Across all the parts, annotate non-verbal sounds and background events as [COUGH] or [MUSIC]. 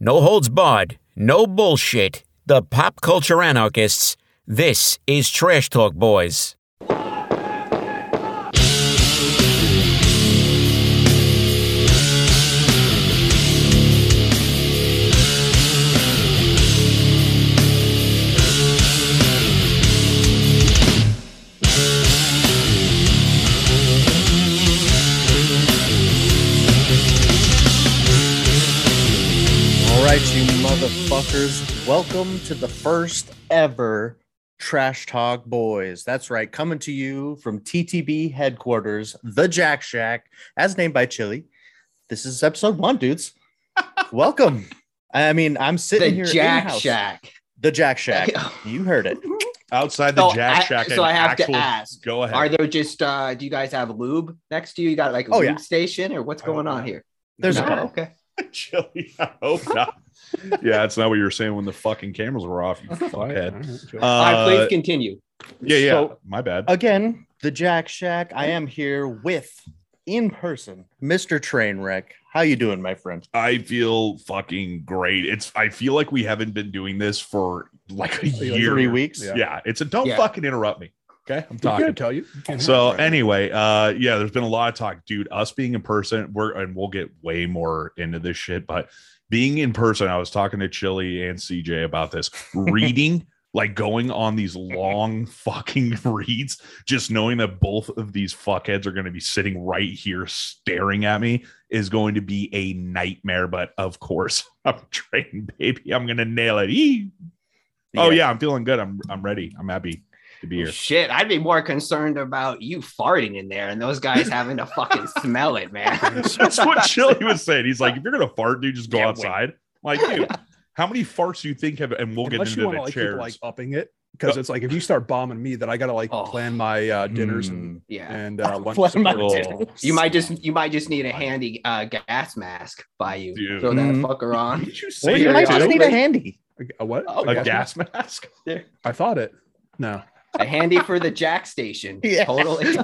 No holds barred. No bullshit. The pop culture anarchists. This is Trash Talk Boys. All right, you motherfuckers. Welcome to the first ever Trash Talk Boys. That's right, coming to you from TTB headquarters, the Jack Shack, as named by Chili. This is episode one, dudes. [LAUGHS] Welcome. I mean, I'm sitting the here. Jack in-house. Shack. The Jack [LAUGHS] Shack. You heard it. outside Uh, the So Jack I- Shack. so an I have to actual- ask, Go ahead. Are there just uh do you guys have lube next to you? You got like a Oh, lube yeah. station or what's I don't going on know. here? There's No? a couple. okay. [LAUGHS] Chili, I hope not. yeah, that's not what you were saying when the fucking cameras were off. You fuckhead. Uh, All right, please continue. yeah, yeah. so- my bad. Again, the Jack Shack. I am here with in person, Mr. Trainwreck. How you doing, my friend? I feel fucking great. It's. I feel like we haven't been doing this for like a year. Three weeks. Yeah. It's a don't Yeah. fucking interrupt me. Okay, I'm talking. tell you. So anyway, uh, yeah, there's been a lot of talk, dude. Us being in person, we're and we'll get way more into this shit, but being in person, I was talking to Chili and CJ about this. Reading, like going on these long fucking [LAUGHS] reads, just knowing that both of these fuckheads are going to be sitting right here staring at me is going to be a nightmare. But of course, [LAUGHS] I'm trained, baby. I'm gonna nail it. Yee. Oh yeah, I'm feeling good. I'm I'm ready. I'm happy to be here. Oh, Shit, I'd be more concerned about you farting in there and those guys having [LAUGHS] to fucking smell it, man. [LAUGHS] That's [LAUGHS] what Chili was saying. He's like, if you're gonna fart, dude, just go Can't wait. outside. Like, dude, how many farts do you think have? And we'll Unless get into you want the to like chairs. people like upping it, because it's like if you start bombing me, then I gotta like Oh. plan my uh, dinners Hmm. and, Yeah. [LAUGHS] and uh, lunch. Plan my Oh. dinners. You might just you might just need a handy uh, gas mask by you. Dude. Throw that Mhm. fucker on. Did you say Well, you you that might too. just too? need a handy. A what? Oh, a gas [LAUGHS] mask? I thought it. No. A handy for the jack station. [LAUGHS] Yeah. Totally.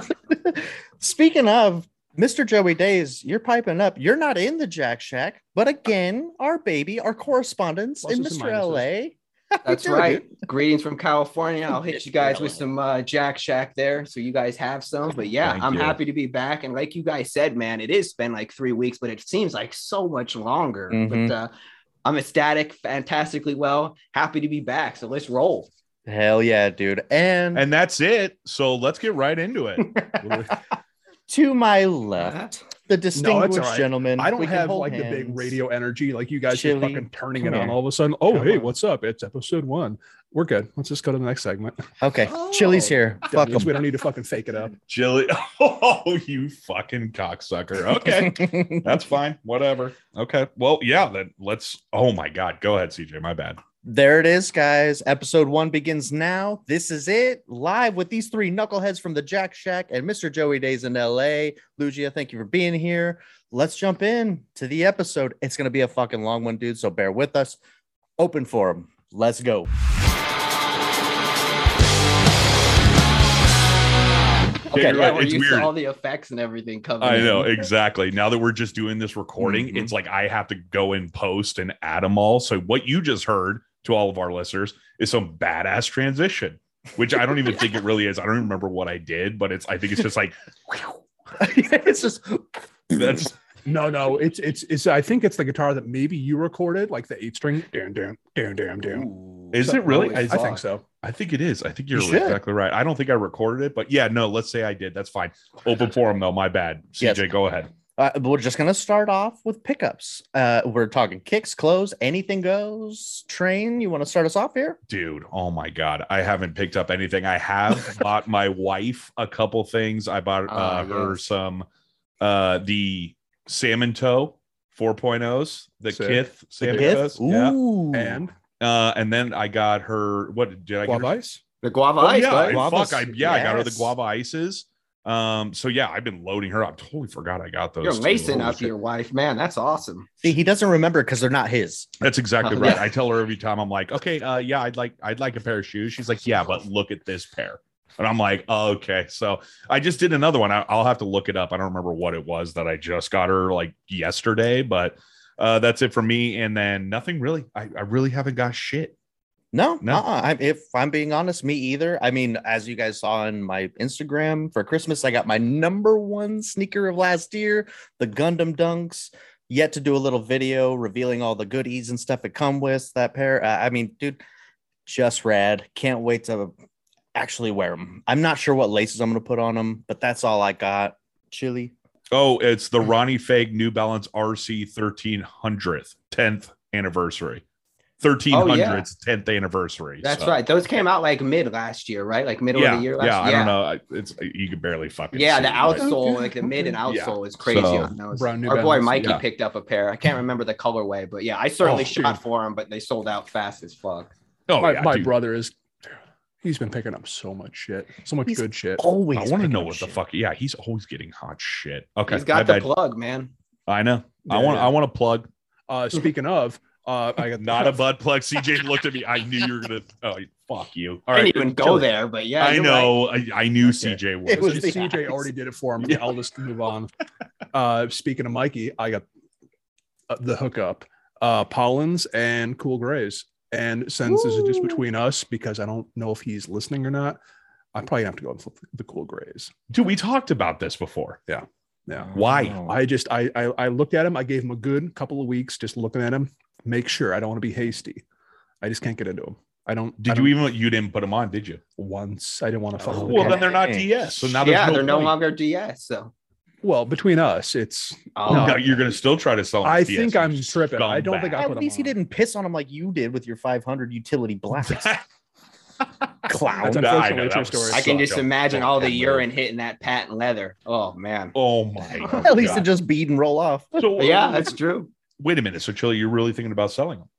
Speaking of Mr. Joey Days, you're piping up. You're not in the Jack Shack, but again, our baby, our correspondence in Pluses and Mr. LA. How you That's doing, right. dude? Greetings from California. I'll hit you guys with some uh, Jack Shack there, so you guys have some. But yeah, Thank I'm you. happy to be back. And like you guys said, man, it is been like three weeks, but it seems like so much longer. Mhm. Mm-hmm. But uh, I'm ecstatic, fantastically well, happy to be back. So let's roll. Hell yeah, dude. And, And that's it. So let's get right into [LAUGHS] it. to my left, the distinguished Uh-huh. all right. gentleman. I don't we can have hold like the big hands. radio energy like you guys are Chili, fucking turning come it on here. all of a sudden. Oh, Come hey, on. what's up? It's episode one. We're good. Let's just go to the next segment. Okay, Oh. Chili's here. Fuck Because we don't need to fucking fake it up. Chili, [LAUGHS] oh, you fucking cocksucker. [LAUGHS] Okay, him. [LAUGHS] that's fine. Whatever. Okay. Well, yeah. Then let's. Oh my God. Go ahead, CJ. My bad. there it is, guys. Episode one begins now. This is it. Live with these three knuckleheads from the Jack Shack and Mr. Joey Days in LA. Lugia, thank you for being here. Let's jump in to the episode. It's going to be a fucking long one, dude. So bear with us. Open forum. Let's go. Okay, you're right. we're It's used weird. to all the effects and everything covered. I know in. exactly. Now that we're just doing this recording, Mhm. it's like I have to go and post and add them all. So what you just heard to all of our listeners is some badass transition, which I don't even think it really is. I don't even remember what I did, but it's I think it's [LAUGHS] just like [LAUGHS] it's just that's [LAUGHS] No, no, it's it's it's I think it's the guitar that maybe you recorded, like the eight string. Damn, damn, damn, damn, damn. Ooh. is it really? I I, think so. I think it is. I think you're You should. exactly right. I don't think I recorded it, but yeah, no, let's say I did. That's fine. Open forum though, my bad. CJ, Yes. go ahead. Uh, we're just going to start off with pickups. Uh, we're talking kicks, clothes, anything goes. Train, you want to start us off here? Dude, oh my god. I haven't picked up anything. I have bought my wife a couple things. I bought uh, Ah, her yes. some uh the salmon toe 4.0s, the Sick. Kith salmon Kith? toes. Yeah. Ooh. And Uh, and then I got her what did I get? guava Her? ice. The guava Oh, ice. yeah, right? I- Guavas. fuck, I, yeah, I got her the Yes. guava ices. Um, so yeah, I've been loading her up. Totally forgot I got those. You're two. lacing Holy up shit. your wife, man. That's awesome. See, he doesn't remember because they're not his. That's exactly Oh, right. yeah. I tell her every time I'm like, okay, uh, yeah, I'd like I'd like a pair of shoes. She's like, yeah, but look at this pair. And I'm like, oh, okay. So I just did another one. I, I'll have to look it up. I don't remember what it was that I just got her like yesterday, but Uh, that's it for me. And then nothing really. I, I really haven't got shit. No, No. no. I, if I'm being honest, me either. I mean, as you guys saw in my Instagram for Christmas, I got my number one sneaker of last year, the Gundam Dunks. Yet to do a little video revealing all the goodies and stuff it come with that pair. Uh, I mean, dude, just rad. Can't wait to actually wear them. I'm not sure what laces I'm going to put on them, but that's all I got. Chili. Oh, it's Hmm. the Ronnie Fag New Balance RC 1300th 10th anniversary. 1300th 10th anniversary. Oh, That's So, right. Those came out like mid last year, right? Like middle yeah, of the year last yeah, I year. don't know. I- It's you could barely fucking Yeah, see the it, outs- but- outsole, Okay, like the mid and okay. Yeah. outsole is crazy So- Mm-hmm. on those. Brown New Our boy Balance, Mikey yeah. picked up a pair. I can't remember the colorway, but yeah, I certainly Oh, shot dude. for them, but they sold out fast as fuck. Oh, my yeah, my dude. brother is. He's been picking up so much shit, so much He's good shit. Always. I want to picking know up what the shit. fuck. Yeah, he's always getting hot shit. Okay, He's my got the bad. plug, man. I know. I Yeah, want. yeah. I want to plug. Uh, speaking of, uh, I [LAUGHS] got [LAUGHS] Not a butt plug. CJ looked at me. I knew you were gonna. Oh, fuck you. I All right. didn't even go Kill it. there, but yeah, I you're know. I, I knew CJ was. It was the CJ already did it for him. Yeah. I'll just move on. Uh, speaking of Mikey, I got uh, the hookup, uh, Pollins and Cool Grays. And since this is just Woo. between us, because I don't know if he's listening or not, I probably have to go with the Cool Grays. Dude, we talked about this before. Yeah. Why? I just I, I I looked at him. I gave him a good couple of weeks just looking at him. Make sure I don't want to be hasty. I just can't get into him. I don't. I Did you don't- even? You didn't put them on, did you? once? I didn't want to follow. Well, him. then they're not Okay. DS. So now Right. there's Yeah, no they're no point. longer DS. So well, between us, it's. Oh, No, No. you're gonna still try to sell. 'em I as DS, think Oh, you I'm tripping. I don't think I scumbag. put At least he him on. didn't piss on him like you did with your 500 utility blast. Clown. That's I know, unfortunately a that true was story. I can such just a imagine all the fucking move. urine hitting that patent leather. Oh man. Oh my. [LAUGHS] At least it God. just bead and roll off. So, [LAUGHS] yeah, that's true. Wait a minute. So, Chili, you're really thinking about selling them?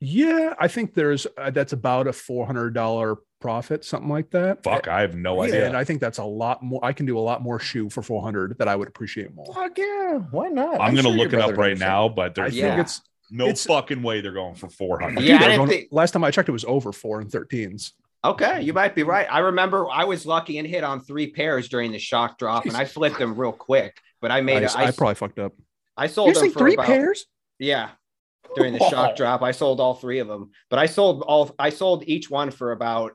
Yeah, I think there's uh, that's about a four hundred dollar profit, something like that. Fuck, I have no Yeah, idea. and I think that's a lot more. I can do a lot more shoe for four hundred that I would appreciate more. Fuck yeah, why not? I'm, gonna sure look it your up brother right knows now, but I there's think Yeah. no, it's no it's- fucking way they're going for Yeah, I 400. Dude, they're didn't going- think- last time I checked, it was over four and thirteens. Okay, you might be right. I remember I was lucky and hit on three pairs during the shock drop, and I flipped them real quick. But I made I, a- I I probably fucked up. I that. sold You're them saying for three about- pairs? Yeah, during the shock drop, I sold all three of them. But I sold all. I sold each one for about.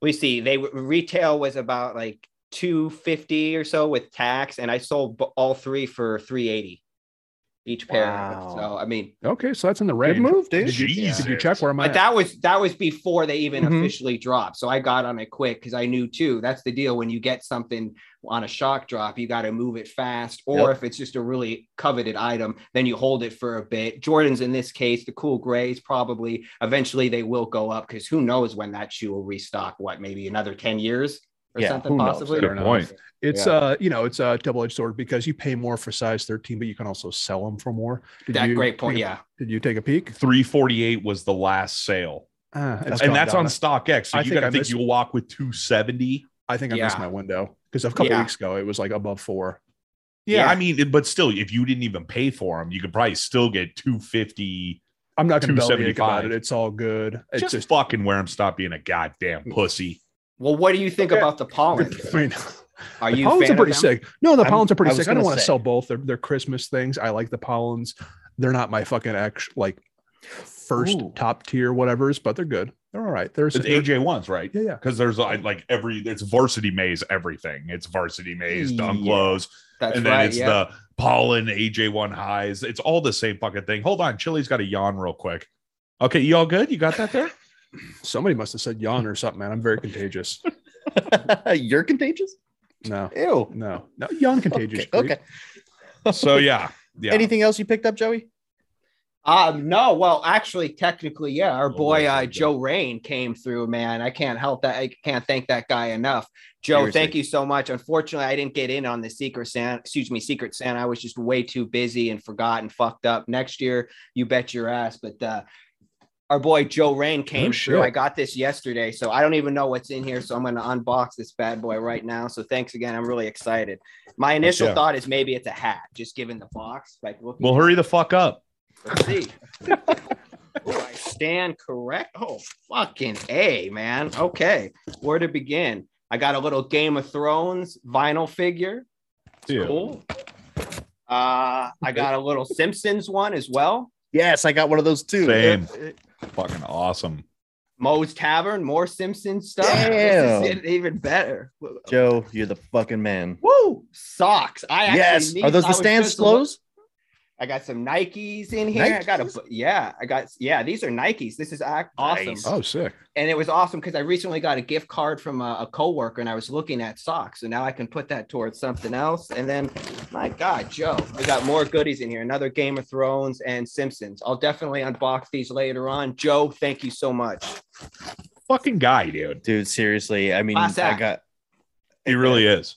We see they were- retail was about like two fifty or so with tax, and I sold b- all three for three eighty each pair. Wow. So I mean, Okay, so that's in the red. Good move, dude. Did you, Jesus. did you check where am I? But that was that was before they even Mhm. officially dropped. So I got on it quick because I knew too. That's the deal. When you get something on a shock drop, you got to move it fast. Or Yep. if it's just a really coveted item, then you hold it for a bit. Jordan's in this case, the cool grays probably eventually they will go up because who knows when that shoe will restock? What maybe another ten years or Yeah, something who knows? possibly. Good point. It's Yeah. uh, you know, it's a double edged sword because you pay more for size thirteen, but you can also sell them for more. Did That you great point. take a- Yeah. Did you take a peek? 348 was the last sale, Ah, it's and gone that's down. on StockX. So I you think got I to think missed- you'll walk with 270. I think I missed Yeah. my window because a couple Yeah. weeks ago it was like above four. Yeah. Yeah, I mean, it- but still, if you didn't even pay for them, you could probably still get 250. I'm not going to bellyache 275. about it. It's all good. It's just, [LAUGHS] just, fucking wear them. Stop being a goddamn pussy. Well, what do you think Okay. about the pollen? [LAUGHS] Are I mean, the you? a pollens fan are of pretty them? sick. No, the I'm- pollens are I pretty was sick. I don't gonna want to say. sell both. They're, they're Christmas things. I like the pollens. They're not my fucking act like first Ooh. top tier whatever's, but they're good. They're all right. There's It's AJ ones, right? Yeah, yeah. Because there's like, like every it's varsity maze everything. It's varsity maze dunk Yeah. lows, That's and then right. it's yeah. the pollen AJ one highs. It's all the same fucking thing. Hold on, Chili's got a yawn real quick. Okay, you all good? You got that there? Somebody must have said yawn or something, man. I'm very contagious. [LAUGHS] You're contagious. No, Ew. no, no. Yawn contagious. Okay. creep. okay. [LAUGHS] so yeah, [LAUGHS] yeah. Anything else you picked up, Joey? Um, no, well, actually, technically, yeah, our Oh, boy that's uh, so good. Joe Rain came through, man. I can't help that. I can't thank that guy enough. Joe, Seriously. thank you so much. Unfortunately, I didn't get in on the Secret Santa, excuse me, Secret Santa. I was just way too busy and forgot and fucked up. Next year, you bet your ass. But uh, our boy Joe Rain came shit. through. I got this yesterday, so I don't even know what's in here. So I'm going to unbox this bad boy right now. So thanks again. I'm really excited. My initial yeah. thought is maybe it's a hat, just given the box. Like, looking Well, hurry the fuck up. Let's see. oh, I stand correct. Oh, fucking A, man. Okay. Where to begin? I got a little Game of Thrones vinyl figure. Dude. Cool. Uh, I got a little Simpsons one as well. Yes, I got one of those too. Same. Uh, Fucking awesome. Moe's Tavern, more Simpsons stuff. Damn. This is even better. Joe, you're the fucking man. Woo! Socks. I actually Yes. need- Are those I the was stand just look- slows? I got some Nikes in here. I got a Nikes? yeah. I got yeah. These are Nikes. This is ac- awesome. Nice. Oh, sick. And it was awesome because I recently got a gift card from a, a coworker, and I was looking at socks. So now I can put that towards something else. And then, my God, Joe, I got more goodies in here. Another Game of Thrones and Simpsons. I'll definitely unbox these later on. Joe, thank you so much. [LAUGHS] Fucking guy, dude. Dude, seriously. I mean, Boss I act. got He really is.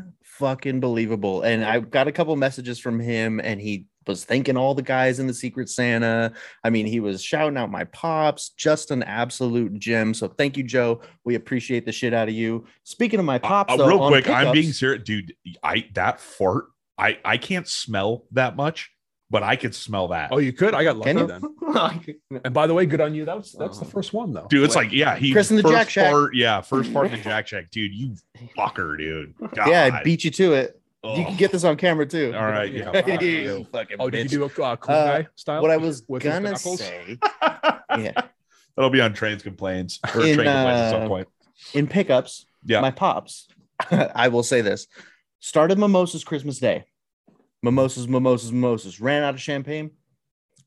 unfucking believable. And I got a couple messages from him, and he was thanking all the guys in the Secret Santa. I mean, he was shouting out my pops. Just an absolute gem. So thank you, Joe. We appreciate the shit out of you. Speaking of my pops, Uh, though, real on quick, I'm pickups- being serious, dude. I that fart. I I can't smell that much, but I can smell that. Oh, you could. I got lucky Can you? then. And by the way, good on you. That was that's the first one though. Dude, it's like yeah, he Chris and the first Jack Shack. part, yeah, first [LAUGHS] part of the Jack Shack, dude. You fucker, dude. God. Yeah, I beat you to it. You Ugh. can get this on camera too. Oh. [LAUGHS] All right, You yeah. [LAUGHS] fuck you. fucking Oh, did bitch. you do a uh, cool Uh, guy style? what I was with his gonna knuckles? say That'll yeah, Oh. [LAUGHS] be on trains complaints or In, train complaints at uh, some point. in pickups, Yeah. my pops, [LAUGHS] I will say this started mimosas Christmas Day. Mimosas, mimosas, mimosas. Ran out of champagne,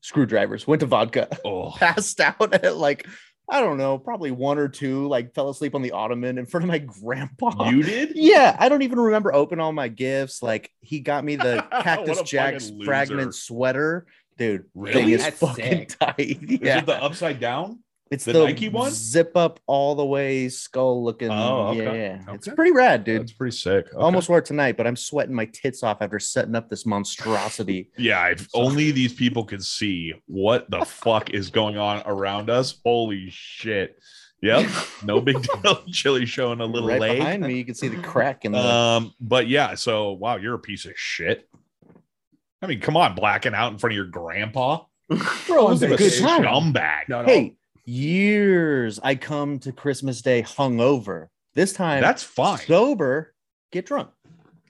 screwdrivers, went to vodka, [LAUGHS] Oh, passed out at like, I don't know, probably one or two, like fell asleep on the ottoman in front of my grandpa. you did? yeah, I don't even remember opening all my gifts. Like he got me the [LAUGHS] What a Cactus fucking Jack's loser. fragment sweater. Dude, Really? thing is That's fucking sick. tight. [LAUGHS] Is Yeah. it the upside down? It's the, The Nike one? zip up all the way skull looking. Oh, okay. yeah, yeah. it's Okay. pretty rad, dude. Oh, That's pretty sick. Okay. Almost wore it tonight, but I'm sweating my tits off after setting up this monstrosity. Yeah, if only these people could see [LAUGHS] what the fuck is going on around us. Holy shit. [LAUGHS] Yep. No big deal. [LAUGHS] Chili showing a [LAUGHS] little right late. behind me, you can see the crack in the. Um, but yeah, so wow, you're a piece of shit. I mean, come on, blacking out in front of your grandpa. Bro, it on was a What a good vacation. time. scumbag. No, no. Hey, years I come to Christmas Day hungover. This time, That's fine. sober, get drunk.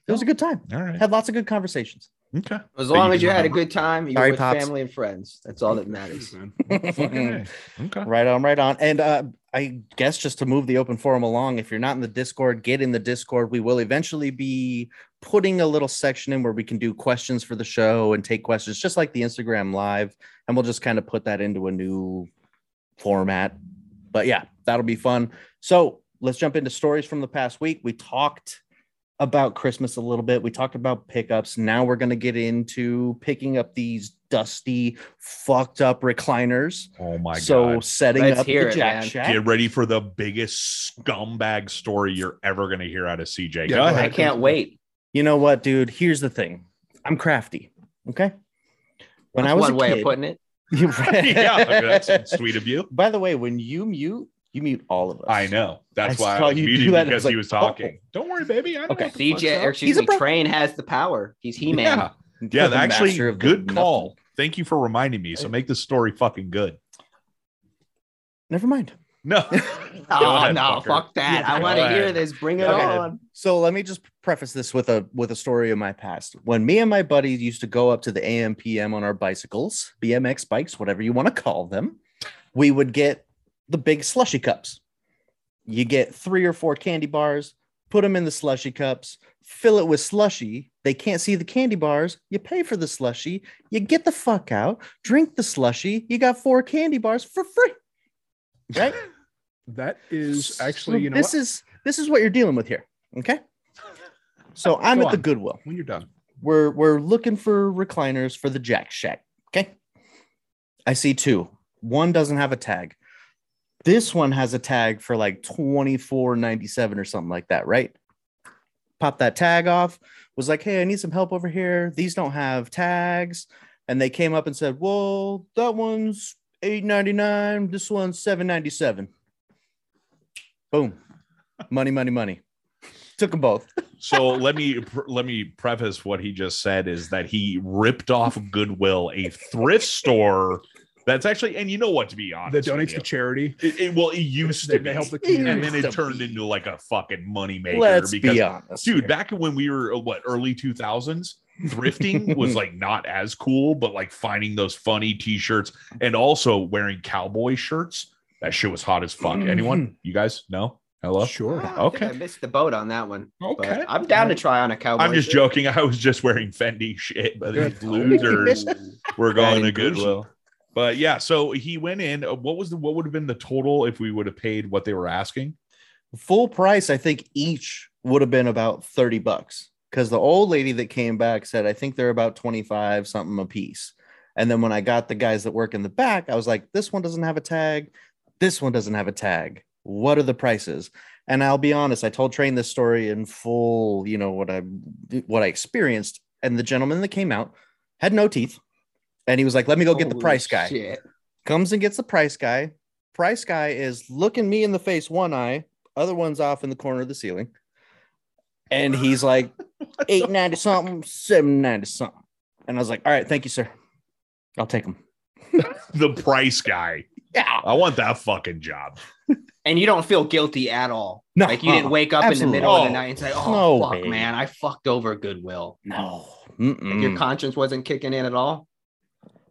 It was a good time. All right. Had lots of good conversations. Okay. As But you long as do you had a remember. good time, you Sorry, were with Pops. family and friends. That's all that matters. man. Fucking A. Okay. Mm. Right on, right on. And uh, I guess just to move the open forum along, if you're not in the Discord, get in the Discord. We will eventually be putting a little section in where we can do questions for the show and take questions, just like the Instagram live. And we'll just kind of put that into a new format. But yeah, that'll be fun. So let's jump into stories from the past week. We talked about Christmas a little bit. We talked about pickups. Now we're going to get into picking up these dusty, fucked up recliners Oh my so god. setting Let's up hear the it, Jack man. Shack. Get ready for the biggest scumbag story you're ever gonna hear out of CJ. Yeah, Go go ahead. I can't wait. You know what, dude? Here's the thing. I'm crafty. Okay. When That's I was one a way kid, of [LAUGHS] putting it. [LAUGHS] yeah, I mean, that's sweet of you. By the way, when you mute, you mute all of us. I know. That's I why I saw was you do muted that, and I because was he like, was talking. Don't worry, baby. I know Okay. what the fuck's DJ, up. or excuse He's a me, pro. Train has the power. He's He Man. Yeah. Yeah, The actually, master of the good nothing. call. Thank you for reminding me. So make this story fucking good. [LAUGHS] Never mind. [LAUGHS] No. Oh ahead, no, fucker. fuck that. Yeah, I go want to hear ahead. this. Bring it Go ahead. on. So let me just preface this with a with a story of my past. When me and my buddies used to go up to the AMPM on our bicycles, BMX bikes, whatever you want to call them, we would get the big slushy cups. You get three or four candy bars, put them in the slushy cups, fill it with slushy. They can't see the candy bars. You pay for the slushy. You get the fuck out, drink the slushy. You got four candy bars for free. Right? That is So actually, you know, this what? is this is what you're dealing with here. Okay. So I'm [LAUGHS] Go at the on. Goodwill. when you're done. We're we're looking for recliners for the Jack Shack. Okay. I see two. One doesn't have a tag. This one has a tag for like 24.97 or something like that, right? Pop that tag off. Was like, "Hey, I need some help over here. These don't have tags." And they came up and said, "Well, that one's 8.99, this one's 7.97." Boom. Money, money, money. Took them both. so let me let me preface what he just said is that he ripped off Goodwill, a thrift store that's actually and you know what to be honest, That with donates you. to charity. It, it- well, it used They, to they be, help the and community. then it turned into like a fucking moneymaker Let's because be honest. dude here. back when we were uh, what early 2000s [LAUGHS] thrifting was like not as cool, but like finding those funny t-shirts and also wearing cowboy shirts. That shit was hot as Mm-hmm. fuck. Anyone? You guys? No? Hello? [LAUGHS] Sure. Ah, I think Okay. I missed the boat on that one. but Okay. I'm down to try on a cowboy. I'm just shirt. joking. [LAUGHS] I was just wearing Fendi shit, but these [LAUGHS] Good. losers were going to and bougie. Goodwill. But yeah, so he went in. uh, What was the what would have been the total if we would have paid what they were asking? Full price, I think each would have been about 30 bucks because the old lady that came back said, I think they're about 25 something a piece. And then when I got the guys that work in the back, I was like, this one doesn't have a tag. This one doesn't have a tag. What are the prices? And I'll be honest, I told Train this story in full, you know, what I what I experienced. And the gentleman that came out had no teeth. And he was like, let me go get the [LAUGHS] Holy price guy shit. comes and gets the price guy. Price guy is looking me in the face, one eye, other one's off in the corner of the ceiling. And he's [LAUGHS] like, 890 something, 790 something. And I was like, all right, thank you, sir. I'll take him. The price guy. Yeah. I want that fucking job. And you don't feel guilty at all. No. like you didn't wake up Absolutely. in the middle of Oh, the night and say, "Oh no fuck, way. man, I fucked over Goodwill." No. Like, Mm-mm. Hmm. Your conscience wasn't kicking in at [LAUGHS] all.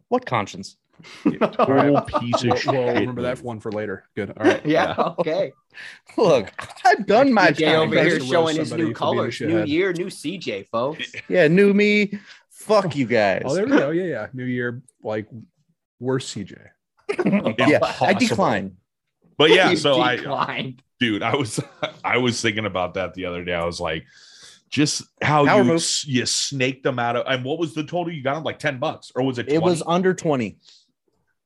what conscience? Total piece We'll, of shit. we'll remember that one for later. Good. [LAUGHS] All [LAUGHS] right. yeah, Okay. Look, [LAUGHS] I've done my CJ time. over here Thanks to showing roast his somebody new for being a colors. New shithead. year, new CJ, folks. [LAUGHS] Yeah, new me. Fuck you guys. Oh, there we go. Yeah, yeah. New year, like worse CJ. yeah, I Impossible. decline. But yeah, You so I, declined. dude i was [LAUGHS] i was thinking about that the other day i was like just how Power you move. s- you snaked them out of and what was the total you got them like 10 bucks or was it 20? It was under 20.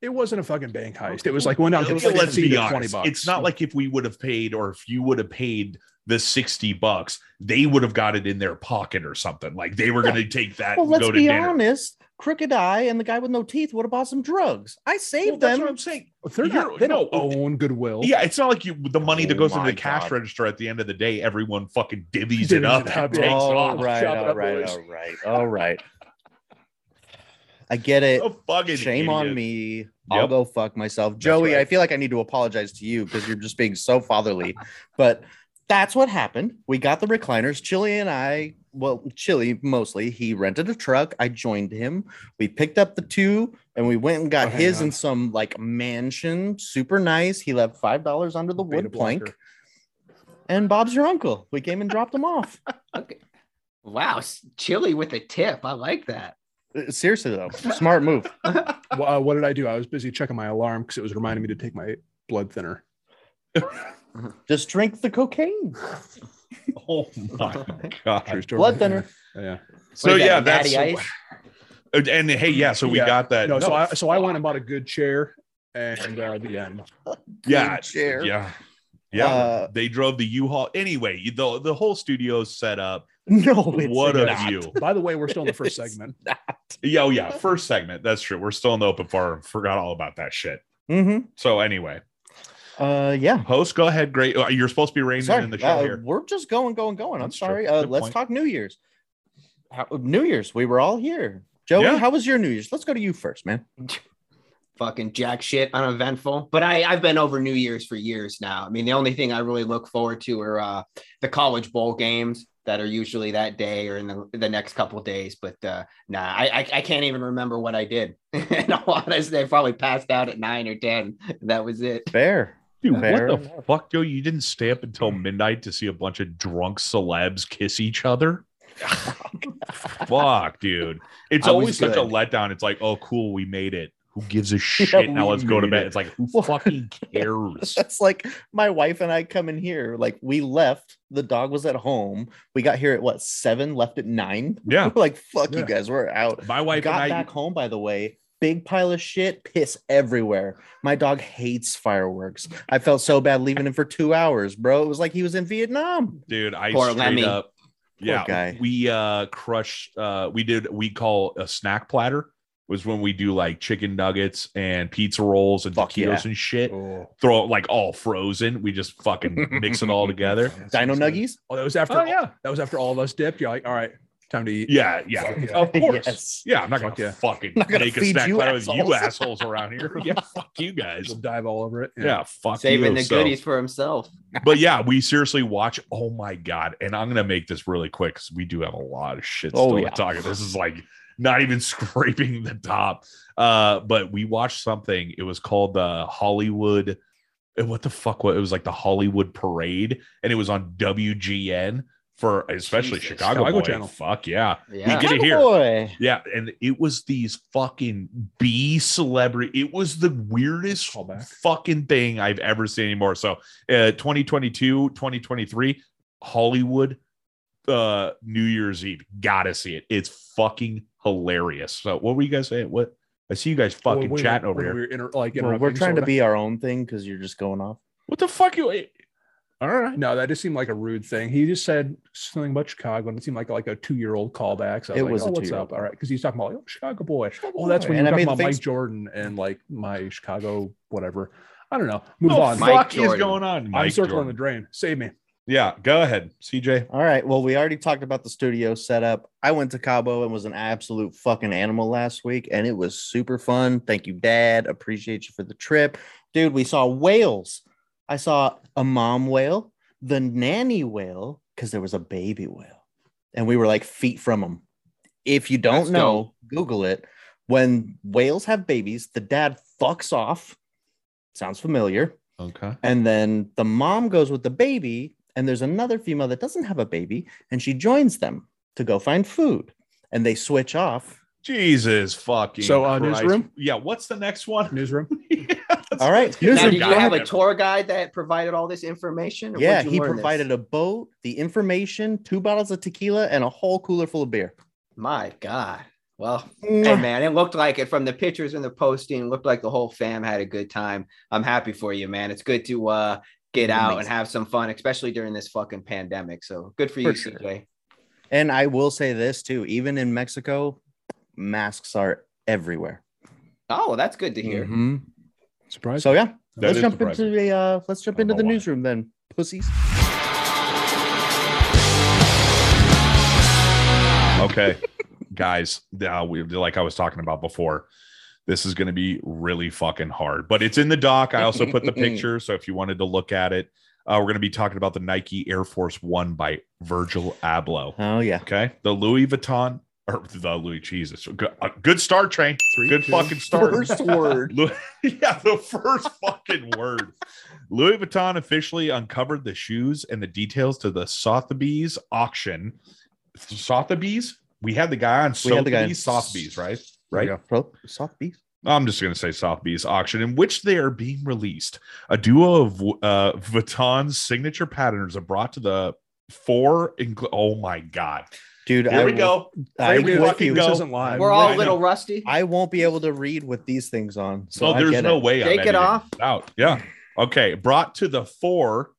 It wasn't a fucking bank heist. It was like went down It from was like, let's 15 be to honest it's not like if we would have paid or if you would have paid the 60 bucks they would have got it in their pocket or something like they were Yeah. going to take that Well, and let's go to be dinner honest. Crooked Eye and the guy with no teeth would have bought some drugs. I Well, saved that's them. what i'm saying they're not, they don't No. own goodwill. yeah it's not like you the money that Oh goes into my the cash God. register at the end of the day everyone fucking divvies, Divvies it up it and up, takes it yeah. All off right, Chop it all up, right, boys. all right, all right. I get it. A fucking Oh, Shame idiot. on me. I'll Yep. go fuck myself. Joey, right. I feel like I need to apologize to you because you're just being so fatherly. but that's what happened. We got the recliners. Chili and I, well, Chili mostly, he rented a truck. I joined him. We picked up the two and we went and got Oh, hang his on. in some like mansion, super nice. He left $5 under the Beta wood plank. blocker. And Bob's your uncle. We came and dropped him off. Okay. Wow, s- chili with a tip. I like that. Uh, Seriously though, smart move. Well, uh, what did I do? I was busy checking my alarm because it was reminding me to take my blood thinner. Just drink the cocaine. [LAUGHS] [LAUGHS] oh my [LAUGHS] god True story. Blood thinner. Yeah. So What is that, yeah, a that's Natty Ice? and, and, hey, yeah. So we Yeah. got that. No, so I so I went and bought a good chair and uh, the end. yeah, Good chair. yeah, yeah. Uh, they drove the U-Haul anyway. you- The the whole studio's set up. No, it's What a not. view! By the way, we're still in the first [LAUGHS] It's- segment. Yeah, oh, yeah. First segment. That's true. We're still in the open forum. Forgot all about that shit. Mhm. So anyway, Uh, yeah. host, go ahead. Great. uh, You're supposed to be reining Sorry, in the show uh, here. we're just going, going, going. I'm That's true. sorry. Uh, Good let's point. talk New Year's. How, New Year's, we were all here. Joey, Yeah. how was your New Year's? Let's go to you first, man. Fucking jack shit, uneventful. But I, I've been over New Year's for years now. I mean, the only thing I really look forward to are uh, the college bowl games that are usually that day or in the, the next couple days. But uh, nah, I, I, I can't even remember what I did. [LAUGHS] in all honesty, I probably passed out at nine or 10. That was it. Fair. Dude, Fair what the fuck, yo? You didn't stay up until midnight to see a bunch of drunk celebs kiss [LAUGHS] each other? fuck, dude. It's I was always such a good. letdown. It's like, oh, cool, we made it. Who gives [LAUGHS] a shit? now we let's go to made bed. it. It's like, who [LAUGHS] Well- fucking [LAUGHS] cares? That's like my wife and I come in here. Like we left, the dog was at home. We got here at what seven? Left at nine. yeah. [LAUGHS] We're like, fuck Yeah. you guys, we're out. My wife got and I, back home by the way big pile of shit piss everywhere my dog hates fireworks i felt so bad leaving him for two hours bro it was like he was in vietnam dude, I Poor straight Lemmy. up. Yeah, guy. we uh crushed uh we did we call a snack platter was when we do like chicken nuggets and pizza rolls and Fuck taquitos yeah. and shit. Oh, throw it like all frozen. We just fucking mix it all together. that's [LAUGHS] dino insane. nuggies Oh, that was after. Oh yeah. That was after all of us dipped. You're like, all right, Time to eat. Yeah, yeah, of course. Yes. Yeah, I'm not gonna Fuck yeah. fucking Not gonna make a feed snack you out of you assholes. [LAUGHS] assholes around here. Yeah, fuck you guys. We'll dive all over it. Yeah, fuck saving you. the So- goodies for himself. but yeah, we seriously watch. Oh my god! And I'm gonna make this really quick because we do have a lot of shit Oh, still yeah. to talk. about. This is like not even [LAUGHS] scraping the top. Uh, but we watched something. It was called the Hollywood. eh, What the fuck? What it was like the Hollywood Parade, and it was on WGN for especially Jesus. Chicago, Chicago boy. Channel. Fuck yeah. Yeah. We get it here. Boy. Yeah, and it was these fucking B celebrity. It was the weirdest Callback. fucking thing I've ever seen anymore. So, uh 2022, 2023, Hollywood uh New Year's Eve. Got to see it. It's fucking hilarious. So, what were you guys saying? What I see you guys When fucking we were- chatting over when here. we We're, inter- like, Well, we're interrupting trying to sorta. be our own thing because you're just going off. What the fuck you eh, All right. No, that just seemed like a rude thing. He just said something about Chicago, and it seemed like like a two year old callback. So I was It like, was oh, a what's two-year-old up? All right, because he's talking about like, oh, Chicago boy. Chicago oh, that's boy. when you And were I talking mean, about things- Mike Jordan and like my Chicago whatever. I don't know. Move What on. the Mike fuck is Jordan. going on? I'm Mike circling Jordan? the drain. Save me. Yeah, go ahead, CJ. All right. Well, we already talked about the studio setup. I went to Cabo and was an absolute fucking animal last week, and it was super fun. Thank you, Dad. Appreciate you for the trip. Dude, we saw whales. I saw a mom whale, the nanny whale, because there was a baby whale, and we were like feet from them. If you don't That's know, Google it. When whales have babies, the dad fucks off. Sounds familiar. Okay. And then the mom goes with the baby, and there's another female that doesn't have a baby, and she joins them to go find food. And they switch off. Jesus fucking. So, uh, Christ. newsroom? Yeah. What's the next [LAUGHS] one? Newsroom. All right. Who's Now, your did you have guy? a tour guide that provided all this information? or yeah, where'd you he learn provided This? a boat, the information, two bottles of tequila, and a whole cooler full of beer. My God. Well, hey man, it looked like it from the pictures and the posting. It looked like the whole fam had a good time. I'm happy for you, man. It's good to uh get out and Amazing. have some fun, especially during this fucking pandemic. So good for, For you, sure. CJ. And I will say this too even in Mexico, masks are everywhere. Oh, well, that's good to hear. Mhm. Surprise. So yeah, Mm-hmm. That let's is jump surprising. into the uh, let's jump I don't into the know why. newsroom then, pussies. okay guys now we like i was talking about before this is going to be really fucking hard but it's in the doc i also [LAUGHS] put the picture so if you wanted to look at it uh, we're going to be talking about the nike air force one by virgil abloh Oh yeah, okay the louis vuitton or the louis jesus good, uh, good start train Three, good two. fucking start [LAUGHS] word. Lou- yeah, the first fucking word. Louis Vuitton officially uncovered the shoes and the details to the Sotheby's auction. Sotheby's? We had the guy on We had the guy on- Sotheby's, Sotheby's, right? There we Right. go. Pro- Oh, soft beef. I'm just going to say Sotheby's auction, in which they are being released. A duo of uh, Vuitton's signature patterns are brought to the four. Incl- oh my God. Dude, Here I we will- go. I Here we will- fucking This go. isn't live. We're all I a know. little rusty. I won't be able to read with these things on. So So I there's get no it. way. I'm Take it editing off. Out. Yeah. Okay. Brought to the four,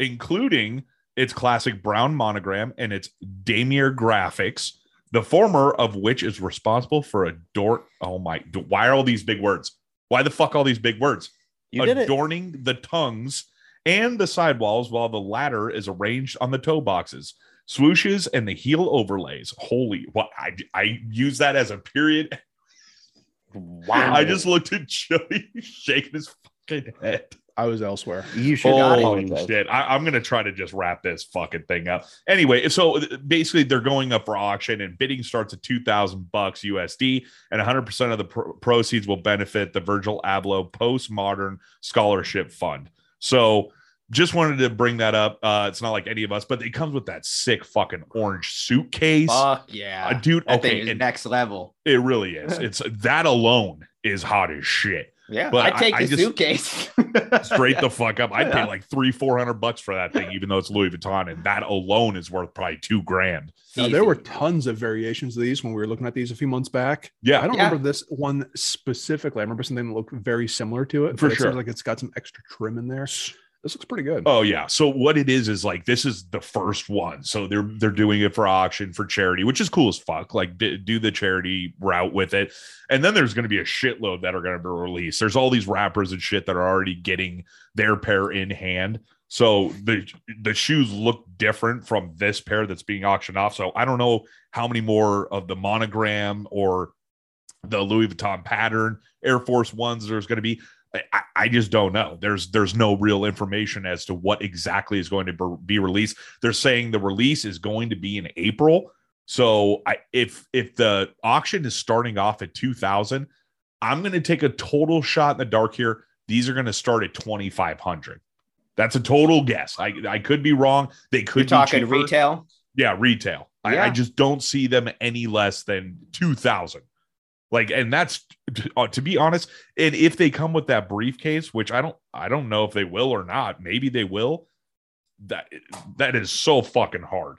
including its classic brown monogram and its Damier graphics, the former of which is responsible for a door. Oh my! Why are all these big words? Why the fuck all these big words? You did it. adorning the tongues and the sidewalls, while the latter is arranged on the toe boxes, swooshes, and the heel overlays. Holy! What I I use that as a period [LAUGHS] Wow. I just looked at Joey [LAUGHS] shaking his fucking head. I was elsewhere. you should not Holy apologize. shit. I, I'm going to try to just wrap this fucking thing up. Anyway, so basically they're going up for auction and bidding starts at 2000 bucks USD and 100% of the pro- proceeds will benefit the Virgil Abloh Postmodern Scholarship Fund. So just wanted to bring that up. Uh, it's not like any of us, but it comes with that sick fucking orange suitcase. Fuck yeah. Uh, dude, that okay. thing is and next level. it [LAUGHS] really is. It's that alone is hot as shit. Yeah. But I I- take I the just- suitcase. [LAUGHS] straight the fuck up. I'd pay Yeah. like three, four hundred bucks for that thing, even though it's Louis Vuitton, and that alone is worth probably two grand. Now, there were tons of variations of these when we were looking at these a few months back. I Yeah, don't Yeah. remember this one specifically. I remember something that looked very similar to it. For but it sure. seems like it's got some extra trim in there. This looks pretty good. Oh yeah. So what it is is like this is the first one. So they're they're doing it for auction for charity, which is cool as fuck. Like d- do the charity route with it, and then there's going to be a shitload that are going to be released. There's all these rappers and shit that are already getting their pair in hand. So the the shoes look different from this pair that's being auctioned off. So I don't know how many more of the monogram or the Louis Vuitton pattern Air Force Ones there's going to be. I, I just don't know. There's there's no real information as to what exactly is going to be released. They're saying the release is going to be in April. So I, if if the auction is starting off at 2000, I'm going to take a total shot in the dark here. These are going to start at 2500. That's a total guess. I I could be wrong. They could You're be talking cheaper. retail. Yeah, retail. I, I Yeah. just don't see them any less than 2000. Like and that's uh, to be honest, and if they come with that briefcase, which I don't I don't know if they will or not, maybe they will. That that is so fucking hard.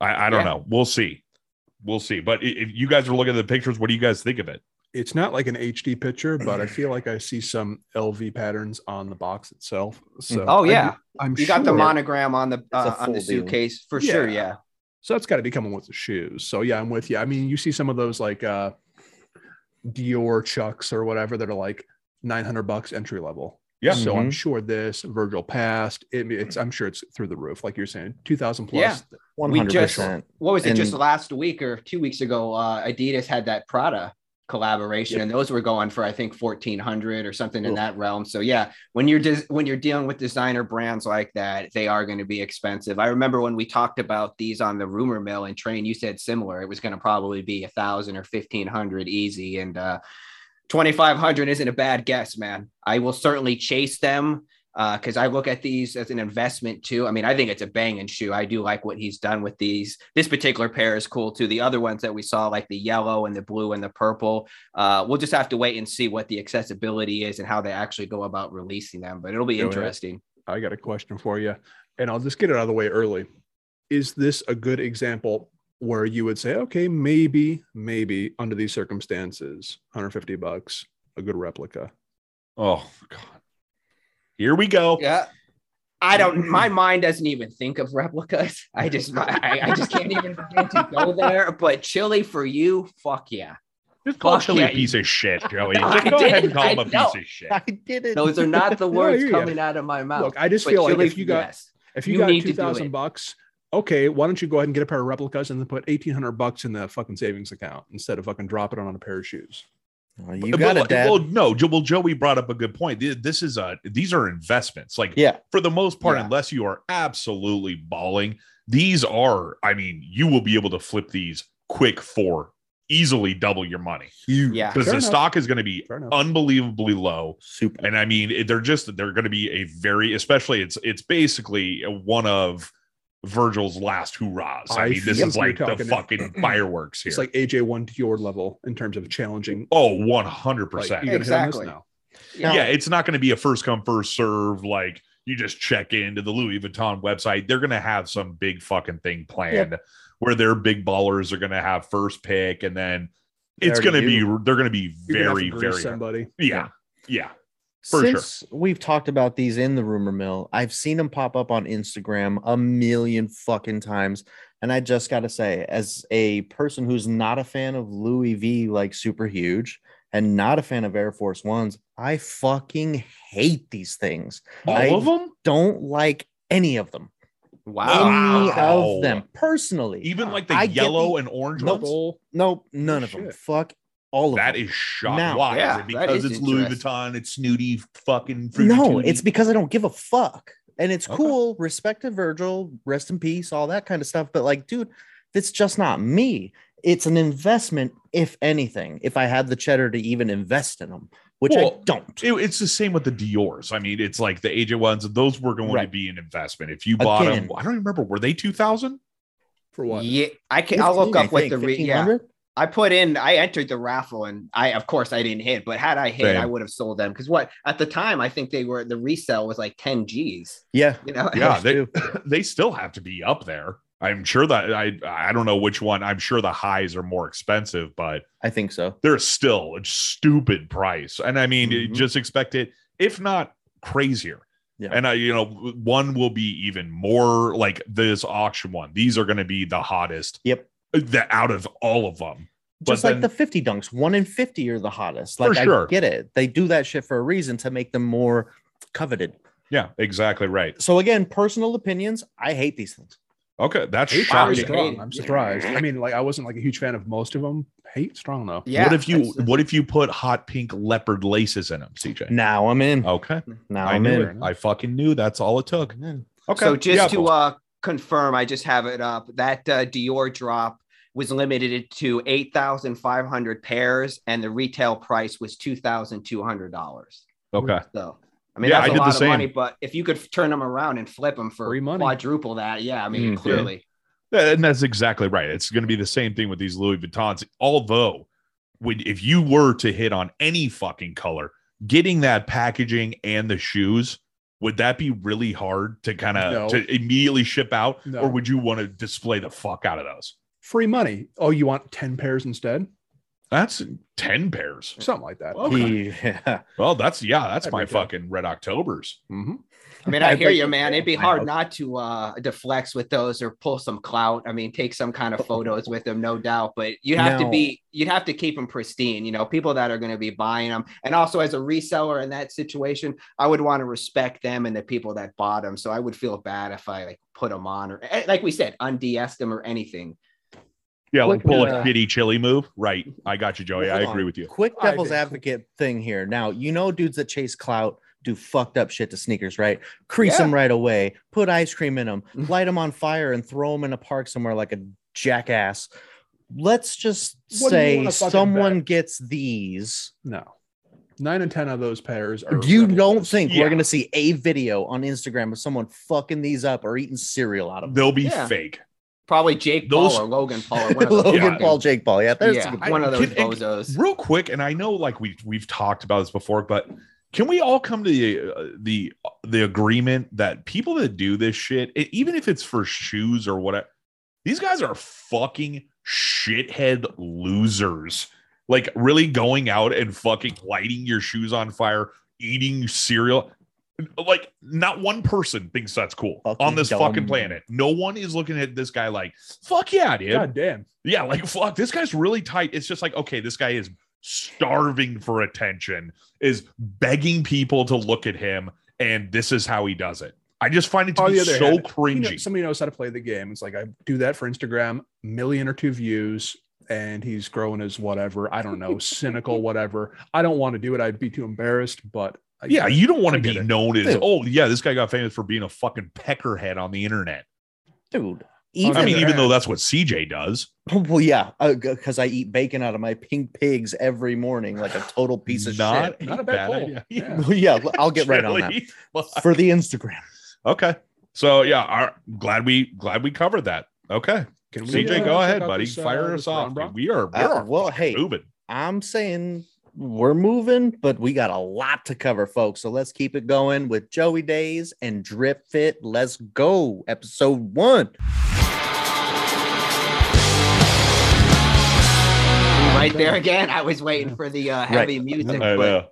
I, I don't Yeah. know. We'll see. We'll see. But i- if you guys are looking at the pictures, what do you guys think of it? It's not like an HD picture, but I [CLEARS THROAT] feel like I see some LV patterns on the box itself. So Oh, I- yeah. I'm You got the sure- monogram on the uh, a on the full deal. suitcase for sure. Yeah. Yeah. So that's got to be coming with the shoes. So yeah, I'm with you. I mean, you see some of those like uh Dior chucks or whatever that are like 900 bucks entry level. Yeah. So I'm Mhm. sure this Virgil passed. It, it's I'm sure it's through the roof, like you're saying, 2,000 Yeah. plus. One We hundred just- percent. What was it? just And- last week or two weeks ago, uh, Adidas had that Prada collaboration, and those were going for I think fourteen hundred or something in Oof. that realm. So yeah, when you're des- when you're dealing with designer brands like that, they are going to be expensive. I remember when we talked about these on the rumor mill and train, you said similar. It was going to probably be a thousand or fifteen hundred easy, and uh, twenty five hundred isn't a bad guess, man. I will certainly chase them because I look at these as an investment too. I mean, I think it's a banging shoe. I do like what he's done with these. This particular pair is cool too. The other ones that we saw, like the yellow and the blue and the purple, uh, we'll just have to wait and see what the accessibility is and how they actually go about releasing them. But it'll be Go ahead. interesting. I got a question for you, and I'll just get it out of the way early. Is this a good example where you would say, okay, maybe, maybe under these circumstances, 150 bucks, a good replica? Oh god. Here we go. Yeah. I don't. My mind doesn't even think of replicas. I just, I, I just can't even begin to go there. But chili for you, fuck yeah. Just call Fuck Chili a yeah, piece of shit, Joey. No, [LAUGHS] Just I go ahead and didn't. call I him a know. piece of shit. I did [LAUGHS] it. Those are not the [LAUGHS] No, I words hear ya. coming out of my mouth. Look, I just But feel like chili- if you got yes. If you, You got need to two do thousand it. bucks, okay, why don't you go ahead and get a pair of replicas and then put eighteen hundred bucks in the fucking savings account instead of fucking dropping it on a pair of shoes? Oh, you But got like- it, Dad. Well, no, Jo- well, Joey brought up a good point. Th- This is a these are investments. Like yeah, for the most part, Yeah. unless you are absolutely balling, these are. I mean, you will be able to flip these quick for easily double your money you Yeah. because Fair the enough. stock is going to be Fair enough. unbelievably low. super. And I mean, it- they're just they're going to be a very especially it's it's basically one of Virgil's last hoorahs. I, I mean, this feel is you're like the talking- fucking fireworks here. It's like AJ one Dior level in terms of challenging. oh, one hundred Like, percent. you're gonna hit on this Exactly. now. Yeah. yeah, it's not going to be a first come first serve. Like you just check into the Louis Vuitton website. They're going to have some big fucking thing planned where their big ballers are going to have first pick, and then it's They're going gonna to be they're going to be You're gonna have very to grease very somebody. yeah yeah for sure. Since we've talked about these in the rumor mill, I've seen them pop up on Instagram a million fucking times. And I just got to say, as a person who's not a fan of Louis V, like super huge, and not a fan of Air Force Ones, I fucking hate these things. all I of them. Don't like any of them. Wow. Any Wow. of them personally. Even like the I get yellow and orange Nope. ones. nope, none of them. Shit. Fuck all of That them. is shocking. Now- Why? Is Yeah, it that because is it's Louis interesting. Vuitton. It's snooty fucking. no, fruity-tooty? it's because I don't give a fuck. And it's Okay. cool, respect to Virgil, rest in peace, all that kind of stuff. But like, dude, that's just not me. It's an investment, if anything, if I had the cheddar to even invest in them, which Well, I don't. It- it's the same with the Dior's. I mean, it's like the AJ ones; those were going to Right. be an investment. If you bought Again. them, I don't remember. Were they two thousand? [LAUGHS] For what? Yeah, I can. I'll look 15, I up what think, the re- yeah. 1500? I put in, I entered the raffle and I, of course, I didn't hit, but had I hit, Same. I would have sold them. Cause what at the time, I think they were, the resale was like 10 G's, yeah. you know? Yeah, Those they two. they still have to be up there. I'm sure that I I don't know which one. I'm sure the highs are more expensive, but I think so. they're still a stupid price. And I mean, Mhm. just expect it, if not crazier. Yeah. And I, you know, one will be even more like this auction one. These are going to be the hottest. Uh, Yep. The out of all of them. But Just then- like the 50 dunks, one in 50 are the hottest. For Like, sure. I get it. They do that shit for a reason to make them more coveted. Yeah, exactly right. So again, personal opinions. I hate these things. Okay, that's Hate Wow, strong. you shocking. hated- I'm surprised. I mean, like I wasn't like a huge fan of most of them. Hate strong though. [LAUGHS] Yeah. what if you that's- what if you put hot pink leopard laces in them, CJ? Now I'm in. Okay. now Oh, i I'm knew in. it. I fucking knew that's all it took. Okay. So just yeah, to well, uh, confirm, I just have it up. That uh, Dior drop was limited to eight thousand five hundred pairs, and the retail price was two thousand two hundred dollars. okay. So I mean, Yeah, I that's a did the lot of same. money, but if you could turn them around and flip them for Free money. quadruple that, yeah, I Mm-hmm. mean, Mhm. clearly, Yeah, And that's exactly right. It's going to be the same thing with these Louis Vuittons. Although, when if you were to hit on any fucking color, getting that packaging and the shoes, would that be really hard to kind of No. to immediately ship out, No. or would you want to display the fuck out of those? Free money. Oh, you want 10 pairs instead? That's ten pairs. Something like that. Okay. He- yeah. Well, that's yeah, that's That'd my be good. fucking Red Octobers. hmm I mean, I, I hear think- you, man. It'd be I hard hope- not to uh, deflex with those or pull some clout. I mean, take [LAUGHS] some kind of photos with them, no doubt. But you have to No. be, you'd have to keep them pristine. You know, people that are going to be buying them, and also as a reseller in that situation, I would want to respect them and the people that bought them. So I would feel bad if I like put them on or, eh, like we said, unds them or anything. Yeah, like pull Yeah. a shitty chili move. Right. I got you, Joey. I Hold on. agree with you. Quick I devil's do. advocate thing here. Now you know dudes that chase clout do fucked up shit to sneakers, right? Crease Yeah. them right away, put ice cream in them, light them on fire, and throw them in a park somewhere like a jackass. Let's just What do you say wanna fucking someone bet? gets these. No. Nine and 10 of those pairs are. you don't ridiculous. think Yeah. we're gonna see a video on Instagram of someone fucking these up or eating cereal out of them? They'll be Yeah. fake. Probably Jake Those- Paul or Logan [LAUGHS] Paul or one of those. Logan Yeah. Paul, Jake Paul. Yeah, there's yeah, some- I- one of those can- bozos. Real quick, and I know like we we've talked about this before, but can we all come to the uh, the the agreement that people that do this shit, e- even if it's for shoes or whatever, these guys are fucking shithead losers. Like really going out and fucking lighting your shoes on fire, eating cereal. Like not one person thinks that's cool on Fucking this fucking dumb. planet. No one is looking at this guy like, fuck yeah, dude. God damn. Yeah, like fuck, this guy's really tight. It's just like, okay, this guy is starving for attention, is begging people to look at him, and this is how he does it. I just find it to On be the other so hand, You know, cringy. somebody knows how to play the game. It's like I do that for Instagram, million or two views, and he's growing his whatever. I [LAUGHS] don't know, cynical whatever. I don't want to do it. I'd be too embarrassed, but uh, I yeah, get it. you don't want I to be get it. known as, Dude. oh yeah, this guy got famous for being a fucking peckerhead on the internet. dude. Even I mean, other even though hand- that's what CJ does. [LAUGHS] Well, yeah, because I eat bacon out of my pink pigs every morning, like a [LAUGHS] total piece of not shit. [LAUGHS] a Not a bad, bad poll. [LAUGHS] idea. Yeah. Well, yeah, I'll get right on that Really? [LAUGHS] Fuck. for the Instagram. Okay. So yeah, our, glad we glad we covered that. Okay. Can we, CJ, uh, go check ahead, out buddy. this, uh, Fire this us off. Ron Brown? dude. We are, we Uh, are well, hey, moving. I'm saying we're moving, but we got a lot to cover, folks. So let's keep it going with Joey Days and Drip Fit. Let's go, episode one. right there uh, again. I was waiting for the uh, heavy music, I but know.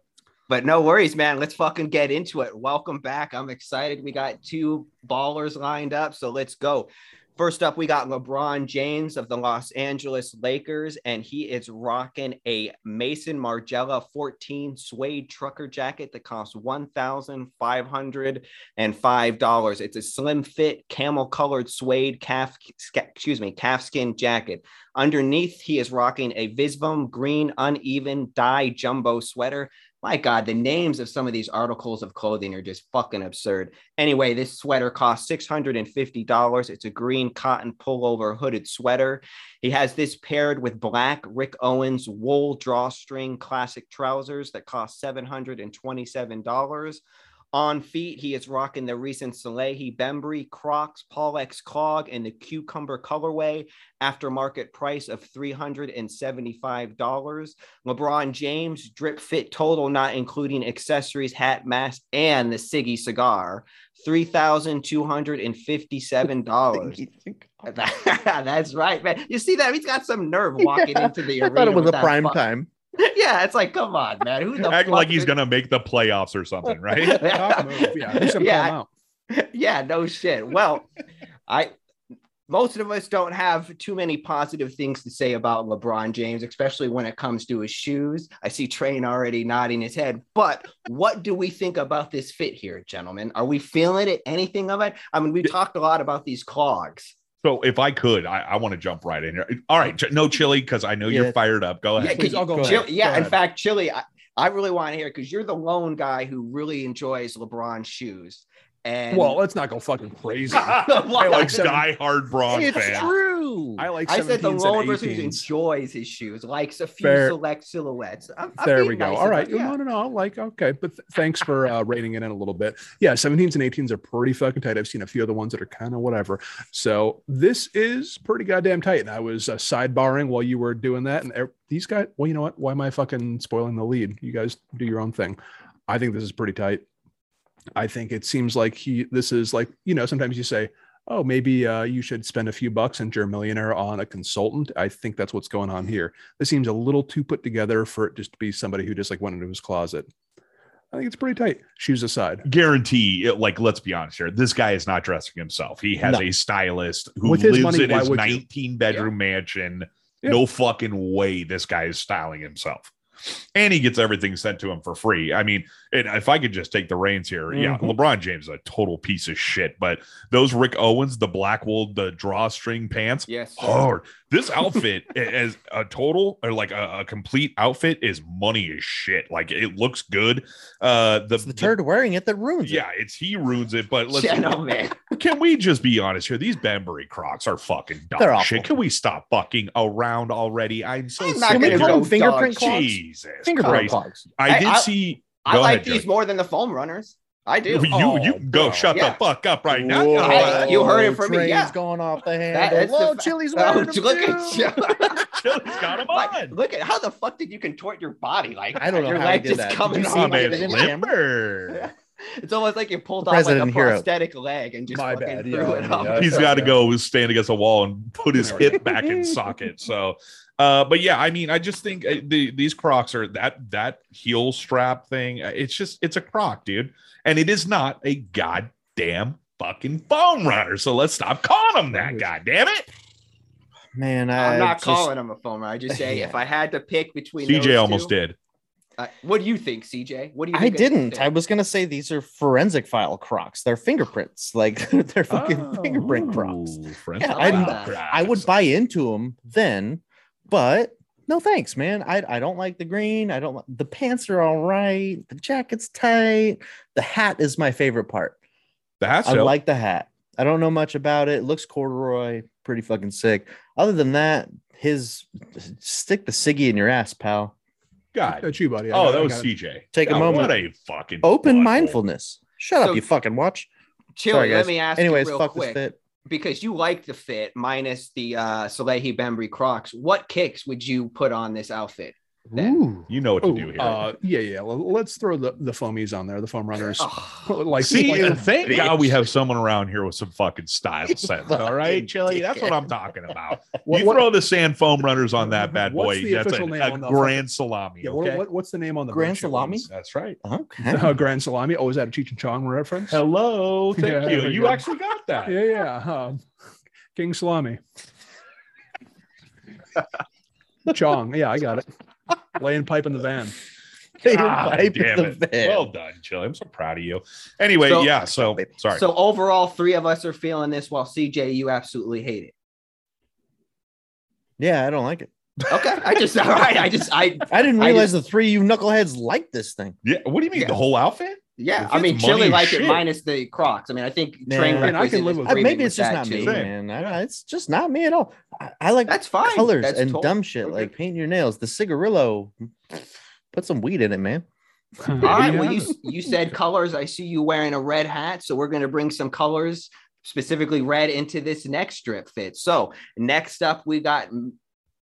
But no worries, man. Let's fucking get into it. Welcome back. I'm excited. We got two ballers lined up. So let's go. First up, we got LeBron James of the Los Angeles Lakers, and he is rocking a Mason Margella 14 suede trucker jacket that costs $1,505. It's a slim fit, camel colored suede calf, sca- excuse me, calfskin jacket. Underneath, he is rocking a Visvum green uneven dye jumbo sweater my God, the names of some of these articles of clothing are just fucking absurd. Anyway, this sweater costs $650. It's a green cotton pullover hooded sweater. He has this paired with black Rick Owens wool drawstring classic trousers that cost $727. On feet, he is rocking the recent Salehi Bembry Crocs Paul X Clog in the cucumber colorway, aftermarket price of $375. LeBron James drip fit total, not including accessories, hat, mask, and the Siggy cigar, three thousand two hundred and fifty-seven dollars. [LAUGHS] That's right, man. You see that he's got some nerve walking Yeah, into the I arena. thought it was with a that prime fuck- time. [LAUGHS] yeah, it's like, come on, man. Who the acting like fuck he's is- gonna make the playoffs or [LAUGHS] something, [LAUGHS] right? Cock move. Yeah, who's gonna Yeah, call him out? yeah, no shit. Well, I most of us don't have too many positive things to say about LeBron James, especially when it comes to his shoes. I see Train already nodding his head. But what do we think about this fit here, gentlemen? Are we feeling it? Anything of it? I mean, we talked a lot about these clogs. So if I could, I, I want to jump right in here. All right, ch- no chili because I know Yeah. you're fired up. Go Yeah, ahead. [LAUGHS] 'cause Please, I'll go Chili- ahead. yeah, Go in ahead. fact, Chili, I, I really want to hear because you're the lone guy who really enjoys LeBron shoes. And well, let's not go fucking crazy. I like seven- diehard Braun It's fan. true. I like. I said the 17s and lone person who 18s. enjoys his shoes, likes a few Fair. select silhouettes. I'm, I'm there being we go. nice All right. about- yeah. No, no, no. Like, okay. But th- thanks for uh, rating it in a little bit. Yeah. 17s and 18s are pretty fucking tight. I've seen a few other ones that are kind of whatever. So this is pretty goddamn tight. And I was uh, sidebarring while you were doing that. And ev- these guys, well, you know what? Why am I fucking spoiling the lead? You guys do your own thing. I think this is pretty tight. I think it seems like he, this is like, you know, sometimes you say, oh, maybe uh, you should spend a few bucks and you're a millionaire on a consultant. I think that's what's going on here this seems a little too put together for it just to be somebody who just like went into his closet. I think it's pretty tight. Shoes aside, Guarantee, it- like, let's be honest here. This guy is not dressing himself. He has No. a stylist who With his lives money, in why his would you? 19 bedroom mansion. Yeah. No fucking way this guy is styling himself. And he gets everything sent to him for free. I mean, and if I could just take the reins here, yeah, Mhm. LeBron James is a total piece of shit. But those Rick Owens, the black wool, the drawstring pants, Yes. sir. hard. This outfit [LAUGHS] i- as a total or like a, a complete outfit is money as shit. Like it looks good. Uh the, It's the turd wearing it that ruins it. yeah, it's he ruins it, but let's Gentlemen. can we just be honest here? These Banbury Crocs are fucking dog They're awful. shit. Can we stop fucking around already? I'm so I'm sick not of Can we gonna it. call go them fingerprint dog clogs? Jesus Fingerprint Christ. clogs. I Hey, did I- see I Go like ahead, these Joey. more than the foam runners. I do. you, Oh. you, you can go bro. shut Yeah. the fuck up right now. Whoa, Hey, you heard it from me, Trey's yeah. going off the That- handle. that's the Whoa, fa- Chili's Oh, wearing them [LAUGHS] look too. at you. Chili's got 'em Like, on. Look at how the fuck did you contort your body? Like I don't know your how I leg did just that. Did coming you see Oh, off. my man, vision? limber. It's almost like you pulled off Surprised I like a didn't hear it. prosthetic leg and just My fucking bad, threw yeah, it up. yeah. he's Okay. got to go stand against a wall and put his There we hip back [LAUGHS] in socket. So, uh, but yeah, I mean, I just think uh, the, these Crocs are that that heel strap thing. uh, It's just it's a Croc, dude, and it is not a goddamn fucking foam runner. So let's stop calling him that. Goddamn it, Man, I I'm not just- calling him a foam runner. I just say Yeah. if I had to pick between those CJ two, almost did. I- what do you think, CJ? What do you? I Think didn't. I I, was gonna say these are forensic file crocs. They're fingerprints. Like [LAUGHS] they're fucking Oh, fingerprint crocs. ooh, friends Yeah, of I- Crocs. I would buy into them then, but no thanks, man. I, I don't like the green. I don't like the pants are all right. The jacket's tight. The hat is my favorite part. the hat. I sale. like the hat. I don't know much about it. it. Looks corduroy, pretty fucking sick. Other than that, his stick the ciggy in your ass, pal. God. that's you, buddy. I Oh, got- I that was got- CJ. Take a God, moment. What a fucking Open butthole. mindfulness. Shut So- up, you fucking watch. Sorry, Chili, guys. let me ask Anyways, you real fuck quick this fit. because you like the fit minus the uh, Salehi Bembry Crocs. What kicks would you put on this outfit? then. Ooh. You know what to do Ooh, here. uh, yeah, yeah. Well, Let's throw the, the foamies on there, the foam runners. Oh, [LAUGHS] like, See, like- and thank bitch. God we have someone around here with some fucking [LAUGHS] style sense. all right, Fucking Chili, that's what I'm dickhead. talking about. [LAUGHS] what- you what- throw the sand foam runners on that bad What's boy. the That's a, official name a on the- grand salami. yeah, what- okay, what- what's the name on the Grand virtue salami? ones? that's right. [LAUGHS] Okay. [LAUGHS] Oh, Grand Salami. [LAUGHS] Oh, is that a Cheech and Chong reference? Hello, thank Yeah, you. very You good. actually got that. Yeah, yeah. Um, King Salami. Chong. Yeah, I got it. Laying pipe in the van. God Pipe in damn the it. van. Well done, Chili. I'm so proud of you. Anyway, So- yeah. So sorry. So overall, three of us are feeling this, while CJ, you absolutely hate it. Yeah, I don't like it. Okay, I just [LAUGHS] all right. I just I I didn't I realize the three of you knuckleheads like this thing. yeah. What do you mean Yeah. the whole outfit? yeah. If I mean, it's money Chili as like shit. it minus the Crocs. I mean, I think Nah. train. And I request can is live with- I, agreeing maybe it's with just not that, me, too. Same. man. I, I- it's just not me at all. I, I like That's fine. colors That's and tot- dumb shit okay. like paint your nails. The cigarillo, put some weed in it, man. All All right. Well, you you said colors. I see you wearing a red hat, so we're going to bring some colors, specifically red, into this next strip fit. So next up, we got M-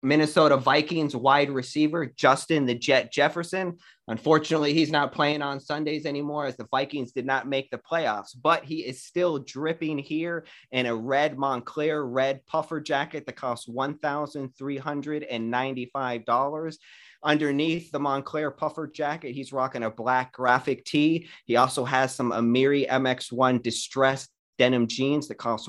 Minnesota Vikings wide receiver Justin the Jet Jefferson. Unfortunately, he's not playing on Sundays anymore, as the Vikings did not make the playoffs. But he is still dripping here in a red Montclair red puffer jacket that costs one thousand three hundred and ninety-five dollars underneath the Montclair puffer jacket. He's rocking a black graphic tee. He also has some Amiri MX1 distressed denim jeans that cost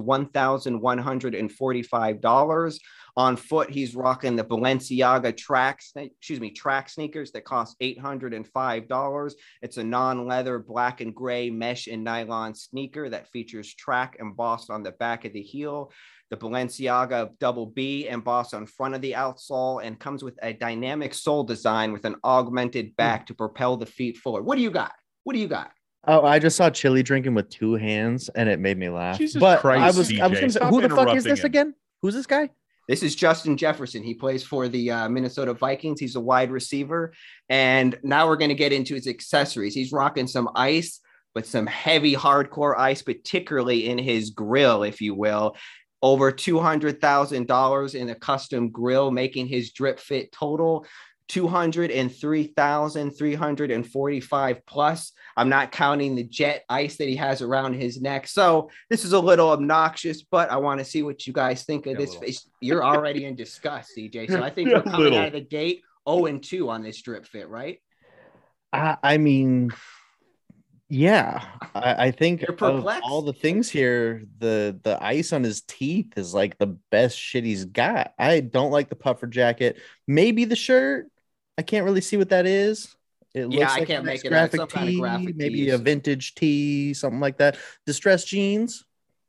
$1,145. On foot, he's rocking the Balenciaga track, sne- excuse me, track sneakers that cost $805. It's a non-leather black and gray mesh and nylon sneaker that features track embossed on the back of the heel the Balenciaga Double B embossed on front of the outsole and comes with a dynamic sole design with an augmented back to propel the feet forward. What do you got? What do you got? Oh, I just saw Chili drinking with two hands, and it made me laugh. Jesus but Christ, I was, I was CJ, gonna say, stop who the fuck is interrupting this him. again? Who's this guy? This is Justin Jefferson. He plays for the uh, Minnesota Vikings. He's a wide receiver. And now we're going to get into his accessories. He's rocking some ice, but some heavy, hardcore ice, particularly in his grill, if you will. Over $200,000 in a custom grill, making his drip fit total. 203,345 plus. I'm not counting the jet ice that he has around his neck. So this is a little obnoxious, but I want to see what you guys think of Yeah, a this. little. It's- You're already in disgust, CJ. So I think [LAUGHS] Yeah, we're a coming little. out of the gate 0 and 2 on this drip fit, right? [LAUGHS] I, I mean, yeah, I, I think You're of perplexed. all the things here, the the ice on his teeth is like the best shit he's got. I don't like the puffer jacket. Maybe the shirt. I can't really see what that is. It Yeah, looks I like can't a nice make it out. graphic Some tee, kind of graphic maybe tee. a vintage tee, something like that. Distressed jeans.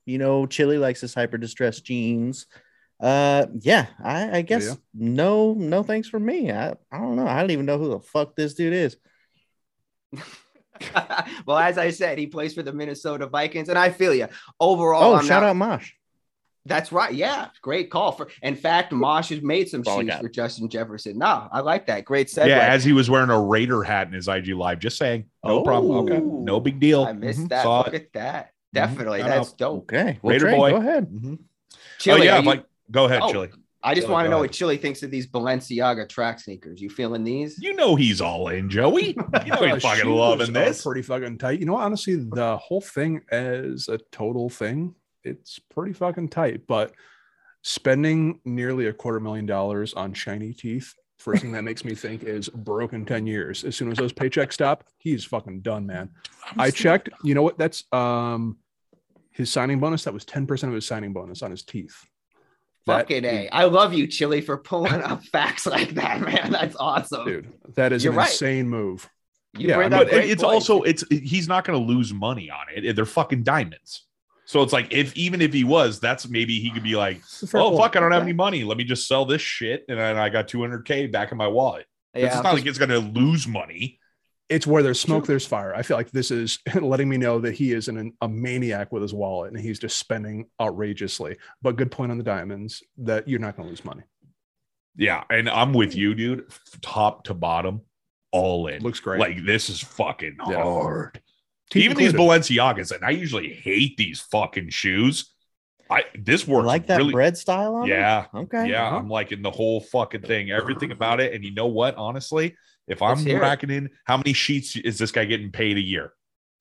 You know, Chili likes his hyper distressed jeans. Uh, yeah, I, I guess yeah. no, no thanks for me. I, I don't know. I don't even know who the fuck this dude is. well, as I said, he plays for the Minnesota Vikings, and I feel you. Overall, oh, I'm shout not- out Mosh. That's right. Yeah, great call. For in fact, Mosh has made some That's all I shoes got. for Justin Jefferson. No, I like that. Great segue. Yeah, as he was wearing a Raider hat in his IG live. Just saying. No problem. Ooh. Okay. No big deal. Oh. I missed Mhm. that. Saw Look it. Mm-hmm. at that. Definitely, Shout that's out. dope. Okay, well, Raider Trey, boy. go ahead. Mhm. Oh Chili, yeah, are you- like go ahead, Oh. Chili. I just Chili, want to go know ahead. what Chili thinks of these Balenciaga track sneakers. You feeling these? You know he's all in, Joey. You [LAUGHS] know Uh, he's fucking shoes loving are this. Pretty fucking tight. You know, honestly, the whole thing as a total thing, it's pretty fucking tight. But spending nearly a quarter million dollars on shiny teeth, first thing that makes me think is broken 10 years. As soon as those paychecks stop, he's fucking done, man. I checked. You know what? That's um his signing bonus. That was 10% of his signing bonus on his teeth. That- Fucking a! I love you, Chili, for pulling up [LAUGHS] facts like that, man. That's awesome. Dude, that is You're an right. insane move. you yeah, bring I up But mean, great it's points. also it's he's not going to lose money on it. They're fucking diamonds. So it's like if even if he was, that's maybe he could be like, oh fuck, I don't have any money. Let me just sell this shit, and then I got 200k back in my wallet. it's yeah. not like it's going to lose money. it's where there's smoke, there's fire. I feel like this is [LAUGHS] letting me know that he is an, a maniac with his wallet and he's just spending outrageously. But good point on the diamonds that you're not going to lose money. Yeah, and I'm with you, dude. Top to bottom, all in. Looks great. Like this is fucking Yeah. hard. Teeth Even these included. Balenciagas, and I usually hate these fucking shoes. I this You works like that really. bread style on it? Yeah, Okay. yeah, Uh-huh. I'm liking the whole fucking thing, everything about it. And you know what? Honestly, if I'm Let's hear it. racking in, how many sheets is this guy getting paid a year?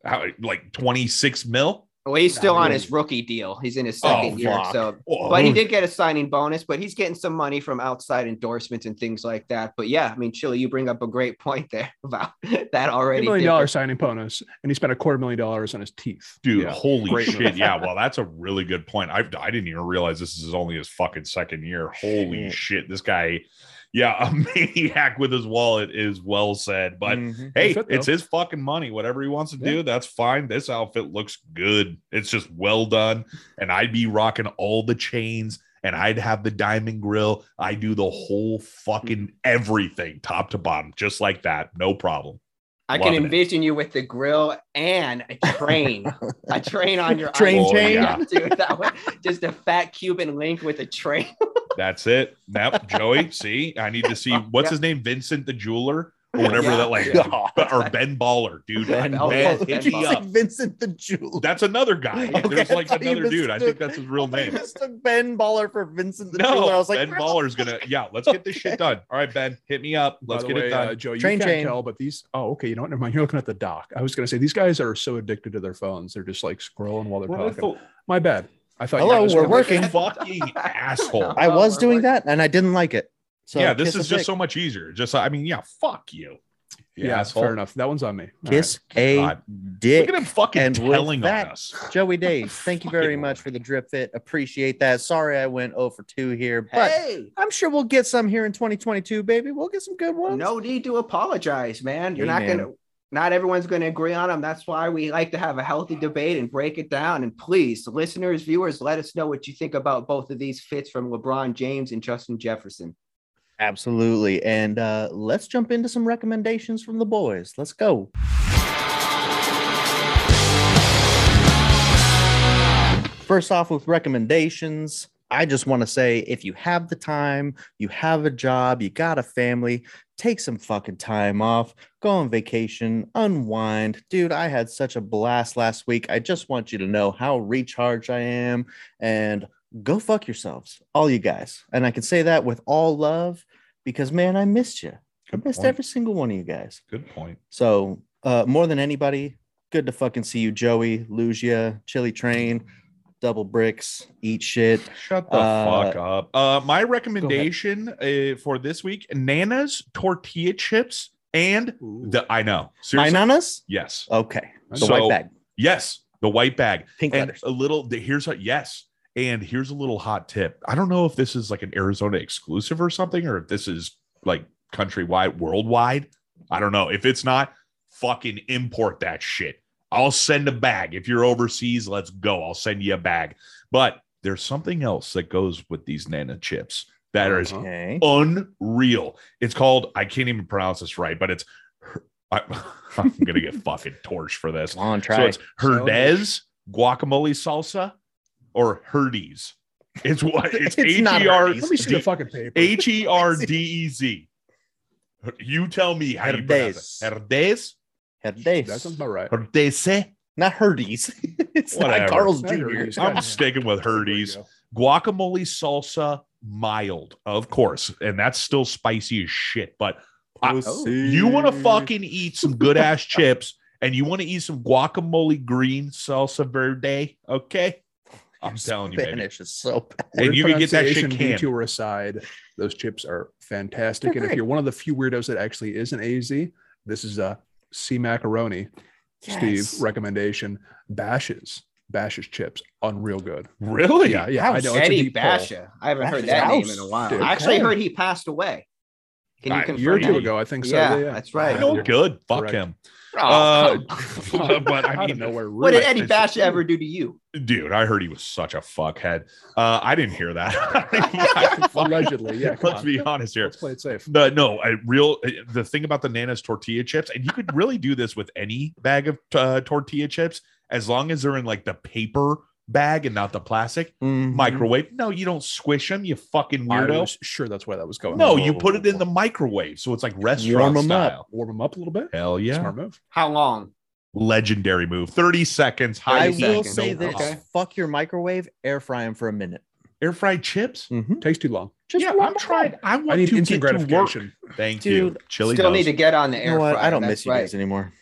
How, like 26 mil? Well, he's still Nah, on he- his rookie deal. He's in his Oh, second year, fuck. so Oh, but he did get a signing bonus, but he's getting some money from outside endorsements and things like that. But yeah, I mean, Chili, you bring up a great [LAUGHS] point there about that $10 already. million different- dollar signing bonus and he spent a quarter million dollars on his teeth. Dude, Yeah. holy Great shit. move. Yeah, well, that's a really good point. I, I didn't even realize this is only his fucking second year. Holy Shit. shit. This guy, yeah, [LAUGHS] a maniac with his wallet is well said. But Mm-hmm. Mhm. hey, Good fit, it's though. his fucking money. Whatever he wants to Yeah. do, that's fine. This outfit looks good. It's just well done. And I'd be rocking all the chains and I'd have the diamond grill. I do the whole fucking everything top to bottom, just like that. No problem. I can Loving it. envision you with the grill and a train, [LAUGHS] a train on your Train iPhone. chain? Yeah, [LAUGHS] dude, that one, just a fat Cuban link with a train. That's it. Now, Joey, see, I need to see what's Yeah. his name? Vincent the jeweler or whatever Yeah. that like, [LAUGHS] or Ben Baller, dude. Ben man, Baller. hit It's me like up. Vincent the Jeweler. That's another guy. Okay, There's I like thought you another dude. I mistook- think that's his real I name. mistook Ben Baller for Vincent the No, Jeweler. I was like, Ben where the Baller's gonna. Yeah, let's get this shit done. All right, Ben, hit me up. By Let's the get way, it done. uh, Joe, you Train can't chain. tell, but these, oh, okay. You know what? Never mind. You're looking at the dock. I was going to say these guys are so addicted to their phones. They're just like scrolling while they're talking. My bad. I thought you [LAUGHS] Hello, guys we're were- working. [LAUGHS] Fucking asshole. Oh, I was doing that and I didn't like it. So yeah, this kiss is a just dick. so much easier. Just, I mean, yeah, fuck you. Yeah, fair enough. That one's on me. All Kiss a God. dick. Look at him fucking And with telling that- on us. Joey Dave, thank you very Fucking much Lord. for the drip fit. Appreciate that. Sorry I went 0 for 2 here, but Hey, I'm sure we'll get some here in 2022, baby. We'll get some good ones. no need to apologize, man. You're Hey, not man. gonna. Not everyone's going to agree on them. That's why we like to have a healthy debate and break it down. And please, listeners, viewers, let us know what you think about both of these fits from LeBron James and Justin Jefferson. Absolutely. And uh, let's jump into some recommendations from the boys. Let's go. First off, with recommendations, I just want to say if you have the time, you have a job, you got a family, take some fucking time off, go on vacation, unwind. Dude, I had such a blast last week. I just want you to know how recharged I am and go fuck yourselves, all you guys. And I can say that with all love because, man, I missed you. I Good missed point. every single one of you guys. Good point. So, uh, more than anybody, good to fucking see you, Joey, Lugia, Chili Train, Double Bricks, Eat Shit. Shut the Uh, fuck up. Uh, my recommendation uh, for this week: Nana's tortilla chips and Ooh. the. I know. My Seriously. nanas? Yes. Okay. The So- white bag, Yes. The white bag. pink and letters. a little here's a yes and here's a little hot tip i don't know if this is like an arizona exclusive or something or if this is like countrywide worldwide i don't know if it's not fucking import that shit i'll send a bag if you're overseas let's go i'll send you a bag but there's something else that goes with these nana chips that is Uh-huh. Okay. unreal it's called i can't even pronounce this right but it's I, [LAUGHS] i'm gonna get fucking torched for this Come on, so try. it's Herdez guacamole salsa or Herdes. It's [LAUGHS] what it's, E It's not Herdes. Let me see the fucking paper. H E R D E Z. You tell me how you pronounce it. Herdes, That sounds Herdes. about right. Herdese. Not Herdes. [LAUGHS] it's Whatever. not Carl's Oh, Not Jr. [LAUGHS] Herdes. I'm sticking with Herdes. There we go. Guacamole salsa mild, of course, and that's still spicy as shit. But I- you want to fucking eat some good [LAUGHS] ass chips, and you want to eat some guacamole green salsa verde, okay? I'm telling you, baby. Oh, Spanish is so bad. and Word you can get that shit pronunciation, canned. detour aside, those chips are fantastic. They're and great. if you're one of the few weirdos that actually is an AZ, this is a C macaroni. Steve recommendation: Bashes, Bashes chips, unreal good. Really? Yeah, yeah. I know it's a Eddie deep pull. Basha. I haven't heard Basha's that name house, in a while. dude. I actually Okay. heard he passed away. Can you I- A confirm? year or two that? ago, I think so. Yeah, Yeah, yeah. that's right. Yeah, No, you're- good. Fuck Correct. him. Oh, Uh, [LAUGHS] come on. but I out mean, of [LAUGHS] nowhere, what did really. Eddie It's- Basha ever do to you? dude, I heard he was such a fuckhead. Uh, I didn't hear that. [LAUGHS] I fucking- [LAUGHS] Allegedly, yeah. come Let's on. be honest here. Let's play it safe. The, no, I real uh, the thing about the Nana's tortilla chips, and you could really do this with any bag of uh, tortilla chips, as long as they're in like the paper bag and not the plastic Mm-hmm. microwave. No, you don't squish them, you fucking I weirdo. was Oh, sure that's where that was going. No, you put it in the microwave, so it's like restaurant Warm 'em up. style. warm them up a little bit. Hell yeah. Smart move. How long? legendary move. 30 seconds. High I 30 will seconds. say no this: problem. Okay. fuck your microwave, air fry them for a minute. Air fried chips. Mhm. Takes too long. Just yeah, warm I'm them trying. up. I want I need to instant get to work. gratification. Thank you. Dude, Chili Still knows. need to get on the You air know what? fryer. I don't That's miss you right. guys anymore.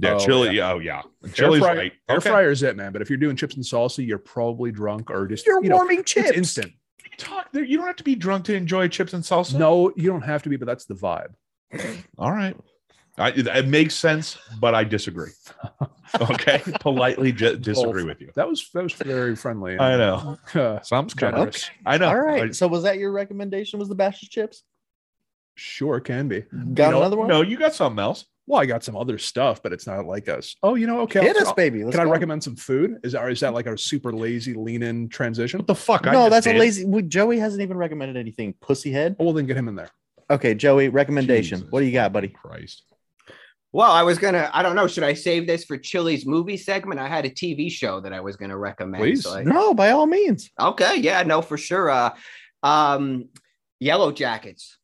yeah, Oh, chili. Oh yeah, Air chili's fryer, right. air Okay. fryer is it, man. But if you're doing chips and salsa, you're probably drunk or just you know, warming It's instant. Talk there. You don't have to be drunk to enjoy chips and salsa. No, you don't have to be, but that's the vibe. All right. I, it, it makes sense, but I disagree. [LAUGHS] Okay, politely ju- disagree with you. That was that was very friendly. I know. Uh, Sounds kind of. Generous. I know. All right. so was that your recommendation? Was the Bash's chips? sure can be. Got You know, another I, one? no, you got something else. Well, I got some other stuff, but it's not like us. Oh, you know, okay. Hit I'll- us, baby. Let's can I go. recommend some food? Is that, is that like our super lazy lean in transition? What the fuck? I No, just that's did? a lazy. we- Joey hasn't even recommended anything. Pussyhead. Oh, well, then get him in there. Okay, Joey, recommendation. Jesus What do you got, buddy? Christ. Well, I was gonna. I don't know. Should I save this for Chili's movie segment? I had a TV show that I was gonna recommend. Please. so I- No, by all means. Okay, yeah, no, for sure. Uh, um, Yellow Jackets,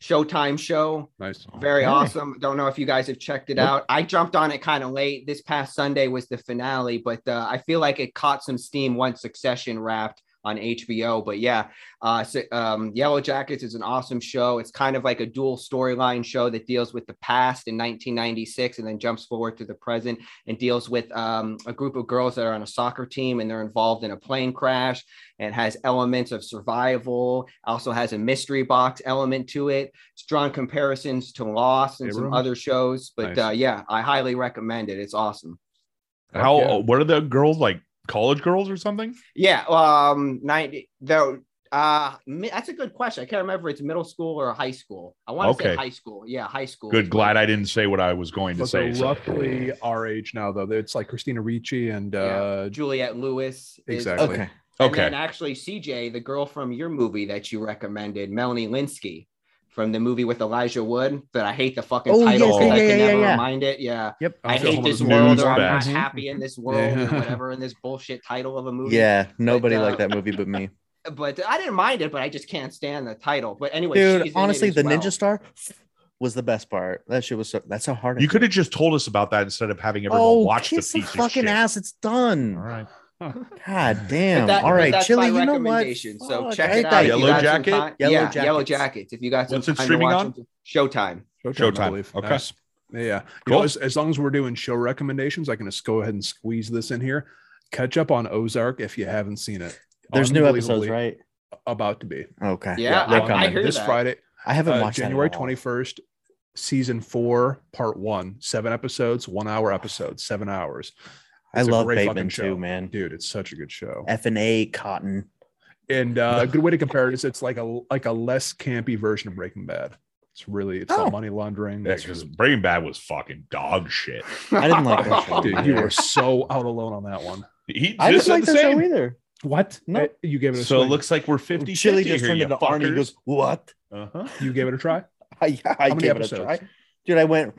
Showtime show, Nice. Oh, very Okay. awesome. Don't know if you guys have checked it Nope. out. I jumped on it kind of late. This past Sunday was the finale, but uh, I feel like it caught some steam once Succession wrapped. on HBO. But yeah, uh, so, um, Yellow Jackets is an awesome show. It's kind of like a dual storyline show that deals with the past in 1996 and then jumps forward to the present and deals with um, a group of girls that are on a soccer team and they're involved in a plane crash and has elements of survival, also has a mystery box element to it. It's drawn comparisons to Lost and Hey, some room. other shows. But Nice. uh, yeah, I highly recommend it. It's awesome. How? yeah. What are the girls like? College girls or something? Yeah, um, ninety though. Uh, mi- that's a good question. I can't remember if it's middle school or high school. I want to Okay. say high school. Yeah, high school. Good. Glad I didn't say what I was going to But they're say. so- roughly our age now, though. It's like Christina Ricci and Yeah. uh, Juliet Lewis. is- Exactly. Okay. And Okay. then actually, CJ, the girl from your movie that you recommended, Melanie Linsky, from the movie with Elijah Wood. That I hate the fucking Oh, title yes, because yeah, I yeah, can yeah, never yeah. remind it. Yeah. Yep. I hate this News world, or I'm not back. Mm-hmm. happy in this world, [LAUGHS] Yeah. or whatever, in this bullshit title of a movie. Yeah, nobody uh, liked that movie but me. But I didn't mind it, but I just can't stand the title. But anyway, she's Dude, in it honestly, as the well. Ninja Star was the best part. That shit was so, that's how hard. You could have just told us about that instead of having everyone oh, watch the kiss the piece of fucking shit. ass. It's All done. [LAUGHS] right. God But damn. that- All but right, that's Chili. my You know what? recommendation. So Fuck, check I it hate out. that if you Yellow got some Jacket? time- Yellow yeah, Yellow Jackets. Jackets. If you got some What's it time to streaming watch on? them, Showtime. Showtime. Okay. Nice. Yeah. You Cool. know, as, as long as we're doing show recommendations, I can just go ahead and squeeze this in here. Catch up on Ozark if you haven't seen it. There's new episodes, Unbelievably right? About to be. Okay. Yeah, they're I- on coming. hear this that. Friday, I haven't uh, watched that at January all. 21st, season four, part one, seven episodes, one hour episodes, seven hours. I It's a love great Bateman fucking show. too, man. Dude, it's such a good show. F and A Cotton. And uh, a good way to compare it is it's like a like a less campy version of Breaking Bad. It's really it's Oh. not money laundering. Yeah, It's- because Breaking Bad was fucking dog shit. [LAUGHS] I didn't like that [LAUGHS] show. dude, you were so out alone on that one. He just I didn't said like the that show same. either. What? No. Eh, you gave it a So it swing. looks like we're 50 Chili 50 just here, turned you into Arnie. He fuckers. goes, "What? [LAUGHS] uh-huh. you gave it a try. I, I How many gave it episodes? a try, dude. I went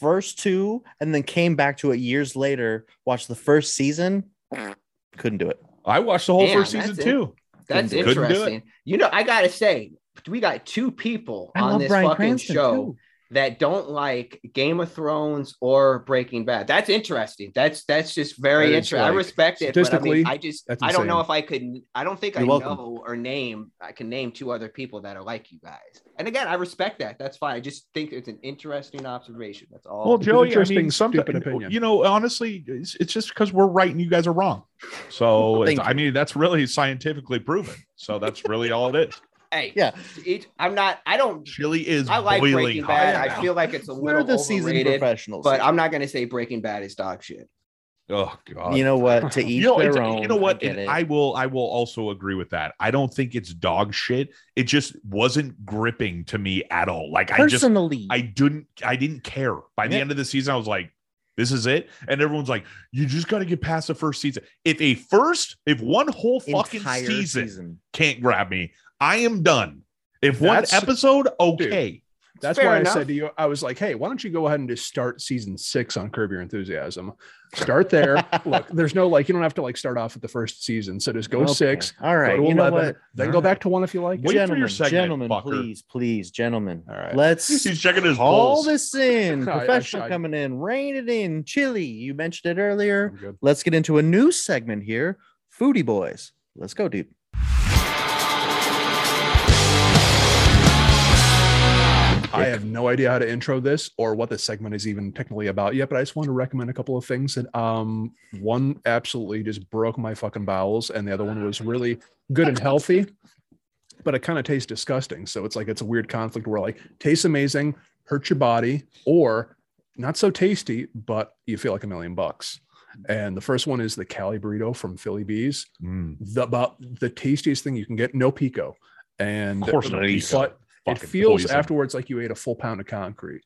first two, and then came back to it years later. Watched the first season. [SNIFFS] Couldn't do it. I watched the whole Yeah, first that's season it. too. That's Couldn't do it. interesting. You know, I gotta say, we got two people I on love this Bryan fucking Cranston, show too. that don't like Game of Thrones or Breaking Bad. That's interesting. That's that's just very That is, interesting. I like, respect it, but I statistically, mean, I just that's I don't know insane. if I could. I don't think I You're welcome. know or name. I can name two other people that are like you guys. And again, I respect that. That's fine. I just think it's an interesting observation. That's all. Well, It's an Joey, I mean, interesting, something, stupid opinion. you know, honestly, it's, it's just because we're right and you guys are wrong. [LAUGHS] So, Thank it's- I mean, that's really scientifically proven. So, that's really all it is. hey, Yeah, it, I'm not. I don't. Chili is I like boiling Breaking hot Bad. now. I feel like it's a we're little the seasoned overrated. professionals. but I'm not going to say Breaking Bad is dog shit. oh, God. you know [LAUGHS] what? To each you know, it's- their own. you know what? I, get and it. I will. I will also agree with that. I don't think it's dog shit. It just wasn't gripping to me at all. Like I just, personally, I didn't, I didn't care. By the Yeah. end of the season, I was like, "This is it." And everyone's like, "You just got to get past the first season." If a first, if one whole fucking entire season, can't grab me, I am done. If That's- one episode, okay. That's Fair why enough. I said to you, I was like, hey, why don't you go ahead and just start season six on Curb Your Enthusiasm? [LAUGHS] Start there. Look, there's no like, you don't have to like start off at the first season. So just go Okay. six, All right. go to You know 11, what? then go back to one if you like. Wait for your gentlemen, segment, gentlemen, fucker. please, please, gentlemen. All right. [LAUGHS] Let's He's checking his call balls. this in. No, [LAUGHS] I- I- Professional I- coming in, rein it in. Chili, you mentioned it earlier. I'm good. Let's get into a new segment here. Foodie boys, let's go, dude. I have no idea how to intro this or what this segment is even technically about yet, but I just want to recommend a couple of things that um one absolutely just broke my fucking bowels, and the other one was really good and healthy, but it kind of tastes disgusting. So it's like it's a weird conflict where like tastes amazing, hurts your body, or not so tasty, but you feel like a million bucks. And the first one is the Cali burrito from Philly Bees, Mm, the about the tastiest thing you can get, no pico. And of course, not. but it Fucking feels poison. afterwards like you ate a full pound of concrete.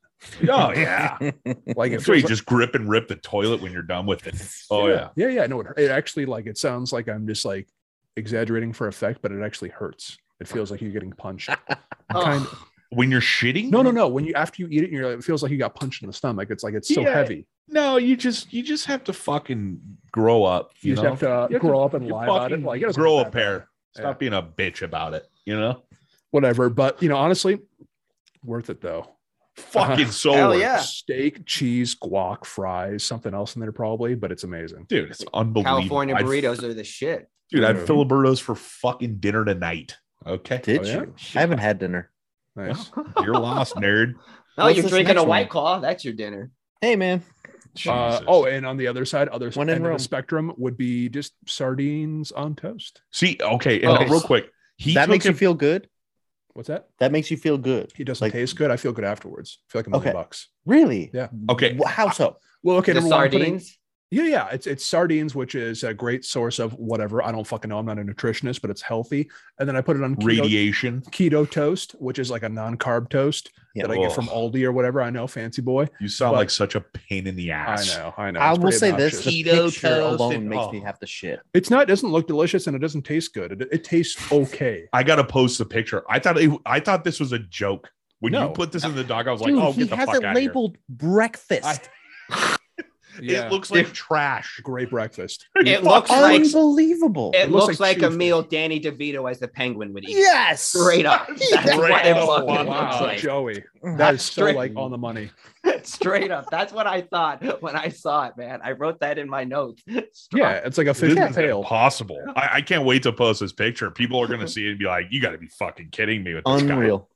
Oh yeah. [LAUGHS] Like it [LAUGHS] That's where you feels just grip and rip the toilet when you're [LAUGHS] done with it. Oh yeah. like- yeah, yeah. No, it, it actually like it sounds like I'm just like exaggerating for effect, but it actually hurts. It feels like you're [LAUGHS] getting punched. Oh. Kind Ugh. When you're shitting? No, no, no. When you after you eat it, and you're like, it feels like you got punched in the stomach. It's like it's so Yeah, heavy. No, you just you just have to fucking grow up. You, You, just know? have to uh, You have grow up and you lie about it. fucking Like it doesn't Uh-huh. grow look a that bad. pair. Stop being a bitch about it. You know? Whatever. But you know, honestly, worth it though. Fucking so Hell worth it. yeah. Steak, cheese, guac, fries, something else in there probably, but it's amazing. Dude, it's unbelievable. California I- burritos are the shit. Dude, I had Mhm. Filiberto's for fucking dinner tonight. Okay. Did Oh, yeah? you? I haven't had dinner. Nice. [LAUGHS] You're lost, [LAUGHS] nerd. No, What's Oh, you're this drinking next a one? white claw. That's your dinner. Hey, man. Uh, Jesus. oh, and on the other side, other When end in of Rome. the spectrum would be just sardines on toast. see, okay, and Oh. real quick, he that took makes it- you feel good. What's that? That makes you feel good. He doesn't Like- taste good. I feel good afterwards. I feel like a million Okay. bucks. Really? Yeah. Okay. Wh- How so? Well, okay. the number one, I'm putting- sardines. Yeah, yeah. It's it's sardines, which is a great source of whatever. I don't fucking know. I'm not a nutritionist, but it's healthy. And then I put it on keto, radiation. keto toast, which is like a non-carb toast Yeah. that I get from Aldi or whatever. I know, fancy boy. You sound But- like such a pain in the I ass. know, I know. I It's will pretty say this: obnoxious. the Keto picture toast alone and- makes oh. me have to shit. It's not. It doesn't look delicious, and it doesn't taste good. It, it tastes [LAUGHS] okay. I gotta post the picture. I thought it, I thought this was a joke. When No. you put this in the dog, I was like, "Oh, get the fuck out breakfast. of here!" It looks like trash. great breakfast. It looks like Unbelievable. it looks looks, like like, a cheese. meal Danny DeVito as the penguin would eat. yes. Straight [LAUGHS] up. That's Straight what it up. fucking Wow. looks like. Joey, that That's is so straight- like on the money. [LAUGHS] Straight up. That's what I thought when I saw it, man. I wrote that in my notes. [LAUGHS] Straight- Yeah, it's like a This fish is tail. [LAUGHS] impossible. I, I can't wait to post this picture. People are gonna see it and be like, "You got to be fucking kidding me with this guy." unreal.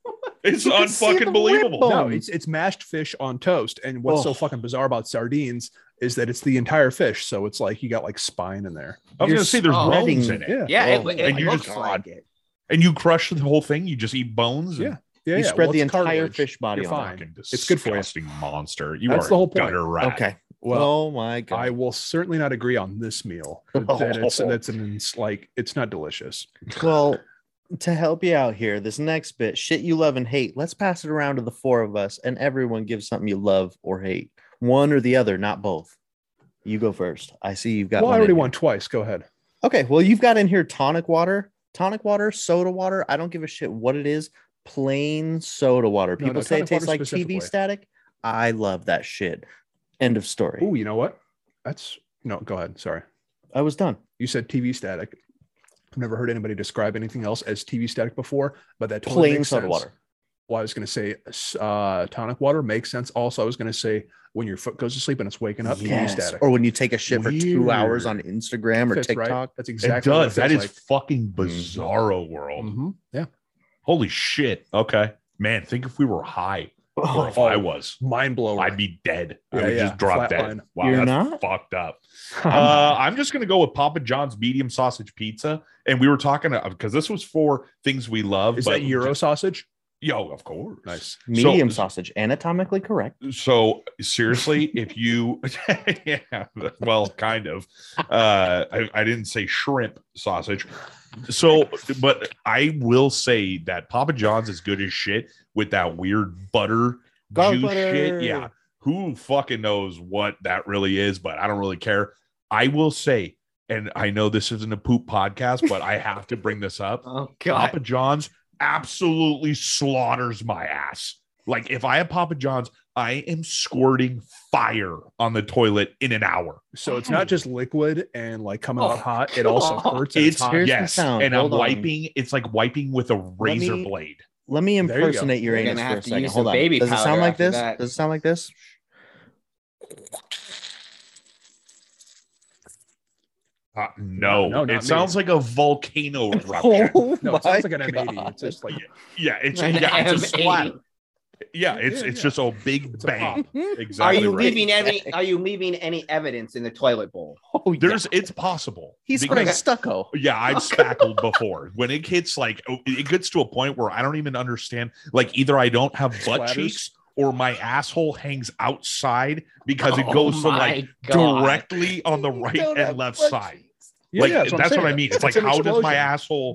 It's You can see the unfucking lip believable. bone. No, it's it's mashed fish on toast. And what's Oh. so fucking bizarre about sardines is that it's the entire fish. So it's like you got like spine in there. I was You're gonna say there's spreading- bones in it, Yeah, Yeah, Oh, it, it and you looks just- like it. and you crush the whole thing. You just eat bones. and Yeah. yeah. you yeah. spread Well, the it's entire cartilage. fish body You're on. fine. fucking It's good for you. disgusting monster. You That's are the whole point. gutter rat. Okay. Well, oh my god. I will certainly not agree on this meal. That it's that's an it's like it's not delicious. [LAUGHS] Well, to help you out here, this next bit, shit you love and hate, let's pass it around to the four of us and everyone give something you love or hate. One or the other, not both. You go first. I see you've got well, I one already in won twice. Go ahead. here. Okay, well, you've got in here tonic water, tonic water, soda water. I don't give a shit what it is. Plain soda water. No, People no, say it tonic water tastes like specifically. TV static. I love that shit. End of story. Oh, you know what? That's no. Go ahead. Sorry. I was done. You said TV static. I've never heard anybody describe anything else as TV static before, but that totally Plain makes soda sense. water. Well, I was going to say uh, tonic water makes sense. Also, I was going to say when your foot goes to sleep and it's waking up, Yes. TV static. Or when you take a shit for two hours on Weird. Instagram or Fits, right? TikTok. [LAUGHS] That's It exactly. does. That is Like. Mm-hmm. fucking bizarro world. Mhm. Yeah. Holy shit. Okay. Man, think if we were high or if Oh, I was, Mind blower. I'd be dead. I Yeah, would yeah. just drop dead. Flatline. Wow, You're that's not? fucked [LAUGHS] up. [LAUGHS] Uh, I'm just gonna go with Papa John's medium sausage pizza. And we were talking because this was for things we love. is but that Euro sausage? Yo, of course. Nice. Medium So- sausage, anatomically correct. so seriously if you [LAUGHS] yeah well kind of uh I, I didn't say shrimp sausage so but i will say that papa john's is good as shit with that weird butter Garlic juice butter. shit yeah who fucking knows what that really is but i don't really care i will say and i know this isn't a poop podcast but i have to bring this [LAUGHS] up Oh Papa John's absolutely slaughters my ass. Like if I have Papa John's, I am squirting fire on the toilet in an hour. So it's [LAUGHS] not just liquid and like coming out Oh, hot. It also God. hurts. and [LAUGHS] It's, hot. Here's the yes, sound. and I'm Hold on. wiping. It's like wiping with a razor me- blade. Let me There you go. impersonate your You're anus for gonna have a to second. use Hold some on. baby Does it sound powder like after this? that. Does it sound like [LAUGHS] this? Uh, no, No, no, it not me. sounds like a [LAUGHS] volcano eruption. Oh. No, it sounds like an M80. It's just like Yeah, it's [LAUGHS] An yeah, it's a M80. splat. Yeah, it's Yeah, it's yeah. just a big It's a bang. Are exactly. you right. leaving [LAUGHS] any? Are you leaving any evidence in the toilet bowl? Oh, There's it's possible. he's Because- spraying stucco. Yeah, I've spackled before. When it gets like oh, it gets to a point where I don't even understand. Like either I don't have butt Splatters. cheeks or my asshole hangs outside because it Oh goes from my like God. directly on the right Don't and have left butt side. cheeks. Yeah, like yeah, that's, I'm what saying. I mean. It's, like an how does my explosion. asshole?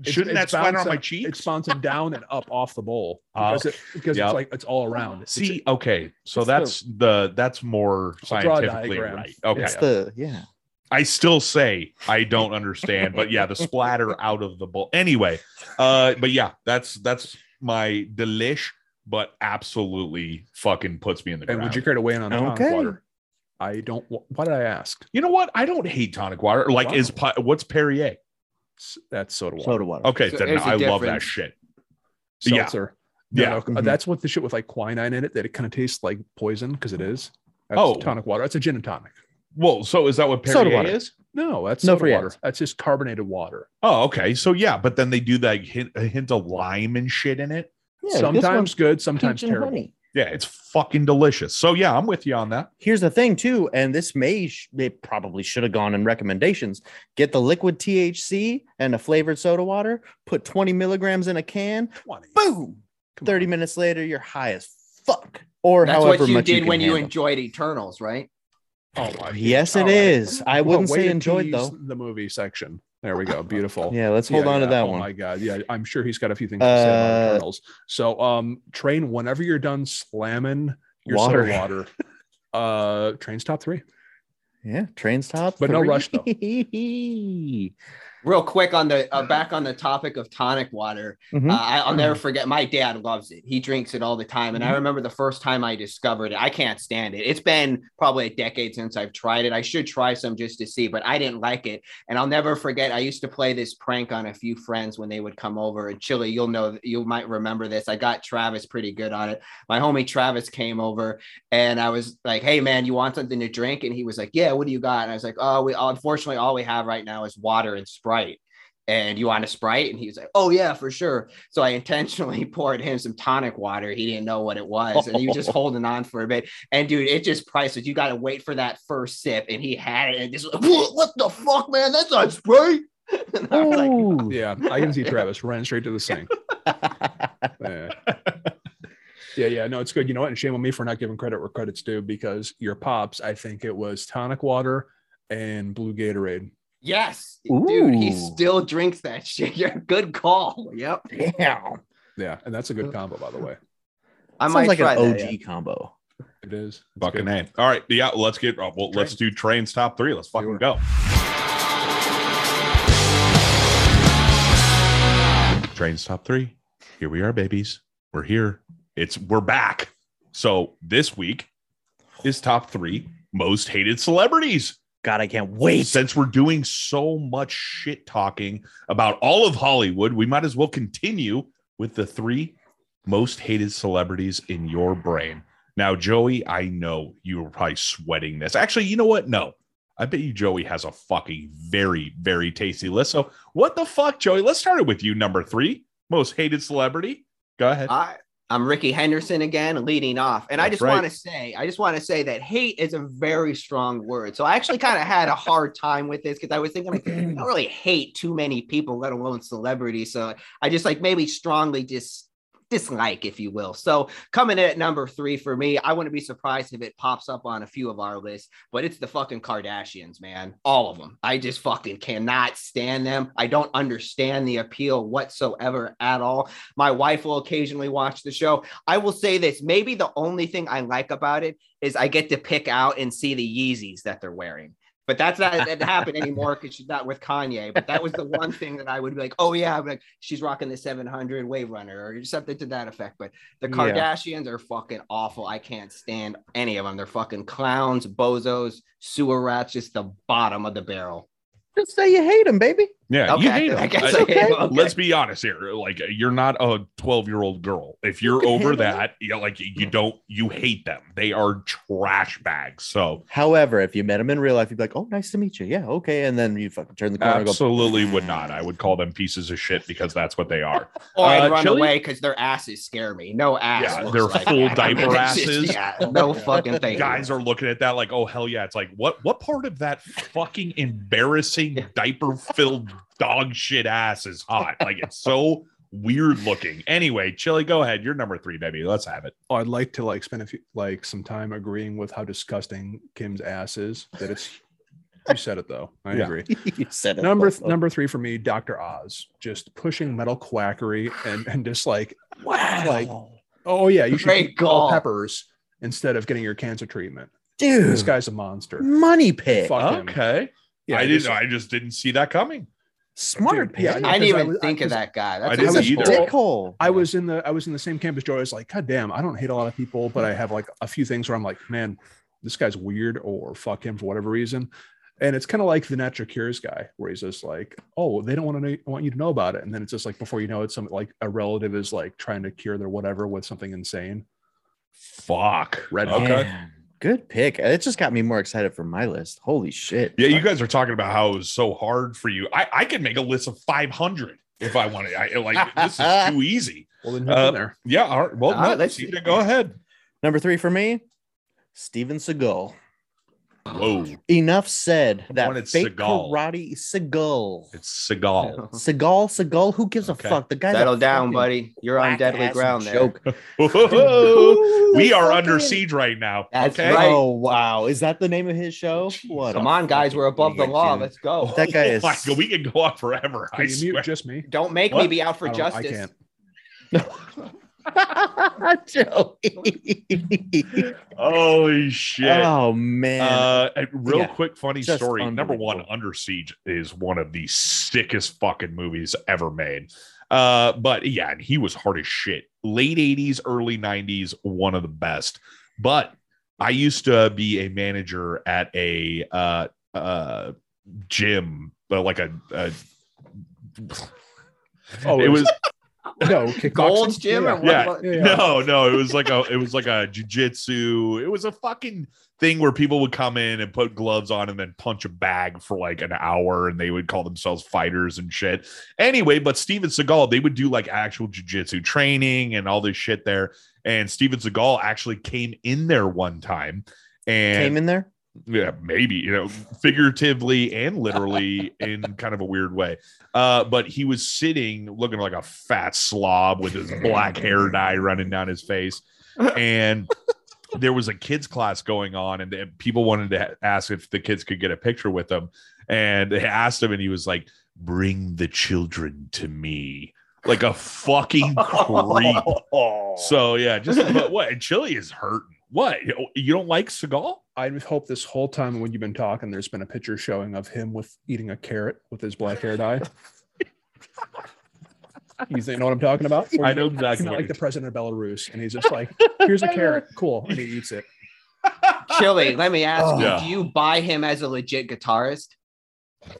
It's- Shouldn't that it's splatter on bouncing- my It's cheeks? bouncing down and up off the bowl [LAUGHS] Uh, because, it, because yeah. it's like it's all around. It's- See, okay, so it's the- that's the that's more I'll draw a scientifically diagram. right. Okay, It's the yeah. I still say I don't understand, but yeah, [LAUGHS] the splatter out of the bowl. Anyway, uh, but yeah, that's that's my delish, but absolutely fucking puts me in the and ground. would you care to weigh in on the tonic Okay. water? I don't. wa- Why did I ask? You know what? I don't hate tonic water. Like, Wow. is pi- what's Perrier? S- That's soda water. Soda water. Okay, So then there's a I love that difference. shit. yeah. Seltzer. Yeah. No, no, Mhm. that's what the shit with like quinine in it that it kind of tastes like poison because it is. That's Oh. tonic water. That's a gin and tonic. Well, so is that what Soda Perrier water. is? No, that's No soda free water. ads. That's just carbonated water. Oh, okay. So yeah, but then they do that hint, a hint of lime and shit in it. Yeah, this sometimes one's good, sometimes peach and terrible. honey. Yeah, it's fucking delicious. So yeah, I'm with you on that. Here's the thing too, and this may sh- it probably should have gone in recommendations. Get the liquid THC and a flavored soda water. Put 20 milligrams in a can. Boom. Come 30 on. minutes later, you're high as fuck. Or That's however what you much did can when you handle. enjoyed Eternals, right? Oh, I- Yes, it all right. is. I Well, wouldn't way say to enjoyed tease though. The movie section. There we go. Beautiful. Yeah, let's hold [LAUGHS] Yeah, on yeah. to that Oh one. my god. Yeah, I'm sure he's got a few things to say about Uh, Eternals. So, um, train whenever you're done slamming your water, Water. water. [LAUGHS] Uh, train's top three. Yeah, train stop, But no rush, though. three. Real quick on the uh, back on the topic of tonic water, Mhm. uh, I, I'll never forget. My dad loves it. He drinks it all the time, and I remember the first time I discovered it. I can't stand it. It's been probably a decade since I've tried it. I should try some just to see, but I didn't like it. And I'll never forget. I used to play this prank on a few friends when they would come over. And Chili, you'll know, you might remember this. I got Travis pretty good on it. My homie Travis came over, and I was like, "Hey man, you want something to drink?" And he was like, "Yeah, what do you got?" And I was like, "Oh, we unfortunately all we have right now is water and Sprite." And you want a Sprite? And he was like, "Oh yeah, for sure." So I [LAUGHS] intentionally poured him some tonic water. He didn't know what it was, and he [LAUGHS] was just holding on for a bit. And dude, it just priceless. You got to wait for that first sip, and he had it, and just "Whoa, what the fuck, man? That's not Sprite. [LAUGHS] And I was like, Ooh. Yeah, I can see Travis running straight to [LAUGHS] the sink. yeah. yeah, yeah, no, it's good. You know what? And shame on me for not giving credit where credit's due because your pops, I think it was tonic water and blue Gatorade. "Yes, dude, he Ooh. still drinks that shit." [LAUGHS] You're good call. Yep, Damn. Yeah, and that's a Uh, good combo, by the way. I Sounds like an try that, OG yeah. combo. It is It's Fucking good. A. All right. Yeah. Let's get, uh, well, let's do trains top three. Let's fucking Sure. go. Trains top three. Here we are, babies. We're here. It's, we're back. So this week is top three most hated celebrities. God, I can't wait. Since we're doing so much shit talking about all of Hollywood, we might as well continue with the three most hated celebrities in your brain. Now, Joey, I know you were probably sweating this. Actually, you know what? No, I bet you Joey has a fucking very, very tasty list. So, what the fuck, Joey? Let's start it with you, number three, most hated celebrity. Go ahead. I, I'm Ricky Henderson again, leading off. And I That's just right. want to say, I just want to say that hate is a very strong word. So I actually kind of had a hard time with this because I was thinking, like, I don't really hate too many people, let alone celebrities. So I just like maybe strongly just dislike, if you will. So coming in at number three for me, I wouldn't be surprised if it pops up on a few of our lists, but it's the fucking Kardashians, man. All of them. I just fucking cannot stand them. I don't understand the appeal whatsoever at all. My wife will occasionally watch the show. I will say this maybe the only thing I like about it is I get to pick out and see the Yeezys that they're wearing. But that's not that didn't happen anymore because she's not with Kanye. But that was the one thing that I would be like, oh yeah, I'm like she's rocking the 700 Wave Runner or something to that effect. But the Yeah. Kardashians are fucking awful. I can't stand any of them. They're fucking clowns, bozos, sewer rats, just the bottom of the barrel. Just say you hate him, baby. yeah, okay, you hate I him. guess I- I hate 'em, okay. let's be honest here like you're not a 12 year old girl if you're can over handle that you know, like you don't you hate them they are trash bags so However, if you met him in real life, you'd be like, "Oh, nice to meet you." Yeah, okay. And then you fucking turn the corner and go, absolutely would not i would call them pieces of shit because that's what [LAUGHS] they are Or Oh, Uh, I'd run Chili? away because their asses scare me. No ass. Yeah, looks they're like full that. [LAUGHS] diaper It's just- asses. yeah, [LAUGHS] no fucking thing. guys are looking at that like oh hell yeah it's like what what part of that fucking embarrassing diaper filled dog shit ass is hot like it's so weird looking anyway chili go ahead you're number three baby let's have it Oh, I'd like to like spend a few like some time agreeing with how disgusting Kim's ass is. That it's you said it though. I Yeah. agree. [LAUGHS] "You said it." Number Both of [LAUGHS] number three for me, Dr. Oz, just pushing metal quackery and and just like wow, like oh yeah, you should Great eat bell call. peppers instead of getting your cancer treatment. This dude, guy's a monster. money pit, Fuck him. okay Yeah, i didn't just- i just didn't see that coming smart Dude, pit. yeah, I didn't because I even was- I- think of because that guy. I That's He's didn't a either. asshole. dickhole. I was in the I was in the same camp as Joy. I was like, God damn, I don't hate a lot of people, but I have like a few things where I'm like, man, this guy's weird or fuck him for whatever reason. And it's kind of like the natural cures guy, where he's just like, oh, they don't want to know, want you to know about it. And then it's just like before you know it, some like a relative is like trying to cure their whatever with something insane. fuck Red okay Man, [LAUGHS] Good pick. It just got me more excited for my list. Holy shit. Yeah, you guys are talking about how it was so hard for you. I, I could make a list of 500 if I wanted. I like this is too easy. Well, then Uh, in there. Yeah. All right. Well, All no, right, let's see. see. Go ahead. Number three for me, Steven Seagal. Whoa, Enough said. I That wanted fake Seagal. karate Seagal. [LAUGHS] it's Seagal. Seagal, Seagal. Who gives Okay. a fuck? The guy. Settle down, buddy. You're on black deadly ass ground there. joke. Whoa, we are fucking- under siege right now. That's okay. right. Oh wow, is that the name of his show? What? Come a on, guys. fucking We're above the idiot, law. dude. Let's go. That guy [LAUGHS] Oh is. my God, we can go on forever. I Can you mute swear. just me? Don't make me What? be out for I don't- I justice. [LAUGHS] can't. [LAUGHS] Joey. Holy shit. Oh man. Uh, a real Yeah. quick funny Just story. Number one, unbelievable. Under Siege is one of the sickest fucking movies ever made. Uh, but yeah, and he was hard as shit. Late 80s, early 90s, one of the best. But I used to be a manager at a uh uh gym, uh, like a, a Oh, it was [LAUGHS] no kickboxing. Gold's gym or Yeah. what? Yeah. what- Yeah, yeah. no, no, it was like a it was like a jujitsu. It was a fucking thing where people would come in and put gloves on and then punch a bag for like an hour and they would call themselves fighters and shit. Anyway, but Steven Seagal, they would do like actual jujitsu training and all this shit there. And Steven Seagal actually came in there one time and Came in there. yeah, maybe, you know, figuratively and literally in kind of a weird way. Uh, but he was sitting looking like a fat slob with his black hair dye running down his face. And there was a kids' class going on, and the- people wanted to ha- ask if the kids could get a picture with him. And they asked him, and he was like, Bring the children to me. Like a fucking creep. Oh. So yeah, just but what Chili is hurting. What you don't like Seagal? I hope this whole time when you've been talking, there's been a picture showing of him with eating a carrot with his black hair dye. You know what I'm talking about? Where I he's know not- he's exactly. not what like the you're- president of Belarus, and he's just like, "Here's a carrot, cool," and he eats it. Chili, let me ask you, Yeah. do you buy him as a legit guitarist? Is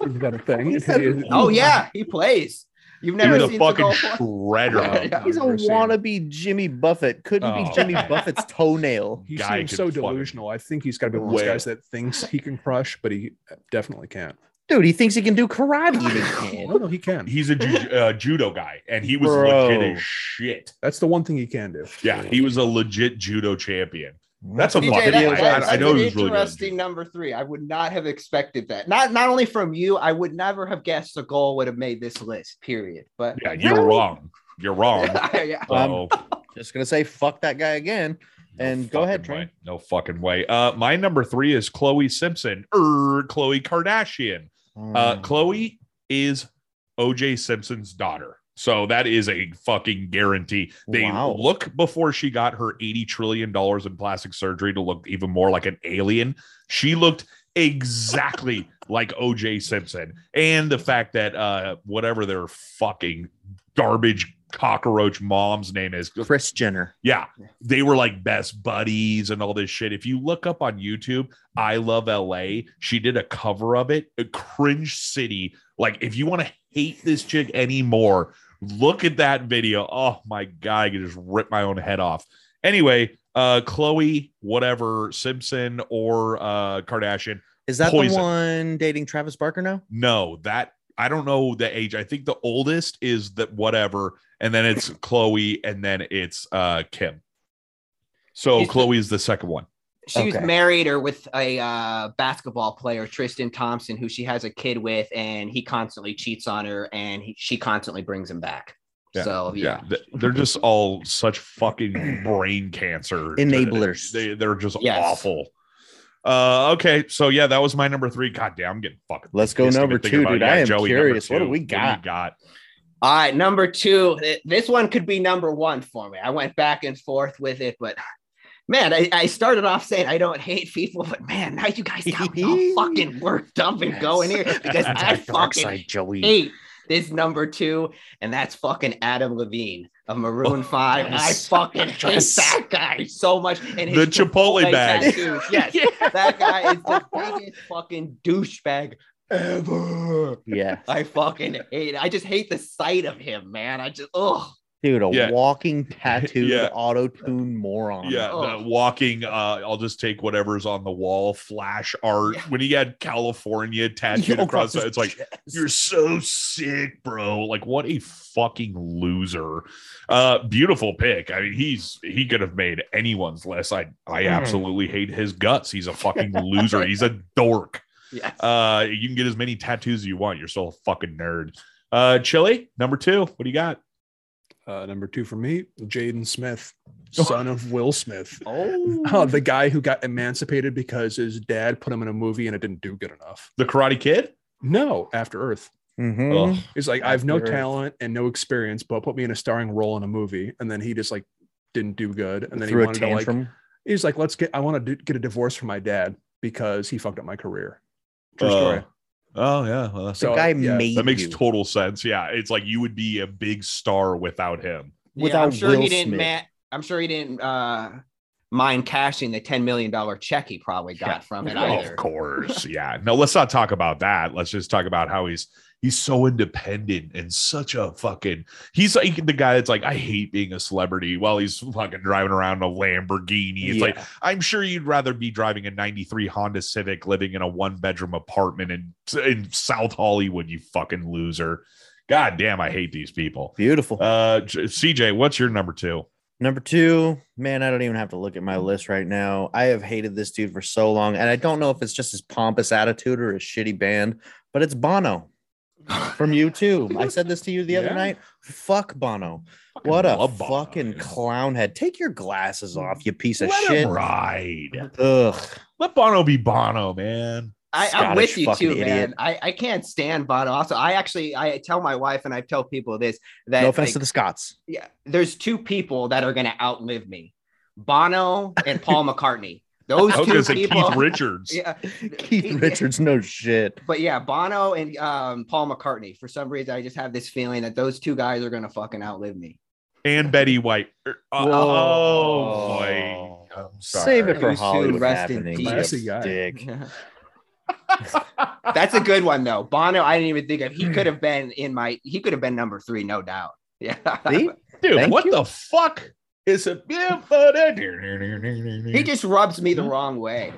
that a thing? He is- Oh yeah, he plays. You've never Dude, the seen fucking Seagal play? shredder. [LAUGHS] Yeah. He's a Never seen him. wannabe Jimmy Buffett. Couldn't be Oh. Jimmy Buffett's toenail. He Guy seems could so fucking- delusional. I think he's got to be one of those Whale. guys that thinks he can crush, but he definitely can't. Dude, he thinks he can do karate. and he No, can't. no, he can. He's a ju- uh, judo guy, and he was Bro. legit as shit. That's the one thing he can do. Yeah, he was a legit judo champion. That's a DJ, fucking. that- video I- game. I, I that's know an he was really good. at interesting judo. number three. I would not have expected that. Not not only from you, I would never have guessed Seagal would have made this list. Period. But Yeah, you're [LAUGHS] wrong. [LAUGHS] You're wrong. yeah. So, Um, no Just gonna say fuck that guy again. and go fucking ahead, Trey. way. No fucking way. Uh, my number three is Chloe Simpson or Chloe Kardashian. Mm. Uh, Chloe is OJ Simpson's daughter. So that is a fucking guarantee. They Wow. look before she got her $80 trillion in plastic surgery to look even more like an alien. She looked exactly like OJ Simpson. And the fact that uh whatever their fucking garbage cockroach mom's name is, Chris Jenner. yeah, they were like best buddies and all this shit. If you look up on YouTube, I Love LA, she did a cover of it, a cringe city. Like, if you want to hate this chick anymore, look at that video. Oh my God, I could just rip my own head off. Anyway, uh, Chloe, whatever, Simpson or uh, Kardashian, Is that Poison. the one dating Travis Barker now? no, that I don't know the age. I think the oldest is that whatever, and [LAUGHS] then it's Chloe, and then it's uh Kim. So He's- Chloe is the second one. She was Okay. married or with a uh, basketball player, Tristan Thompson, who she has a kid with, and he constantly cheats on her, and he, she constantly brings him back. So Oh, yeah, th- [LAUGHS] they're just all such fucking brain cancer Enablers. They they're just Yes. awful. Uh, okay, so yeah, that was my number three. God damn, I'm getting fucking. Let's go pissed even number thinking two, about it. dude. Yeah, I am Joey, number curious. What do two. we got? got? All right, number two. Th- This one could be number one for me. I went back and forth with it, but man, I, I started off saying I don't hate people, but man, now you guys got me [LAUGHS] all fucking worked up and going here because I fucking [LAUGHS] Joey. hate this number two, and that's fucking Adam Levine of Oh, Maroon Five. yes. I [LAUGHS] fucking hate Yes. that guy so much. And The Chipotle bag. tattoos. [LAUGHS] Yes, that guy is the biggest fucking douchebag ever. Yeah. I fucking hate. I just hate the sight of him, man. I just oh dude, a Yeah. walking tattooed Yeah. auto tune moron. Yeah, Oh. the walking. Uh, I'll just take whatever's on the wall. Flash art. When he had [LAUGHS] California tattooed Yo, across, his that, it's like chest. you're so sick, bro. Like what a fucking loser. Uh, beautiful pick. I mean, he's he could have made anyone's list. I I Mm. absolutely hate his guts. He's a fucking [LAUGHS] loser. He's a dork. [LAUGHS] Yes. Uh, you can get as many tattoos as you want. You're still a fucking nerd. Uh, Chili number two. What do you got? Uh, number two for me, Jaden Smith, son of Will Smith. oh. [LAUGHS] [LAUGHS] Oh, the guy who got emancipated because his dad put him in a movie and it didn't do good enough. The Karate Kid. No, After Earth. Mhm. Ugh. He's like, I have no After Earth. talent and no experience, but put me in a starring role in a movie. And then he just like didn't do good. And then Threw he a wanted to like, tantrum. he's like, let's get, I want to do, get a divorce from my dad because he fucked up my career. True Oh. story. Oh yeah. Well, that's So the guy yeah, made That makes you. total sense. Yeah, it's like you would be a big star without him. yeah, I'm without sure Will he didn't Smith. ma- I'm sure he didn't uh mind cashing the 10 million dollar check he probably got Yeah. from it Oh, either. [LAUGHS] Of course, yeah. No, let's not talk about that. Let's just talk about how he's he's so independent and such a fucking. He's like the guy that's like, I hate being a celebrity. While he's fucking driving around a Lamborghini, it's Yeah. like I'm sure you'd rather be driving a '93 Honda Civic, living in a one bedroom apartment in in South Hollywood. You fucking loser. God damn, I hate these people. beautiful. Uh, J- CJ, what's your number two? Number two, man, I don't even have to look at my list right now. I have hated this dude for so long, and I don't know if it's just his pompous attitude or his shitty band, but it's [LAUGHS] Bono from U2. I said this to you the other Yeah. night. Fuck Bono. Fucking What a love Bono, fucking dude. clown head. Take your glasses off, you piece of Let shit. him ride. Ugh. Let Bono be Bono, man. I, I'm with Scottish you fucking too, idiot. man. I, I can't stand Bono. Also, I actually I tell my wife and I tell people this that No offense like, to the [LAUGHS] Scots. yeah, there's two people that are gonna outlive me, Bono and Paul McCartney. Those I was two gonna say people. Keith Richards. [LAUGHS] yeah, Keith Richards, no shit. But yeah, Bono and um, Paul McCartney. For some reason, I just have this feeling that those two guys are gonna fucking outlive me. and Betty White. Er, uh, oh Whoa. boy, I'm sorry. Save it You for two, Hollywood rest in happenings, peace. you Classy [LAUGHS] guy. dick. That's a good one though. Bono, I didn't even think of. He Hmm. could have been in my. He could have been number three, no doubt. [LAUGHS] Yeah, See? dude. Thank what you. the fuck is a beautiful he just rubs me the Hmm. wrong way.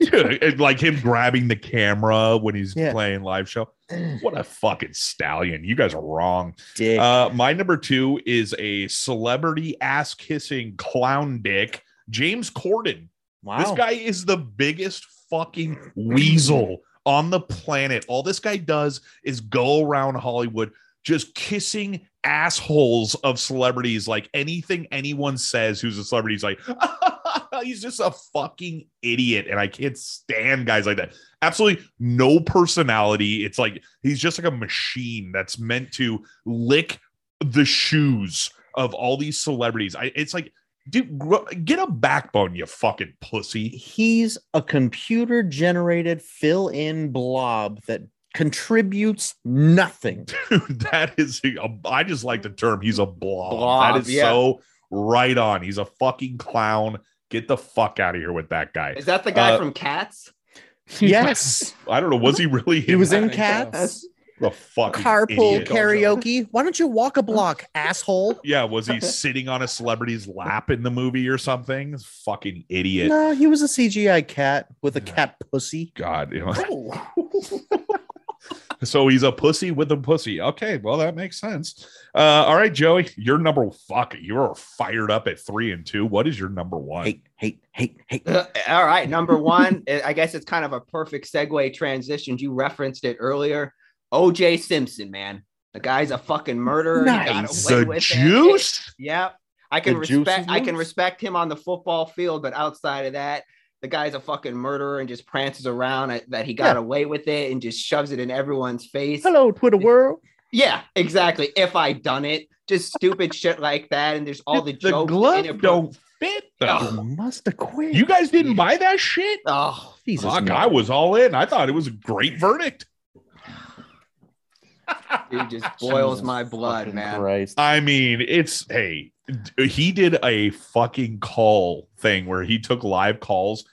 dude? and like him grabbing the camera when he's Yeah. playing live show. [CLEARS THROAT] What a fucking stallion! You guys are wrong. Dick. Uh, my number two is a celebrity ass kissing clown dick, James Corden. wow. This guy is the biggest fucking weasel on the planet. All this guy does is go around Hollywood just kissing assholes of celebrities. Like anything anyone says who's a celebrity, he's like, [LAUGHS] he's just a fucking idiot. And I can't stand guys like that. Absolutely no personality. It's like he's just like a machine that's meant to lick the shoes of all these celebrities. I, it's like, dude, gr- get a backbone, you fucking pussy. [LAUGHS] he's a computer generated fill in blob that contributes [LAUGHS] nothing. Dude, that is I just like the term. He's a blob. Blob, that is yeah. so right on. He's a fucking clown. Get the fuck out of here with that guy. Is that the guy Uh, from Cats? [LAUGHS] Yes, I don't know. Was he really? he was in think so. cats, the fucking carpool idiot. karaoke. Why don't you walk a block, asshole? Yeah, was he sitting on a celebrity's lap in the movie or something? Fucking [LAUGHS] idiot. No, he was a CGI cat with a cat pussy. God. You know. Oh. [LAUGHS] so he's a pussy with a pussy. Okay, well that makes sense. Uh, all right, Joey, your number fuck. You're fired up at three and two. What is your number one? Hate, hate, hate, hate. All right, number one. [LAUGHS] I I guess it's kind of a perfect segue transition. You referenced it earlier. OJ Simpson, man, the guy's a fucking murderer. He got Nice. away the with it. juice. Yep. I can The juice respect is I can loose. respect him on the football field, but outside of that, the guy's a fucking murderer and just prances around at- that he got Yeah. away with it and just shoves it in everyone's face. Hello, Twitter world. Yeah, exactly. If I done it, just stupid shit like that, and there's all the, the jokes. glove inappropri- don't fit though. Oh, must have quit. You guys didn't buy that shit. Oh, Jesus, Fuck, no. I was all in. I thought it was a great verdict. dude, just boils Jesus my blood, fucking man. Christ. I mean, it's hey, d- he did a fucking call thing where he took live calls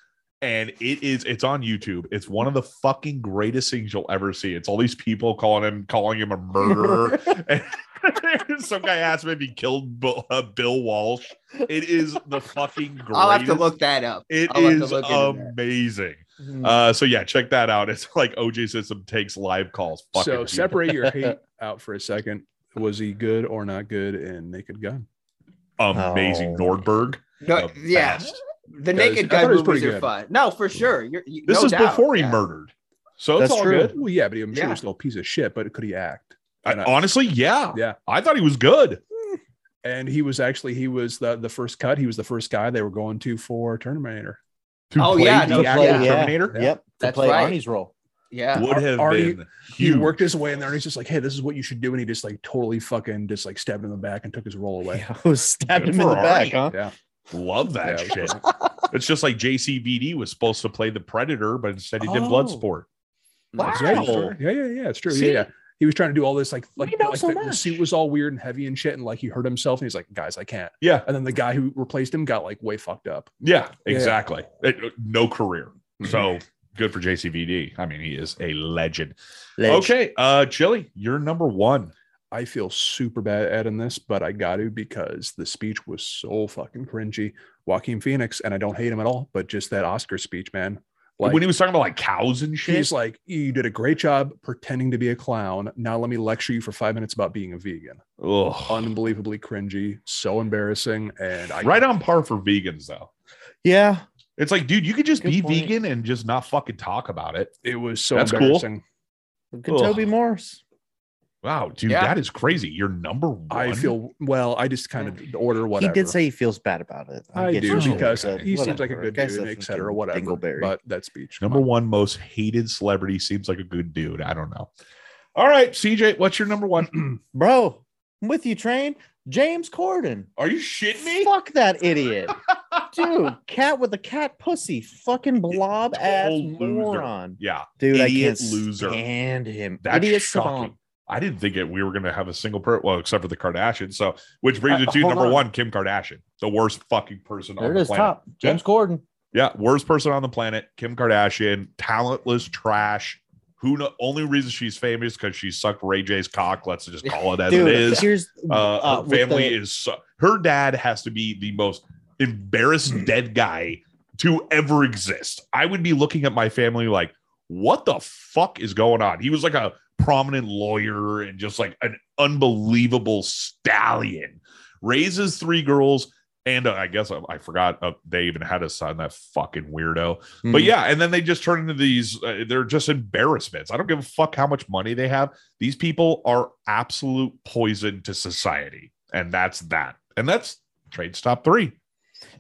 and it is it's on YouTube. It's one of the fucking [LAUGHS] greatest things you'll ever see. It's all these people calling him calling him a murderer. and [LAUGHS] Some guy asked me if he killed Bill, uh, Bill Walsh. It is the fucking greatest. [LAUGHS] I'll have to look that up. It I'll have to is look into that. Hmm. amazing. Mm-hmm. Uh, so yeah, check that out. It's like OJ System takes live calls. Fucking so people. separate your hate [LAUGHS] out for a second. Was he good or not good in Naked Gun? amazing Oh. Nordberg. No, the Uh, yeah, best. the Guys, Naked I thought Gun it was movies pretty are good. fun. No, for sure. You're, you, This no is doubt. before he Yeah. murdered. So it's That's all true. good. Well, yeah, but I'm sure Yeah. he's still a piece of shit. But could he act? I, And I- honestly, yeah. Yeah. I thought he was good. And he was actually he was the the first cut. He was the first guy they were going to for Terminator. Who Oh, played yeah, the no, actual yeah. Terminator Yep. To That's play right. Arnie's role. Yeah. would Ar- have Arnie- been He huge. worked his way in there, and he's just like, "Hey, this is what you should do," and he just like totally fucking just like stabbed him in the back and took his roll [LAUGHS] away. Yeah, who stabbed Good him in for the back, Arnie. huh? Yeah, Love that Yeah, it [LAUGHS] shit. it's just like JCVD was supposed to play the Predator, but instead he did Oh. Bloodsport. That's right. Wow. Yeah, yeah, yeah. It's true. See? Yeah, yeah. He was trying to do all this like like, know like so the, the much. suit was all weird and heavy and shit, and like he hurt himself, and he's like, "Guys, I can't." Yeah, And then the guy who replaced him got like way fucked up. yeah, Yeah. Mm-hmm. exactly. It- uh, no career. So good for JCVD. I mean, he is a legend. Okay, uh, Chili, you're number one. I feel super bad at in this, but I got to because the speech was so fucking cringy. Joaquin Phoenix, and I don't hate him at all, but just that Oscar speech, man. Like, when he was talking about like cows and shit, he's like, you did a great job pretending to be a clown. Now let me lecture you for five minutes about being a vegan. ugh. Unbelievably cringy, so embarrassing, and I right on par for vegans though. Yeah. It's like, dude, you could just Good be point. vegan and just not fucking talk about it. It was so That's cool. embarrassing. Good Toby Morse. Wow, dude, Yeah. that is crazy. You're number one. I feel well. I just kind of order He whatever. did say he feels bad about it. I get do you. you. because But he seems like a whatever. good Guy's dude, a et cetera, fucking whatever. Dingleberry. But that speech, number one most hated celebrity seems like a good dude. I don't know. All right, CJ, what's your number one? Bro, I'm with you, train. James Corden. Are you shitting me? Fuck that idiot. Dude, cat with a cat pussy. Fucking blob ass Total loser. moron. Yeah, Dude, I Idiot can't loser. stand him. that's idiot shocking. savant. I didn't think it. We were gonna have a single person, well, except for the Kardashians. So, [LAUGHS] which brings Uh, it to hold number on. one, Kim Kardashian, the worst fucking person There on it the is, planet. top. James Corden. Yeah, worst person on the planet, Kim Kardashian, talentless trash. Who know? Only reason she's famous because she sucked Ray J's cock. Let's just call it as Dude, it is. here's Uh, uh, her with family the- is so, her dad has to be the most Mm. embarrassed dead guy to ever exist. I would be looking at my family like, what the fuck is going on? He was like a prominent lawyer and just like an unbelievable stallion. Raises three girls. And uh, I guess I, I forgot uh, they even had a son, that fucking weirdo. Hmm. But yeah, and then they just turn into these, uh, they're just embarrassments. I don't give a fuck how much money they have. These people are absolute poison to society. And that's that. And that's trade stop three.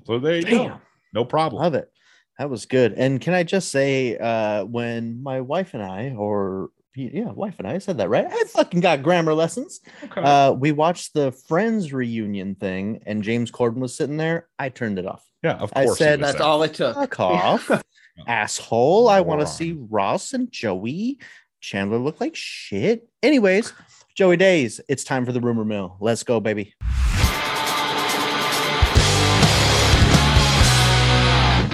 So there you go. Damn. No problem. Love it. That was good. And can I just say, uh, when my wife and I, or yeah, wife and I I said that right. I fucking got grammar lessons. Okay. Uh, we watched the Friends reunion thing, and James Corden was sitting there. I turned it [LAUGHS] off. yeah, of I course. it said was That's that. all it took. Fuck off, [LAUGHS] asshole! I want to Moron. see Ross and Joey. Chandler look like shit. Anyways, Joey Days, it's time for the rumor mill. Let's go, baby.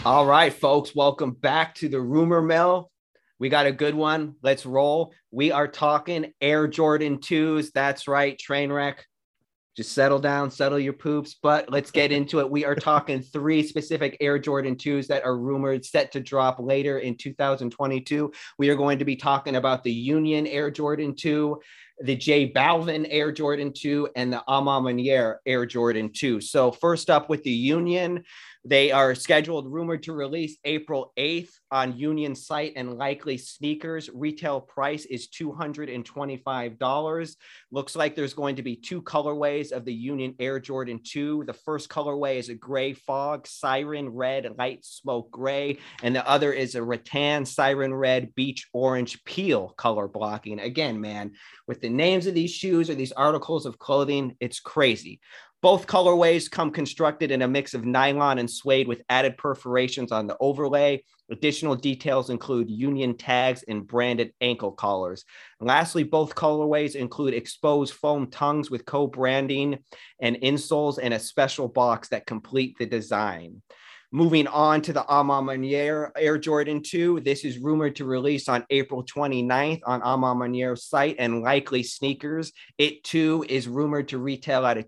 All right, folks, welcome back to the rumor mill. We got a good one. Let's roll. We are talking Air Jordan 2s. That's right, train wreck. Just settle down, settle your poops, but let's get into it. We are talking three specific Air Jordan 2s that are rumored set to drop later in 2022. We are going to be talking about the Union Air Jordan 2, the J Balvin Air Jordan 2, and the Ama Meniere Air Jordan 2. So, first up with the Union, they are scheduled, rumored to release April 8th on Union site and likely sneakers. Retail price is $225. Looks like there's going to be two colorways of the Union Air Jordan 2. The first colorway is a gray fog, siren red, light smoke gray, and the other is a rattan, siren red, beach orange peel color blocking. Again, man, with the names of these shoes or these articles of clothing, it's crazy. Both colorways come constructed in a mix of nylon and suede with added perforations on the overlay. Additional details include union tags and branded ankle collars. Lastly, both colorways include exposed foam tongues with co branding and insoles and a special box that complete the design. Moving on to the Amamanier Air Jordan 2. This is rumored to release on April 29th on Amamanier's site and likely sneakers. It too is rumored to retail at a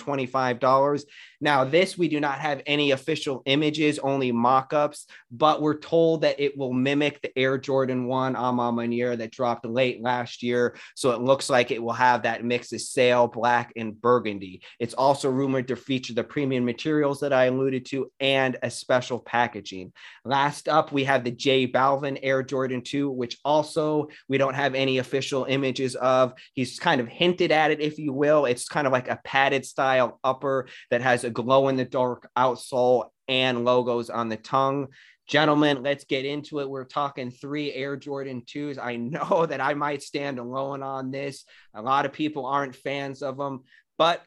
$225. Now, this we do not have any official images, only mock ups, but we're told that it will mimic the Air Jordan 1 Amamanier that dropped late last year. So it looks like it will have that mix of sale, black, and burgundy. It's also rumored to feature the premium materials that I alluded to and a special packaging. Last up, we have the J Balvin Air Jordan 2, which also we don't have any official images of. He's kind of hinted at it, if you will. It's kind of like a padded style upper that has a glow in the dark outsole and logos on the tongue gentlemen, let's get into it. We're talking three Air Jordan 2s. I know [LAUGHS] that I might stand alone on this. A lot of people aren't fans of them, but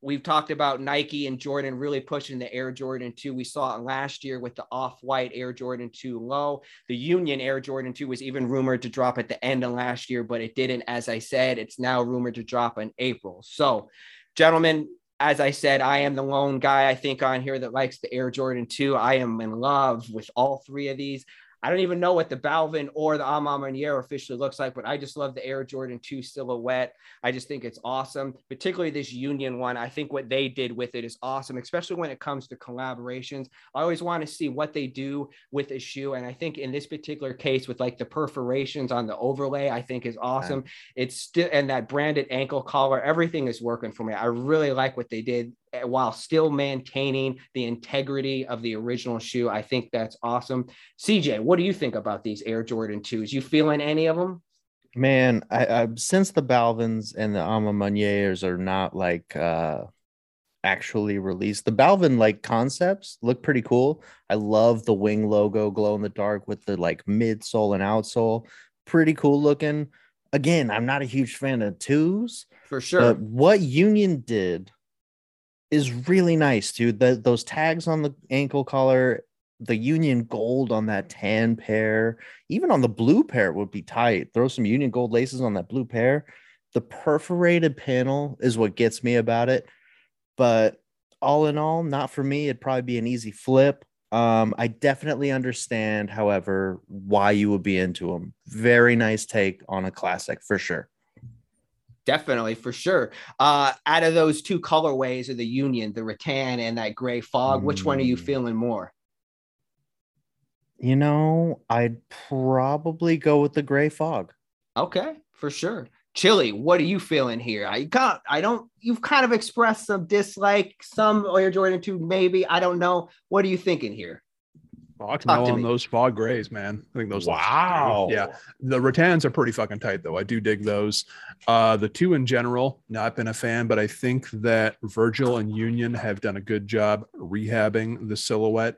we've talked about Nike and Jordan really pushing the Air Jordan 2. We saw it last year with the off white Air Jordan 2 low. The Union Air Jordan 2 was even rumored to drop at the end of last year, but it didn't. As I said, it's now rumored to drop in April. So, gentlemen, as I said, I am the lone guy I think on here that likes the Air Jordan 2. I am in love with all three of these. I don't even know what the Balvin or the Amamanier officially looks like, but I just love the Air Jordan 2 silhouette. I just think it's awesome, particularly this Union one. I think what they did with it is awesome, especially when it comes to collaborations. I always want to see what they do with a shoe. And I think in this particular case, with like the perforations on the overlay, I think is awesome. Right. It's still, and that branded ankle collar, everything is working for me. I really like what they did eh, while still maintaining the integrity of the original shoe. I think that's awesome. CJ, what do you think about these Air Jordan 2s? You feeling any of them? Man, I, I since the Balvins and the Amamaniers are not like uh actually released, the Balvin like concepts look pretty cool. I love the wing logo glow in the dark with the like midsole and outsole. Pretty cool looking. Again, I'm not a huge fan of twos. For sure. what Union did is really nice, dude. The, those tags on the ankle collar, the Union Gold on that tan pair, even on the blue pair would be tight. Throw some Union Gold laces on that blue pair. The perforated panel is what gets me about it. But all in all, not for me. It'd probably be an easy flip. Um, I definitely understand, however, why you would be into them. Very nice take on a classic for sure definitely for sure. Uh, out of those two colorways of the Union, the rattan and that gray fog, which one are you feeling more? You know, I'd probably go with the gray fog. Okay, for sure. Chili, what are you feeling here? I got, I don't, you've kind of expressed some dislike, some oh, Air Jordan 2, maybe. I don't know. What are you thinking here? Oh, I can Talk on me. those fog grays, man. I think those. Wow. Look, yeah, the rattans are pretty fucking tight, though. I do dig those. Uh, the two in general, not been a fan, but I think that Virgil and Union have done a good job rehabbing the silhouette.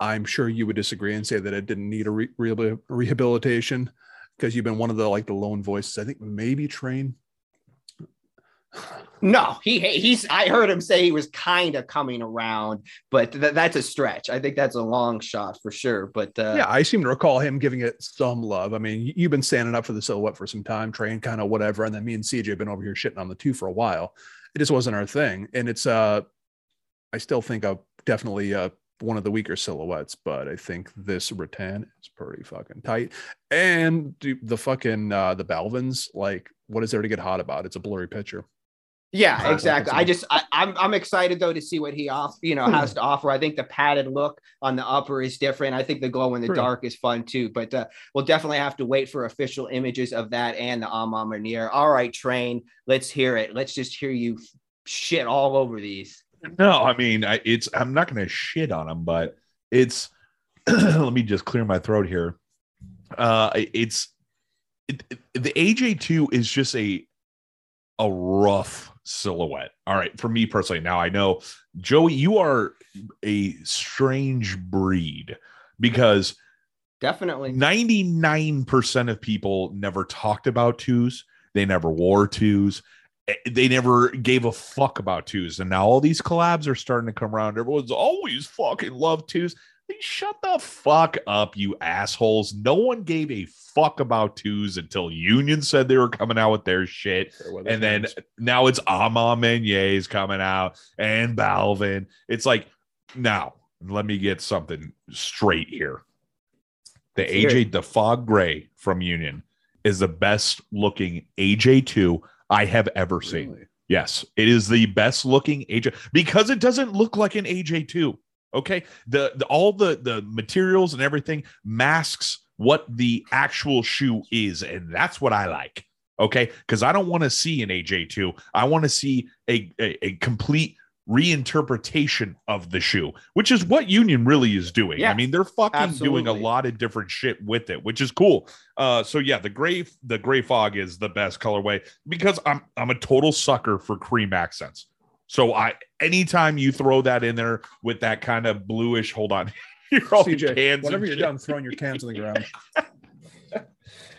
I'm sure you would disagree and say that it didn't need a re- re- rehabilitation because you've been one of the like the lone voices. I think maybe Train no, he he's. I heard him say he was kind of coming around, but th- that's a stretch. I think that's a long shot for sure. But uh, yeah, I seem to recall him giving it some love. I mean, you've been standing up for the silhouette for some time, train kind of whatever, and then me and CJ have been over here shitting on the two for a while. It just wasn't our thing, and it's uh, I still think a definitely uh one of the weaker silhouettes, but I think this rattan is pretty fucking tight. And dude, the fucking uh the Balvins, like, what is there to get hot about? It's a blurry picture. Yeah, exactly. I just I, am I'm, I'm excited though to see what he off you know Hmm. has to offer. I think the padded look on the upper is different. I think the glow in the True. dark is fun too. But uh, we'll definitely have to wait for official images of that and the Amamanier. All right, train. Let's hear it. Let's just hear you shit all over these. No, I mean I, it's I'm not going to shit on them, but it's [CLEARS THROAT] let me just clear my throat here. Uh, it's it, it, the AJ two is just a a rough silhouette. All right, for me personally. Now I know Joey, you are a strange breed because definitely 99% of people never talked about twos, they never wore twos. Eh, They never gave a fuck about twos, and now all these collabs are starting to come around. Everyone's always fucking love twos. Like, shut the fuck up, you assholes. No one gave a fuck about twos until Union said they were coming out with their shit. And fans. then now it's Ama Menyes coming out and Balvin. It's like, now let me get something straight here. The Let's hear AJ DeFog Gray from Union is the best looking AJ2 I have ever seen. Really? Yes, it is the best looking AJ because it doesn't look like an AJ2. Okay. The, the all the the materials and everything masks what the actual shoe is and that's what I like. Okay? Cuz I don't want to see an AJ2. I want to see a, a a complete reinterpretation of the shoe, which is what Union really is doing. I Yes, mean, they're fucking doing a absolutely. lot of different shit with it, which is cool. Uh so yeah, the gray the gray fog is the best colorway because I'm I'm a total sucker for cream accents. So I anytime you throw that in there with that kind of bluish, hold on, [LAUGHS] you're all CJ, cans. whenever and you're shit. done throwing your cans on the ground,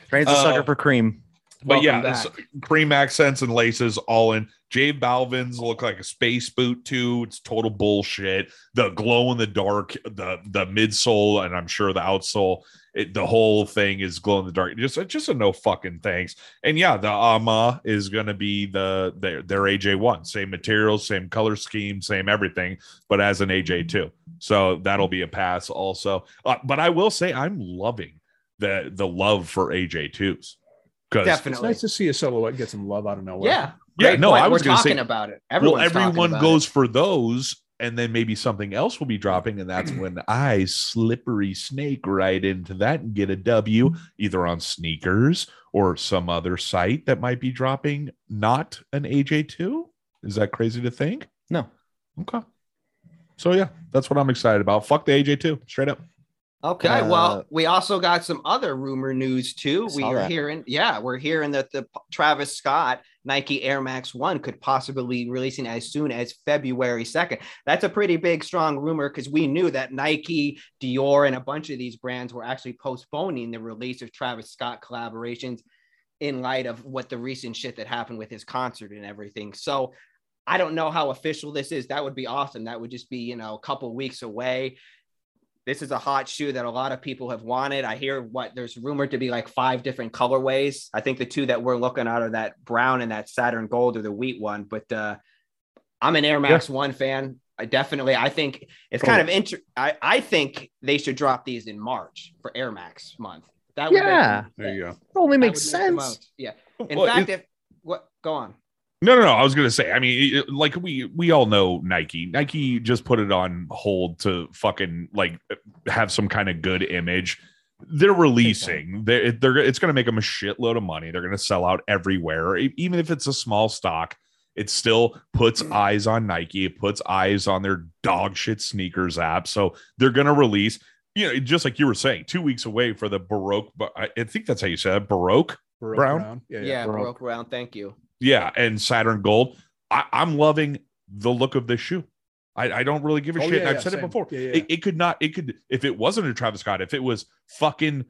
Train's a sucker Uh, for cream. But Welcome yeah, back. it's cream accents and laces all in. Jay Balvin's look like a space boot too. It's total bullshit. The glow in the dark, the the midsole, and I'm sure the outsole. It, the whole thing is glow in the dark. Just just a no fucking thanks. And yeah, the Ama is gonna be the their their AJ one. Same materials, same color scheme, same everything, but as an AJ two. So that'll be a pass also. Uh, but I will say I'm loving the the love for AJ twos. Because it's Definitely. nice to see a silhouette get some love out of nowhere. Yeah. Yeah, Great no, point. I was We're gonna say- talking about it. Everyone's well, talking everyone about goes it. for those, and then maybe something else will be dropping, and [CLEARS THROAT] that's when I slippery snake right into that and get a W either on sneakers or some other site that might be dropping not an AJ2. Is that crazy to think? No. Okay. So yeah, that's what I'm excited about. Fuck the AJ2, straight up. Okay, Uh, well, we also got some other rumor news too. I We saw are that. hearing, yeah, we're hearing that the P- Travis Scott Nike Air Max One could possibly be releasing as soon as February second. That's a pretty big, strong rumor because we knew that Nike, Dior, and a bunch of these brands were actually postponing the release of Travis Scott collaborations in light of what the recent shit that happened with his concert and everything. So. I don't know how official this is. That would be awesome. That would just be, you know, a couple weeks away this is a hot shoe that a lot of people have wanted. I hear what there's rumored to be like five different colorways. I think the two that we're looking at are that brown and that Saturn gold or the wheat one. But uh, I'm an Air Max One fan. I definitely, I think it's kind of inter. I, I think they should drop these in March for Air Max month. That would make Yeah. them- There you go. It only makes that would make the sense. most. Yeah. In Well, fact, if what go on. No, no, no. I was gonna say. I mean, it- like we we all know Nike. Nike just put it on hold to fucking like have some kind of good image. They're releasing. They're, they're it's gonna make them a shitload of money. They're gonna sell out everywhere, E- even if it's a small stock. It still puts eyes on Nike. It puts eyes on their dog shit sneakers app. So they're gonna release. You know, just like you were saying, two weeks away for the Baroque. But I I think that's how you said it, Baroque. Baroque Brown? Yeah, Yeah, yeah. Baroque. broke around. Thank you. yeah, and Saturn Gold. I, I'm loving the look of this shoe. I, I don't really give a Oh, shit. yeah, and I've yeah, said same. it before. Yeah, yeah. It, it could not. It could if it wasn't a Travis Scott. If it was fucking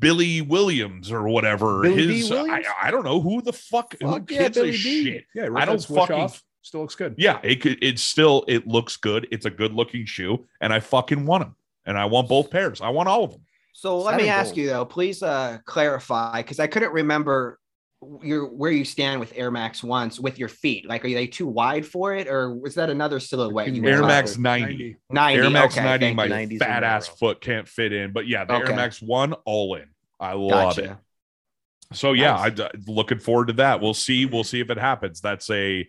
Billy Williams or whatever. Billy B. his I, Williams? I don't know who the fuck, who Fuck yeah, gives Billy a B. shit. yeah rip I that don't swoosh fucking- off. Still looks good. Yeah, it could. It still it looks good. It's a good looking shoe, and I fucking want them. And I want both pairs. I want all of them. So let me Saturn ask Gold. you though, please uh, clarify because I couldn't remember your where you stand with Air Max ones with your feet. Like, are they too wide for it, or was that another silhouette? You Fucking were Air talking Max about? 90. ninety. Air Max okay, 90, thank my you. 90s fat in a ass row. foot can't fit in. But yeah, the Air Okay. Max 1 all in. I love Gotcha. it. So yeah, Nice. I'm looking forward to that. We'll see. We'll see if it happens. That's a,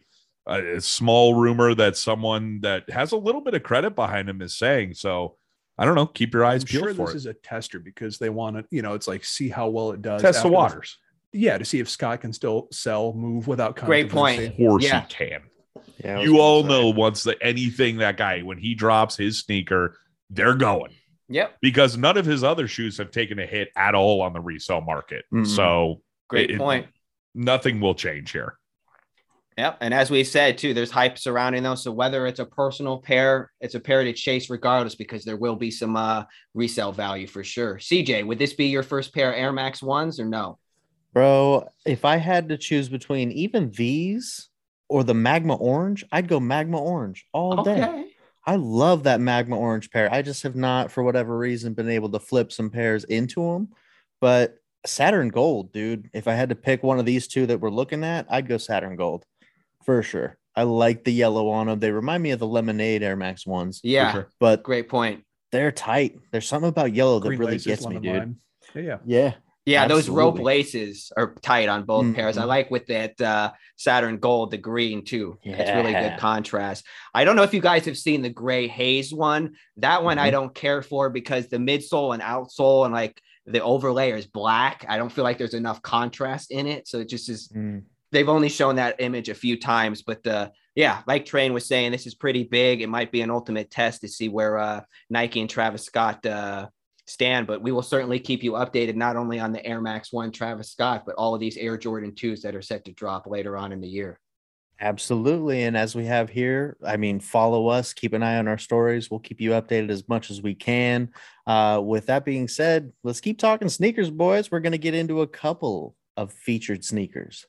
a small rumor that someone that has a little bit of credit behind him is saying. So I don't know. Keep your eyes I'm peeled sure for this it. is a tester because they want to, you know, it's like see how well it does. Test after the the- waters. Yeah, to see if Scott can still sell, move without. Great point. controversy. Of course Yeah. he can. Yeah, I was You gonna all say. know once that anything that guy when he drops his sneaker, they're going. Yep. because none of his other shoes have taken a hit at all on the resale market. Mm-mm. So Great it- point. nothing will change here. Yep. And as we said too, there's hype surrounding those. So whether it's a personal pair, it's a pair to chase regardless, because there will be some uh, resale value for sure. CJ, would this be your first pair of Air Max ones or no? Bro, if I had to choose between even these or the magma orange, I'd go magma orange all day. I love that magma orange pair. I just have not, for whatever reason, been able to flip some pairs into them. But Saturn Gold, dude, if I had to pick one of these two that we're looking at, I'd go Saturn Gold for sure. I like the yellow on them. They remind me of the lemonade Air Max ones, Yeah, sure. but great point. they're tight. There's something about yellow that Green really lace is gets one me, of dude. mine. Yeah, yeah. Yeah. Yeah, those rope Absolutely. laces are tight on both pairs. I Mhm. like with that uh, Saturn gold, the green too. It's really Yeah. good contrast. I don't know if you guys have seen the gray haze one. That one Mm-hmm. I don't care for because the midsole and outsole and like the overlay is black. I don't feel like there's enough contrast in it. So it just is Mm. they've only shown that image a few times, but the yeah, like Train was saying, this is pretty big. It might be an ultimate test to see where uh, Nike and Travis Scott uh, stand, but we will certainly keep you updated not only on the Air Max One Travis Scott, but all of these Air Jordan Twos that are set to drop later on in the year. Absolutely. And as we have here, I mean, follow us, keep an eye on our stories. We'll keep you updated as much as we can. Uh, with that being said, let's keep talking sneakers, boys. We're going to get into a couple of featured sneakers.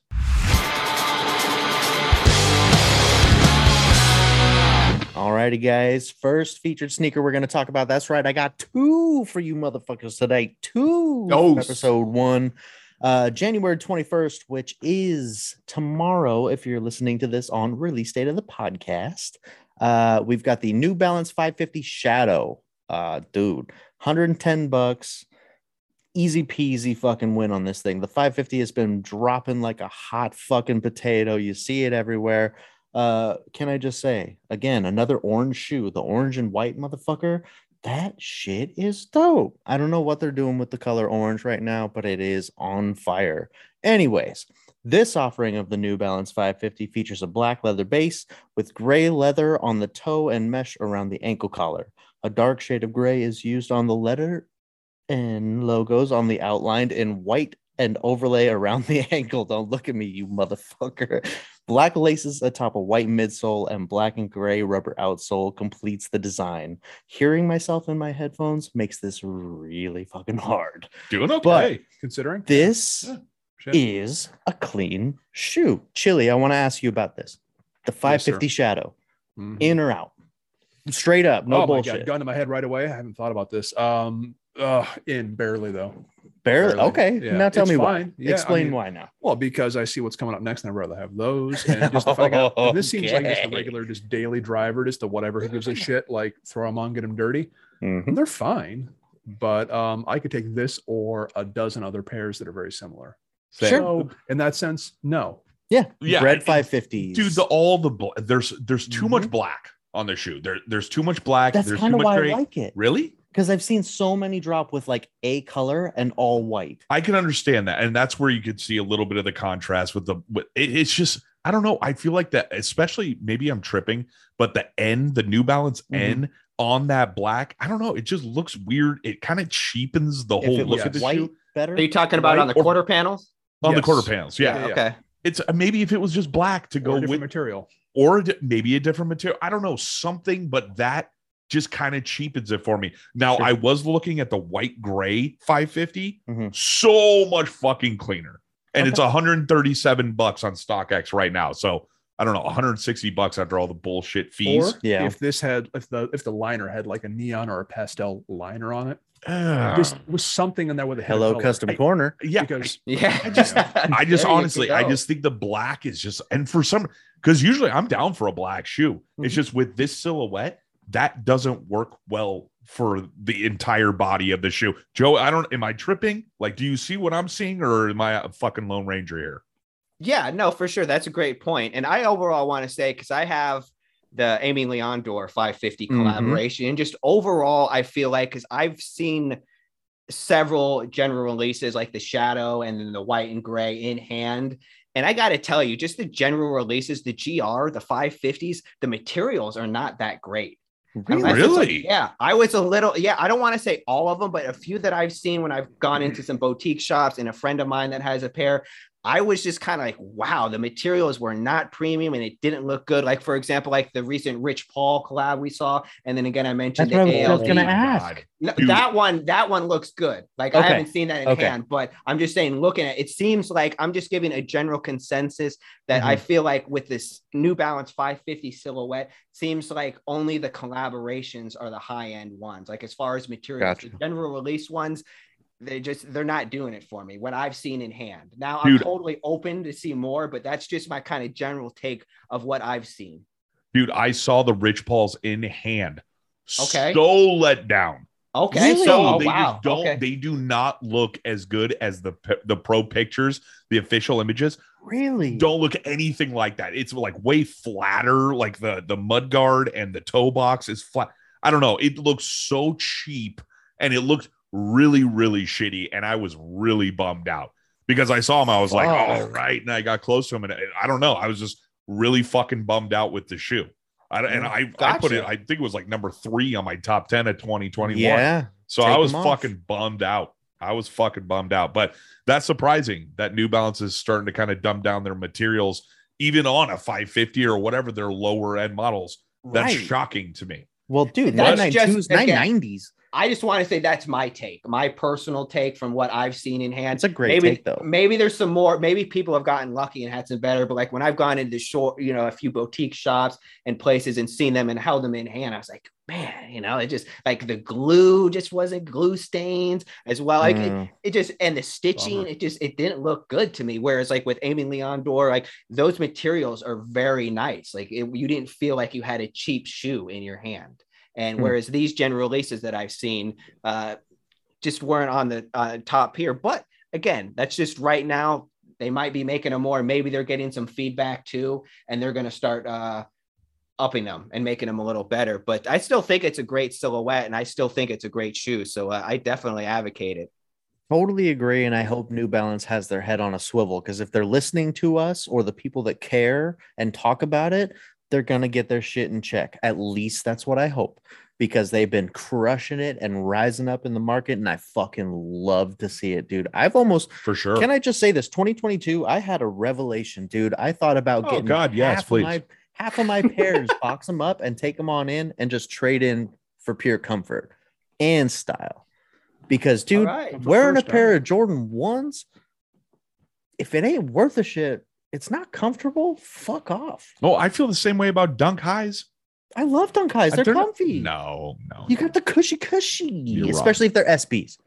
All righty, guys. First featured sneaker we're going to talk about. That's right. I got two for you motherfuckers today. Two from Those. episode one. Uh, January 21st, which is tomorrow, if you're listening to this on release date of the podcast. Uh, we've got the New Balance 550 Shadow. Uh, dude, 110 bucks. Easy peasy fucking win on this thing. The 550 has been dropping like a hot fucking potato. You see it everywhere. Uh, can I just say again, another orange shoe, the orange and white motherfucker. That shit is dope. I don't know what they're doing with the color orange right now, but it is on fire. Anyways, this offering of the New Balance 550 features a black leather base with gray leather on the toe and mesh around the ankle collar. A dark shade of gray is used on the letter and logos on the outlined in white and overlay around the [LAUGHS] ankle. Don't look at me, you motherfucker. Black laces atop a white midsole and black and gray rubber outsole completes the design. Hearing myself in my headphones makes this really fucking hard. Doing okay. Considering This Yeah, shit. is a clean shoe. Chili, I want to ask you about this. The 550 Shadow, Mhm. in or out? Straight up, no oh my bullshit. god, gun to my head right away. I haven't thought about this. Um, uh, in barely though. Barely. Barely. Okay. Yeah. Now tell It's me why. fine. Yeah, I Explain mean- why now. Well, because I see what's coming up next, and I'd rather [LAUGHS] have those. And just if I got, and this seems like just a Okay. regular, just daily driver, just a whatever who gives a shit. Like throw them on, get them dirty. Mm-hmm. And they're fine, but um, I could take this or a dozen other pairs that are very similar. Same. Sure. So in that sense, no. Yeah. Yeah, Red and- 550s. dude the all the bla- there's there's too much Mhm. black on the shoe there there's too much black Mm-hmm. That's there's kind too of much why gray I like it. really because I've seen so many drop with like a color and all white. i can understand that and that's where you could see a little bit of the contrast with the with, it, it's just i don't know i feel like that especially maybe i'm tripping but the n the new balance Mhm. n on that black i don't know it just looks weird it kind of cheapens the whole if it look was at the white, shoe better. Are you talking about Right? on the Or- quarter panels? on the Yes. quarter panels yeah, Yeah, yeah. Okay. [LAUGHS] it's maybe if it was just black to Or go different with material. or a di- maybe a different material. I don't know, something, but that just kind of cheapens it for me. Now, Sure. I was looking at the white gray 550, Mhm. so much fucking cleaner. And Okay. it's 137 bucks on StockX right now. So I don't know, 160 bucks after all the bullshit fees. Or Yeah. if this had if the if the liner had like a neon or a pastel liner on it, Ah. just was something in there with a hint of Hello, color. custom I- corner. yeah. because Yeah. I just- I just There you honestly, I go. just think the black is just, and for some, because usually I'm down for a black shoe. Mm-hmm. It's just with this silhouette, that doesn't work well for the entire body of the shoe. Joe, I don't, am I tripping? Like, do you see what I'm seeing or am I a fucking Lone Ranger here? Yeah, no, for sure. That's a great point. And I overall want to say, because I have the Amy Leondor 550 Mhm. collaboration, and just overall, I feel like, because I've seen several general releases like the Shadow and then the White and Gray in hand. And I got to tell you, just the general releases, the GR, the 550s, the materials are not that great. Unless it's like- Really? yeah. I was a little, yeah, I don't want to say all of them, but a few that I've seen when I've gone into some boutique shops and a friend of mine that has a pair, I was just kind of like, wow, the materials were not premium and it didn't look good. Like, for example, like the recent Rich Paul collab we saw. And then again, I mentioned That's what I was just the ALD. gonna my ask. God. No, Dude. that one, that one looks good. Like I Okay. haven't seen that in Okay. hand, but I'm just saying, looking at it, seems like I'm just giving a general consensus that Mm-hmm. I feel like with this New Balance 550 silhouette, seems like only the collaborations are the high end ones. Like as far as materials, Gotcha. the general release ones, they just they're not doing it for me what i've seen in hand now i'm Dude. totally open to see more but that's just my kind of general take of what i've seen Dude, I saw the Rich Pauls in hand. Okay. So let down. okay So so oh, they wow just don't okay. they do not look as good as the p- the pro pictures, the official images. Really? Don't look anything like that. It's like way flatter, like the the mud guard and the toe box is flat. I don't know. It looks so cheap and it looked really, really shitty. And I was really bummed out because I saw him. I was like, all Fuck. right. And I got close to him and I don't know. I was just really fucking bummed out with the shoe. I, and I, I put Gotcha. it, I think it was like number three on my top 10 of 2021. Yeah. So Take I was them off. fucking bummed out. I was fucking bummed out. But that's surprising that New Balance is starting to kind of dumb down their materials, even on a 550 or whatever their lower end models. That's right. shocking to me. Well, dude, That's 992s, just- again, 990s. i just want to say that's my take my personal take from what i've seen in hand That's a great maybe, take, though. Maybe there's some more. Maybe people have gotten lucky and had some better. But like when I've gone into short, you know, a few boutique shops and places and seen them and held them in hand, I was like, man, you know, it just like the glue just wasn't glue stains as well. Like it, Mm. it just and the stitching, Bummer. it just it didn't look good to me. Whereas like with Amy Leon Dor, like those materials are very nice. Like it, you didn't feel like you had a cheap shoe in your hand. And Hmm. whereas these general releases that I've seen uh, just weren't on the uh, top here. But again, that's just right now. They might be making them more. Maybe they're getting some feedback too, and they're going to start uh, upping them and making them a little better. But I still think it's a great silhouette, and I still think it's a great shoe. So uh, I definitely advocate it. Totally agree. And I hope New Balance has their head on a swivel because if they're listening to us or the people that care and talk about it, they're going to get their shit in check. At least that's what I hope because they've been crushing it and rising up in the market. And I fucking love to see it, dude. I've almost, For sure. can I just say this 2022, I had a revelation, dude. I thought about Oh, getting God, yes, half, please. Of my, half of my [LAUGHS] pairs, box them up and take them on in and just trade in for pure comfort and style. Because, dude, All right. wearing a first pair time. of Jordan ones, if it ain't worth a shit, it's not comfortable. Fuck off. oh, I feel the same way about dunk highs. I love dunk highs. They're, They're not- comfy. No, no. You got the cushy cushy, You're wrong. especially if they're SBs.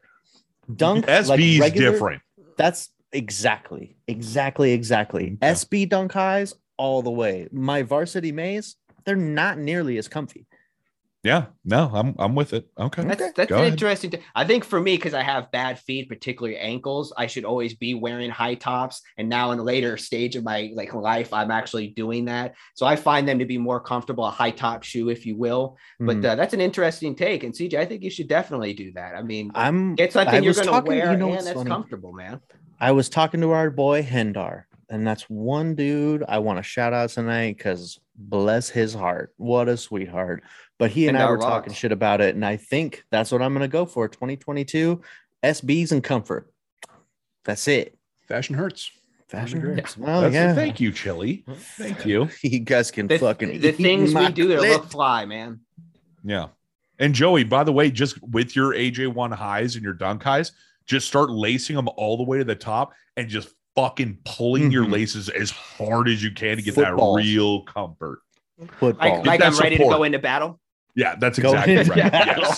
Dunk like, SB's regular- different. That's exactly, exactly, exactly. Yeah. SB dunk highs all the way. My varsity maze, they're not nearly as comfy. Yeah. No, I'm I'm with it. Okay. That's that's Go an ahead. interesting. t- I think for me, because I have bad feet, particularly ankles, I should always be wearing high tops. And now, in a later stage of my like life, I'm actually doing that. So I find them to be more comfortable, a high top shoe, if you will. But Hmm. Mhm. uh, that's an interesting take. And CJ, I think you should definitely do that. I mean, I'm get something I you're was going to talking- wear you know what's and that's funny? comfortable, man. I was talking to our boy Hendar, and that's one dude I want to shout out tonight because bless his heart. What a sweetheart. But he and I Hendar were rocks. talking shit about it, and I think that's what I'm going to go for 2022 SBs and comfort. That's it. Fashion hurts. Fashion agree. groups. Well, That's- yeah. Thank you, Chili. Thank you. [LAUGHS] You guys can The, fucking the eat things we my do to clit. look fly, man. Yeah. And Joey, by the way, just with your AJ1 highs and your dunk highs, just start lacing them all the way to the top and just fucking pulling your Mhm. laces as hard as you can to get Footballs. that real comfort. football. Like, like that I'm ready to support. go into battle. Yeah, that's Go exactly into [LAUGHS] right. battle. Yes.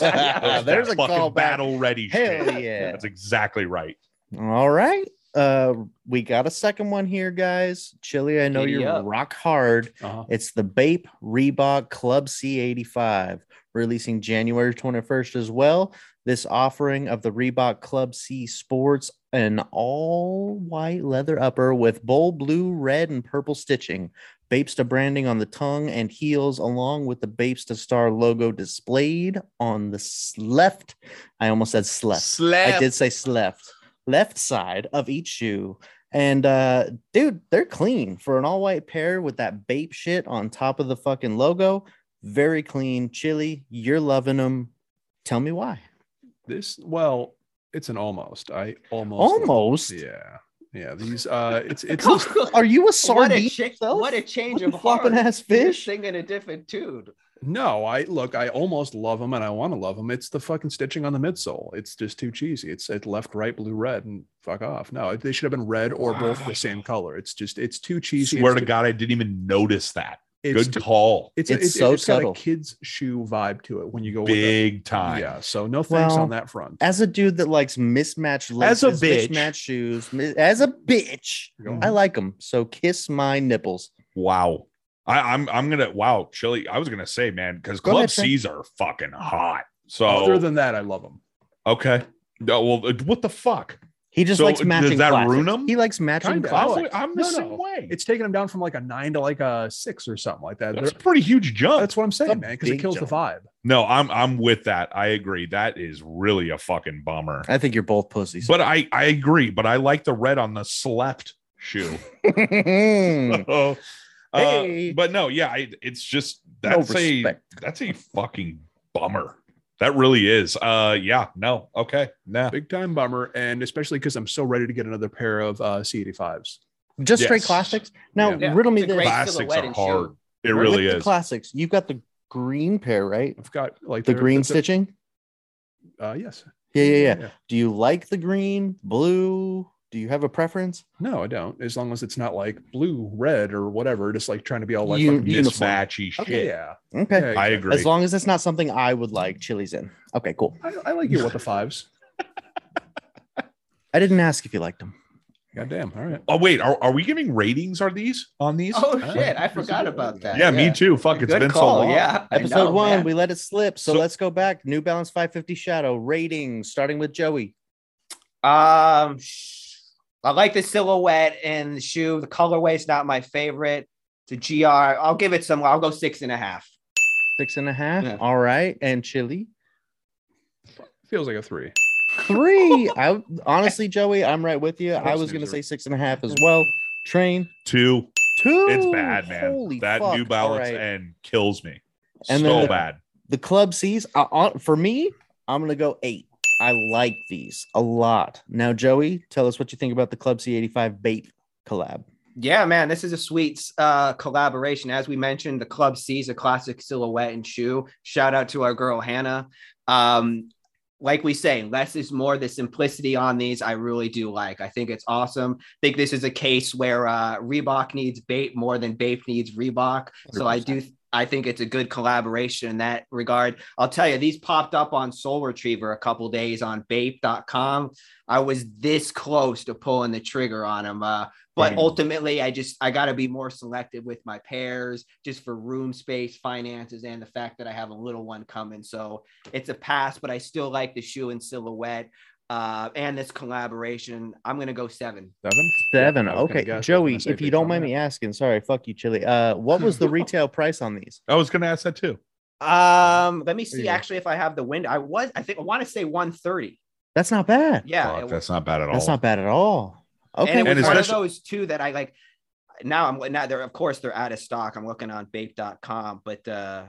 [LAUGHS] That's There's that a fucking callback. battle ready Hell shit. yeah. That's exactly right. All right. Uh, we got a second one here, guys. Chili, I know Giddy you're up. rock hard. Uh-huh. It's the Bape Reebok Club C85, releasing January 21st as well. This offering of the Reebok Club C Sports, an all white leather upper with bold blue, red, and purple stitching. Bapesta branding on the tongue and heels, along with the Bapesta Star logo displayed on the s- left. I almost said sleft. I did say left, left side of each shoe. And uh, dude, they're clean for an all white pair with that bape shit on top of the fucking logo. Very clean, chilly. You're loving them. Tell me why. This well, it's an almost. I almost Almost. Yeah. Yeah. These uh it's it's Are you a [LAUGHS] what, a sardine? cha- yourself? what a change What of you flopping heart. ass You're fish. singing a different tune. no, I look, I almost love them and I want to love them. It's the fucking stitching on the midsole. It's just too cheesy. It's it's left, right, blue, red, and fuck off. No, they should have been red or both the same color. It's just it's too cheesy. Swear It's to too- God, I didn't even notice that. It's Good call. It's, It's it's, it's so got subtle. a kid's shoe vibe to it when you go with it. Big time. Yeah, so no thanks Well, on that front. As a dude that likes mismatched laces, a bitch. mismatched shoes, mi- as a bitch, Go I like them. So kiss my nipples. Wow. I, I'm I'm gonna wow, chili. I was gonna say, man, because Go club ahead, Trent. C's are fucking hot. So Other than that, I love them. okay. No, well, uh, what the fuck? He just So, likes does matching. that classics. ruin 'em? He likes matching Kinda. I'm, Alex. classics. I'm the No, same no. way. It's taking them down from like a nine to like a six or something like that. That's a They're- pretty huge jump. that's what I'm saying, That's a man, because it big kills the jump. vibe. no, I'm I'm with that. I agree. That is really a fucking bummer. I think you're both pussies. [LAUGHS] But I I agree. But I like the red on the slept shoe. Hmm. [LAUGHS] Uh, Hey. but no, yeah, I, it's just No that's a respect. that's a fucking bummer. That really is. Uh, yeah, no, okay, nah. Big time bummer, and especially because I'm so ready to get another pair of uh, C85s. just straight Yes. classics. Now Yeah. Yeah, riddle me it's this. a great Classics silhouette are and hard. shoe. It really With the is. classics. You've got the green pair, right? I've got like The they're- green they're- stitching. Uh, yes. Yeah, yeah, yeah. Do you like the green, blue? Do you have a preference? No, I don't. As long as it's not like blue, red, or whatever, just like trying to be all like You- fucking you- uniform. Mismatchy shit. Okay, yeah. Okay. Yeah, I exactly. agree. As long as it's not something I would like, Chili's in. Okay, cool. I, I like you with the fives. I didn't ask if you liked them. Goddamn. All right. oh wait, are, are we giving ratings? Are these on [LAUGHS] these? Oh shit! I forgot about that. yeah, me too. Fuck, it's Good been call. so long. Yeah, I Episode know, one, man. we let it slip. So, So- let's go back. New Balance 550 Shadow ratings, starting with Joey. Um, sh- I like the silhouette and the shoe. The colorway is not my favorite. The GR, I'll give it some. I'll go six and a half. Six and a half. Yeah. All right. And Chili. Feels like a three. [LAUGHS] Three. I honestly, Joey, I'm right with you. That I was was gonna snoozer. say six and a [LAUGHS] half as well. Train Two. two. It's bad, man. that fuck. New All Balance right. and kills me. And so then the- bad. the club sees uh, on, for me i'm gonna go eight i like these a lot now joey tell us what you think about the club c85 bait collab Yeah, man, this is a sweet uh, collaboration. As we mentioned, the club sees a classic silhouette and shoe. Shout out to our girl Hannah. Um, like we say, less is more. The simplicity on these, I really do like. I think it's awesome. think this is a case where uh, Reebok needs Bape more than Bape needs Reebok. So I do. I think it's a good collaboration in that regard. I'll tell you, these popped up on Soul Retriever a couple days on Bape.com. I was this close to pulling the trigger on them. Uh, but Damn. ultimately, I just I got to be more selective with my pairs, just for room space, finances, and the fact that I have a little one coming. So it's a pass, but I still like the shoe and silhouette uh, and this collaboration. I'm gonna go seven. Seven. seven Yeah, I was gonna okay guess. I was joey gonna say if you big don't time, mind yeah. me asking sorry fuck you chili uh what was [LAUGHS] the retail price on these I was gonna ask that too. Um, let me you see. go. Actually, if I have the window, I was I think I want to say 130. that's not bad Yeah, it Fuck, was- that's not bad at all. that's not bad at all okay and it And was one of especially- those two that I like. Now I'm now they're of course they're out of stock. I'm looking on bape.com, but uh,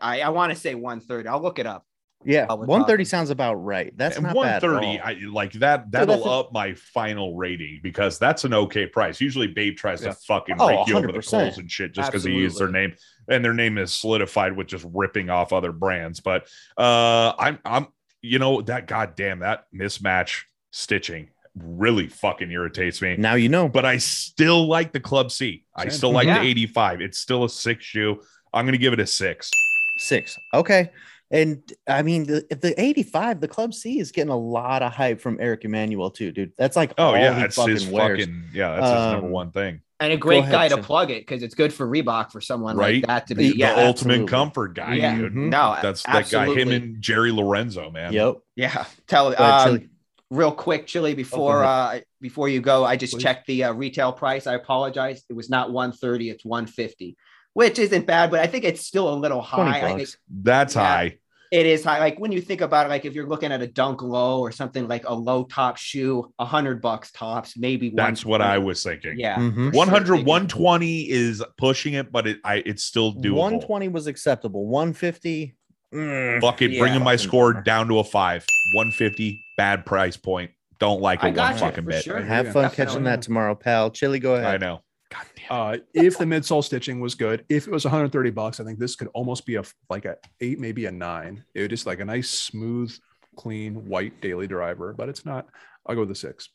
I I want to say 130. I'll look it up. yeah Public 130 offer. sounds about right that's and not one bad at thirty, all. I like that. That'll that's a- up my final rating because that's an okay price. Usually, Babe tries Yeah. to fucking Oh, rake you over the 100%. coals and shit just because he used their Absolutely. name, and their name is solidified with just ripping off other brands. But uh, I'm, I'm, you know, that goddamn that mismatch stitching really fucking irritates me. now you know But I still like the Club C. I Same. still like Yeah. the eighty five. It's still a six shoe. I'm gonna give it a six. Six. Okay. And I mean, the, the 85, the Club C is getting a lot of hype from Eric Emmanuel, too, dude. That's like, Oh all yeah, he it's fucking his wears. fucking yeah. That's his number Um, one thing. And a great ahead, guy to Tim. plug it because it's good for Reebok for someone Right? like that to the, be. the yeah, ultimate absolutely. comfort guy. Yeah. dude. Mm-hmm. Mhm. no, That's that guy, absolutely. him and Jerry Lorenzo, man. Yep. Yeah, tell Go ahead, um, Chili. real quick, Chili. Before uh, before you go, I just Please. checked the uh, retail price. I apologize; it was not one thirty; it's one fifty, which isn't bad, but I think it's still a little 20 high. I think bucks. That's Yeah. high. it is high. Like when you think about it, like if you're looking at a dunk low or something like a low top shoe, a hundred bucks tops, maybe. That's what I Hmm. 120. was thinking. Yeah, Mhm. for sure. 100, 120 is pushing it, but it, I, it's still doable. 120 was acceptable. 150. mm, Fuck it, yeah. bringing my Fucking score bummer. down to a five. 150, bad price point. Don't like I it one gotcha, fucking for bit. sure. Yeah, Have fun catching definitely. that tomorrow, pal. Chili, go I ahead. know. God Mm-hmm. damn. Uh, if the midsole stitching was good, if it was 130 bucks, I think this could almost be a f- like a eight, maybe a nine. It would just like a nice, smooth, clean white daily driver, but it's not. I'll go with the six.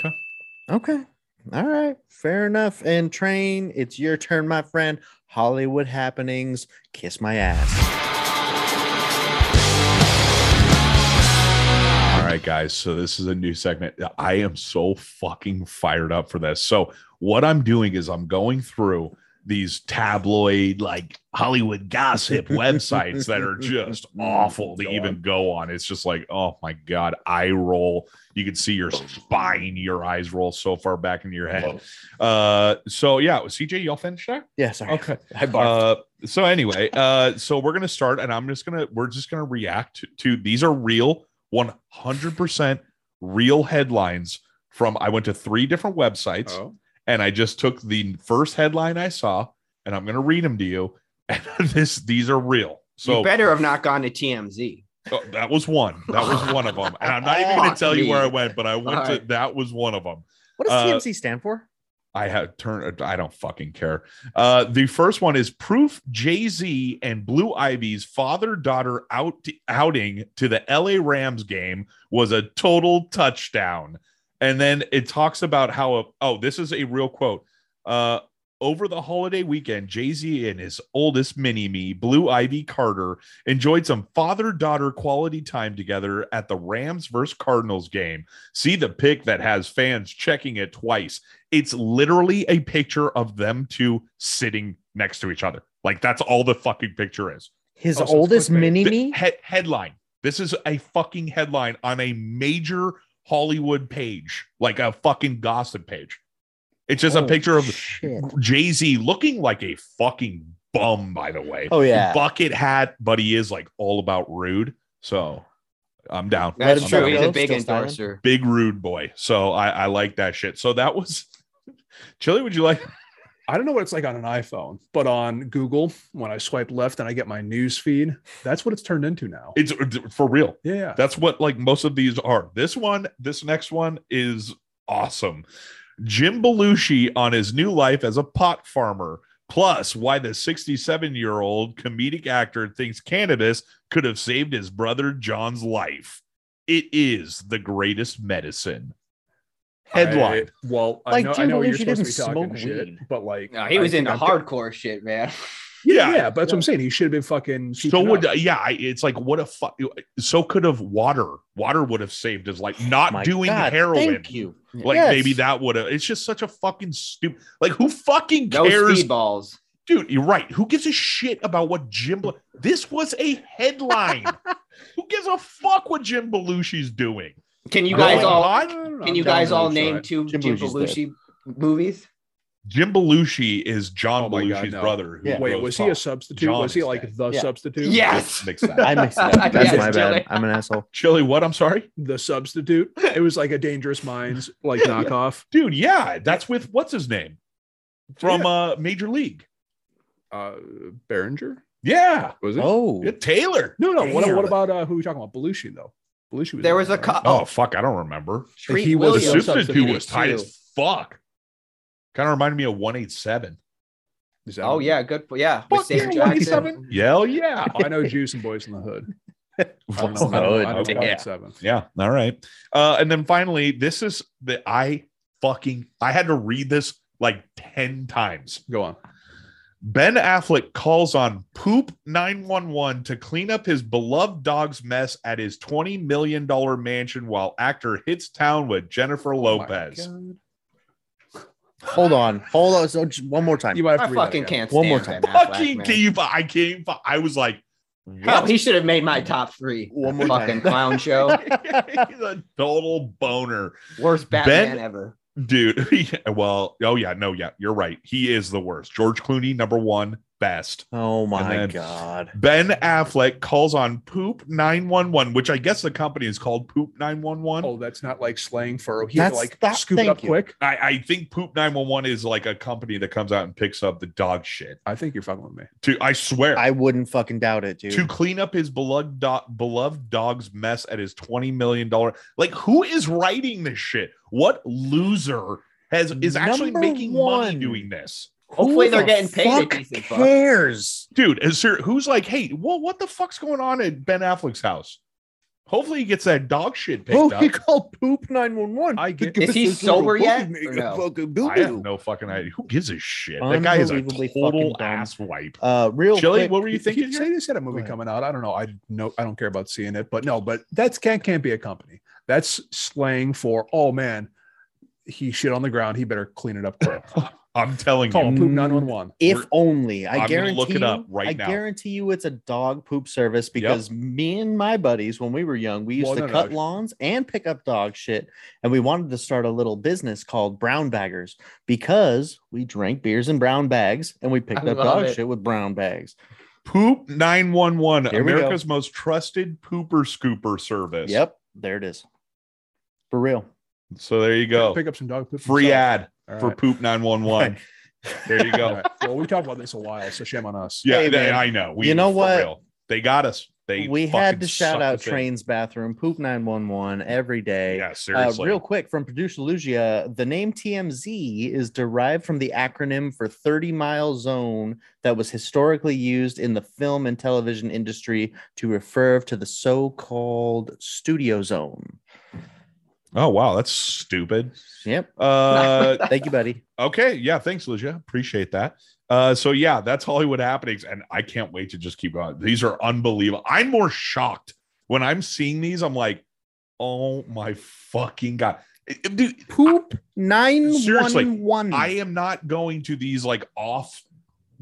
Okay. Okay. All right, fair enough. And train, it's your turn, my friend. Hollywood happenings. Kiss my ass. All right, guys. So this is a new segment. I am so fucking fired up for this. So what I'm doing is I'm going through these tabloid like Hollywood gossip websites that are just awful to Go even go on. It's just like, oh my god, eye roll. You can see your spine, your eyes roll so far back into your head. Uh, so yeah, CJ, y'all finished that? Yeah, sorry. Okay. [LAUGHS] I barked. Uh, so anyway, uh, so we're gonna start, and I'm just gonna we're just gonna react to, to these are real, 100 percent real headlines from. I went to three different websites, Oh, and I just took the first headline I saw, and I'm gonna read them to you. And [LAUGHS] this these are real. So you better have not gone to TMZ. Oh, that was one. That was one of them. And I'm not even gonna Fuck tell you where me. I went, but I went to Alright. that was one of them. what uh, does TMC stand for? I have turned. I don't fucking care. Uh, the first one is proof Jay Z and Blue Ivy's father daughter out outing to the L.A. Rams game was a total touchdown. And then it talks about how. Oh, this is a real quote. Uh, over the holiday weekend, Jay Z and his oldest mini me, Blue Ivy Carter, enjoyed some father daughter quality time together at the Rams versus Cardinals game. See the pic that has fans checking it twice it's literally a picture of them two sitting next to each other. Like that's all the fucking picture is. His oh, so it's oldest clickbait. mini The me. he- headline. This is a fucking headline on a major Hollywood page, like a fucking gossip page. It's Oh, just a picture of shit. Jay Z looking like a fucking bum, by the way. Oh yeah. Bucket hat, but he is like all about rude. So I'm down. Let That's him true. go. He's a big Still styling. endorser. Big rude boy. So I, I like that shit. So that was [LAUGHS] Chili. Would you like I don't know what it's like on an iPhone, but on Google, when I swipe left and I get my news feed, that's what it's turned into now. It's for real. yeah, yeah. That's what like most of these are. This one, this next one is awesome. Jim Belushi on his new life as a pot farmer. Plus, why the 67 year old comedic actor thinks cannabis could have saved his brother John's life. It is the greatest medicine. Headline. I- well, I Like, know, I Jim know you're Belushi supposed to be didn't talking smoke shit, weed. but like, No, he was I into think I'm- hardcore shit, man. Yeah, Yeah. yeah, but that's what I'm saying. He should have been fucking. so keeping would up. yeah, I- it's like what a fuck. So could have water. Water would have saved his life. Not My doing God, heroin. Thank you. Like Yes. maybe that would have. It's just such a fucking stupid. Like who fucking No cares, speedballs. dude? You're right. Who gives a shit about what Jim? Bel- this was a [LAUGHS] headline. who gives a fuck what Jim Belushi's doing? Can you No, guys like, all I don't know, can you I'm down guys to all try name it. two Jim Jim, Belushi's Belushi movies? Jim Belushi is John Oh my Belushi's God, no. brother. who Yeah. Wait, grows was he a pot. substitute? John was he is like dead. the Yeah. substitute? Yes. Mix [LAUGHS] that. I mixed [LAUGHS] it up. That's Yes, my bad. Jimmy. I'm an asshole. Chili, what? I'm sorry, The substitute. It was like a Dangerous Minds like knockoff. dude. Yeah, that's with what's his name from uh Major League. Uh, Behringer Yeah, was it? Oh, Yeah, Taylor. no, no. What, damn. what about uh, who we talking about? Belushi though. Belushi was There in was there, a right? co- Oh fuck, I don't remember. Treat He was The a Williams. substitute was tight too. as fuck. Kind of reminded me of 187. Is that Oh him? yeah, good. Yeah, with Fuck yeah, Sam Jackson. 187. [LAUGHS] Hell yeah. Oh, I know Juice and Boys in the Hood. I don't know. Oh, I don't know. Hood, I don't know. yeah. Seven. Yeah. All right. Uh, and then finally, this is the I fucking I had to read this like 10 times. Go on. Ben Affleck calls on Poop 911 to clean up his beloved dog's mess at his $20 million mansion while actor hits town with Jennifer Oh Lopez. hold on, hold on. So j- one more time. You might have I to read that fucking again. can't stand One more Ben Affleck, Fucking man. can you I can't even- I was like, Hell, he should have made my top three. One [LAUGHS] more fucking time. [LAUGHS] clown show. [LAUGHS] he's a total boner. Worst Ben- Batman ever. dude [LAUGHS] yeah, well oh yeah no yeah you're right he is the worst george clooney number one best Oh my then- god. ben affleck calls on poop 911 which i guess the company is called poop 911 Oh, that's not like slang for. He had to, That's- like that- scoop it thank up you. quick. I, I think poop 911 is like a company that comes out and picks up the dog shit I think you're fucking with me. to i swear I wouldn't fucking doubt it, dude. to clean up his beloved do- beloved dog's mess at his 20 million dollar like who is writing this shit what loser has is actually Number making money one. doing this Hopefully Who they're the getting paid a fuck decent buck. cares? dude is there who's like hey well what the fuck's going on at ben affleck's house Hopefully, he gets that dog shit picked Oh, up. he called poop 911. I get- Because Is he this little sober puppy yet, make or a no? fucking I have boo-boo. no fucking idea. Who gives a shit? That guy is a Unbelievably fucking total dumb. ass wipe. Uh, real Chili, quick, what were you thinking? He- Say they said a movie ahead. coming out. I don't know. I know. I don't care about seeing it, but no. But that's can't can't be a company. That's slang for oh man, he shit on the ground. He better clean it [LAUGHS] up quick. I'm telling Call you. poop nine one one. We're- if only I I'm gonna guarantee look it up you- right I now. guarantee you it's a dog poop service because me and my buddies when we were young we used Well, to no, no. cut lawns and pick up dog shit and we wanted to start a little business called Brown Baggers because we drank beers in brown bags and we picked I up love dog it. shit with brown bags. Poop 911, Here we go. America's most trusted pooper scooper service. Yep, there it is. For real. So there you go. Pick up some dog poop. Free yourself. ad All for right. poop 911. [LAUGHS] There you All go. right. Well, we talked about this a while, so shame on us. Yeah, Hey, they- man. I know. We, You know for what? real. They got us. They we fucking had to shout sucked out us in. Trains Bathroom, Poop 911 every day. Yeah, Uh, seriously. real quick from producer Lugia, the name TMZ is derived from the acronym for 30 mile zone that was historically used in the film and television industry to refer to the so called studio zone. oh wow, that's stupid. Yep. Uh, [LAUGHS] Thank you, buddy. Okay. Yeah. Thanks, Lucia. Appreciate that. Uh, so yeah, that's Hollywood happenings, and I can't wait to just keep on. These are unbelievable. I'm more shocked when I'm seeing these. I'm like, oh my fucking god, It- it- dude. Poop 911. Hmm. Seriously, I am not going to these like off.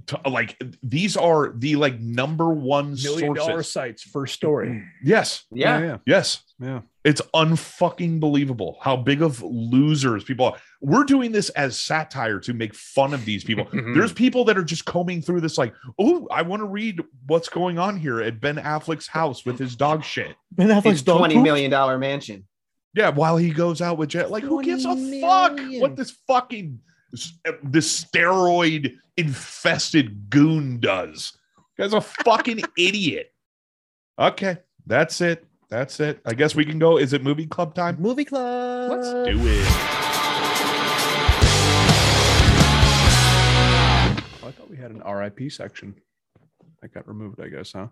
To, like these are the like number one Million sources. dollar sites first story. Yes. Yeah. yeah, Yes. yeah. It's unfucking believable how big of losers people are. We're doing this as satire to make fun of these [LAUGHS] people. Hmm. There's people that are just combing through this, like, oh, I want to read what's going on here at Ben Affleck's house with his dog shit. Ben Affleck's His dog twenty poop. million dollar mansion. Yeah, while he goes out with Jet. Like, who gives a 20 fuck million. what this fucking this steroid infested goon does? That's a fucking idiot. Okay, that's it. That's it. I guess we can go. Is it movie club time? Movie club. Let's do it. Oh, I thought we had an RIP section. That got removed, I guess, huh?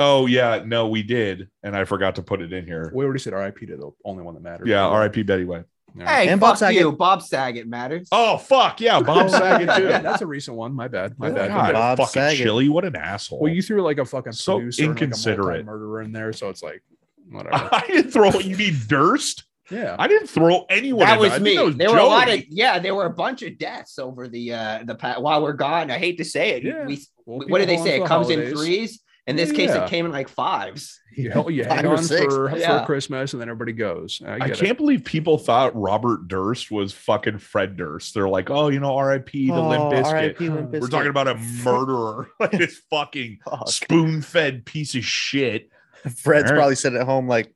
Oh yeah, no, we did, and I forgot to put it in here. We already said RIP to the only one that matters. Yeah, R.I.P. Betty White. Hey, And Bob fuck Saget. you, Bob Saget matters. Oh fuck yeah, Bob Saget too. Yeah, [LAUGHS] that's a recent one. My bad. My bad. God, Bob fucking Saget. chilly. What an asshole. [LAUGHS] Well, you threw like a fucking So producer and, like, a inconsiderate. murderer in there, so it's like [LAUGHS] whatever. I didn't throw. You mean Durst? yeah, I didn't throw anyone. that in there. was I think me. That was there were a lot of Joey. yeah, there were a bunch of deaths over the uh the pa- while we're gone. I hate to say it. Yeah. We, Well, what do they say? It people go on for the comes in holidays. threes. In this case, Yeah. it came in like fives. You, hell, you Five hang or on six. for, for Yeah. Christmas, and then everybody goes. I, I get can't believe people thought Robert Durst was fucking Fred Durst. They're like, oh, you know, R.I.P. to Limp Oh, Bizkit. RIP Limp We're Bizkit. talking about a [LAUGHS] [LAUGHS] murderer, [LAUGHS] like this fucking Fuck. spoon-fed piece of shit. Fred's All right. probably sitting at home like,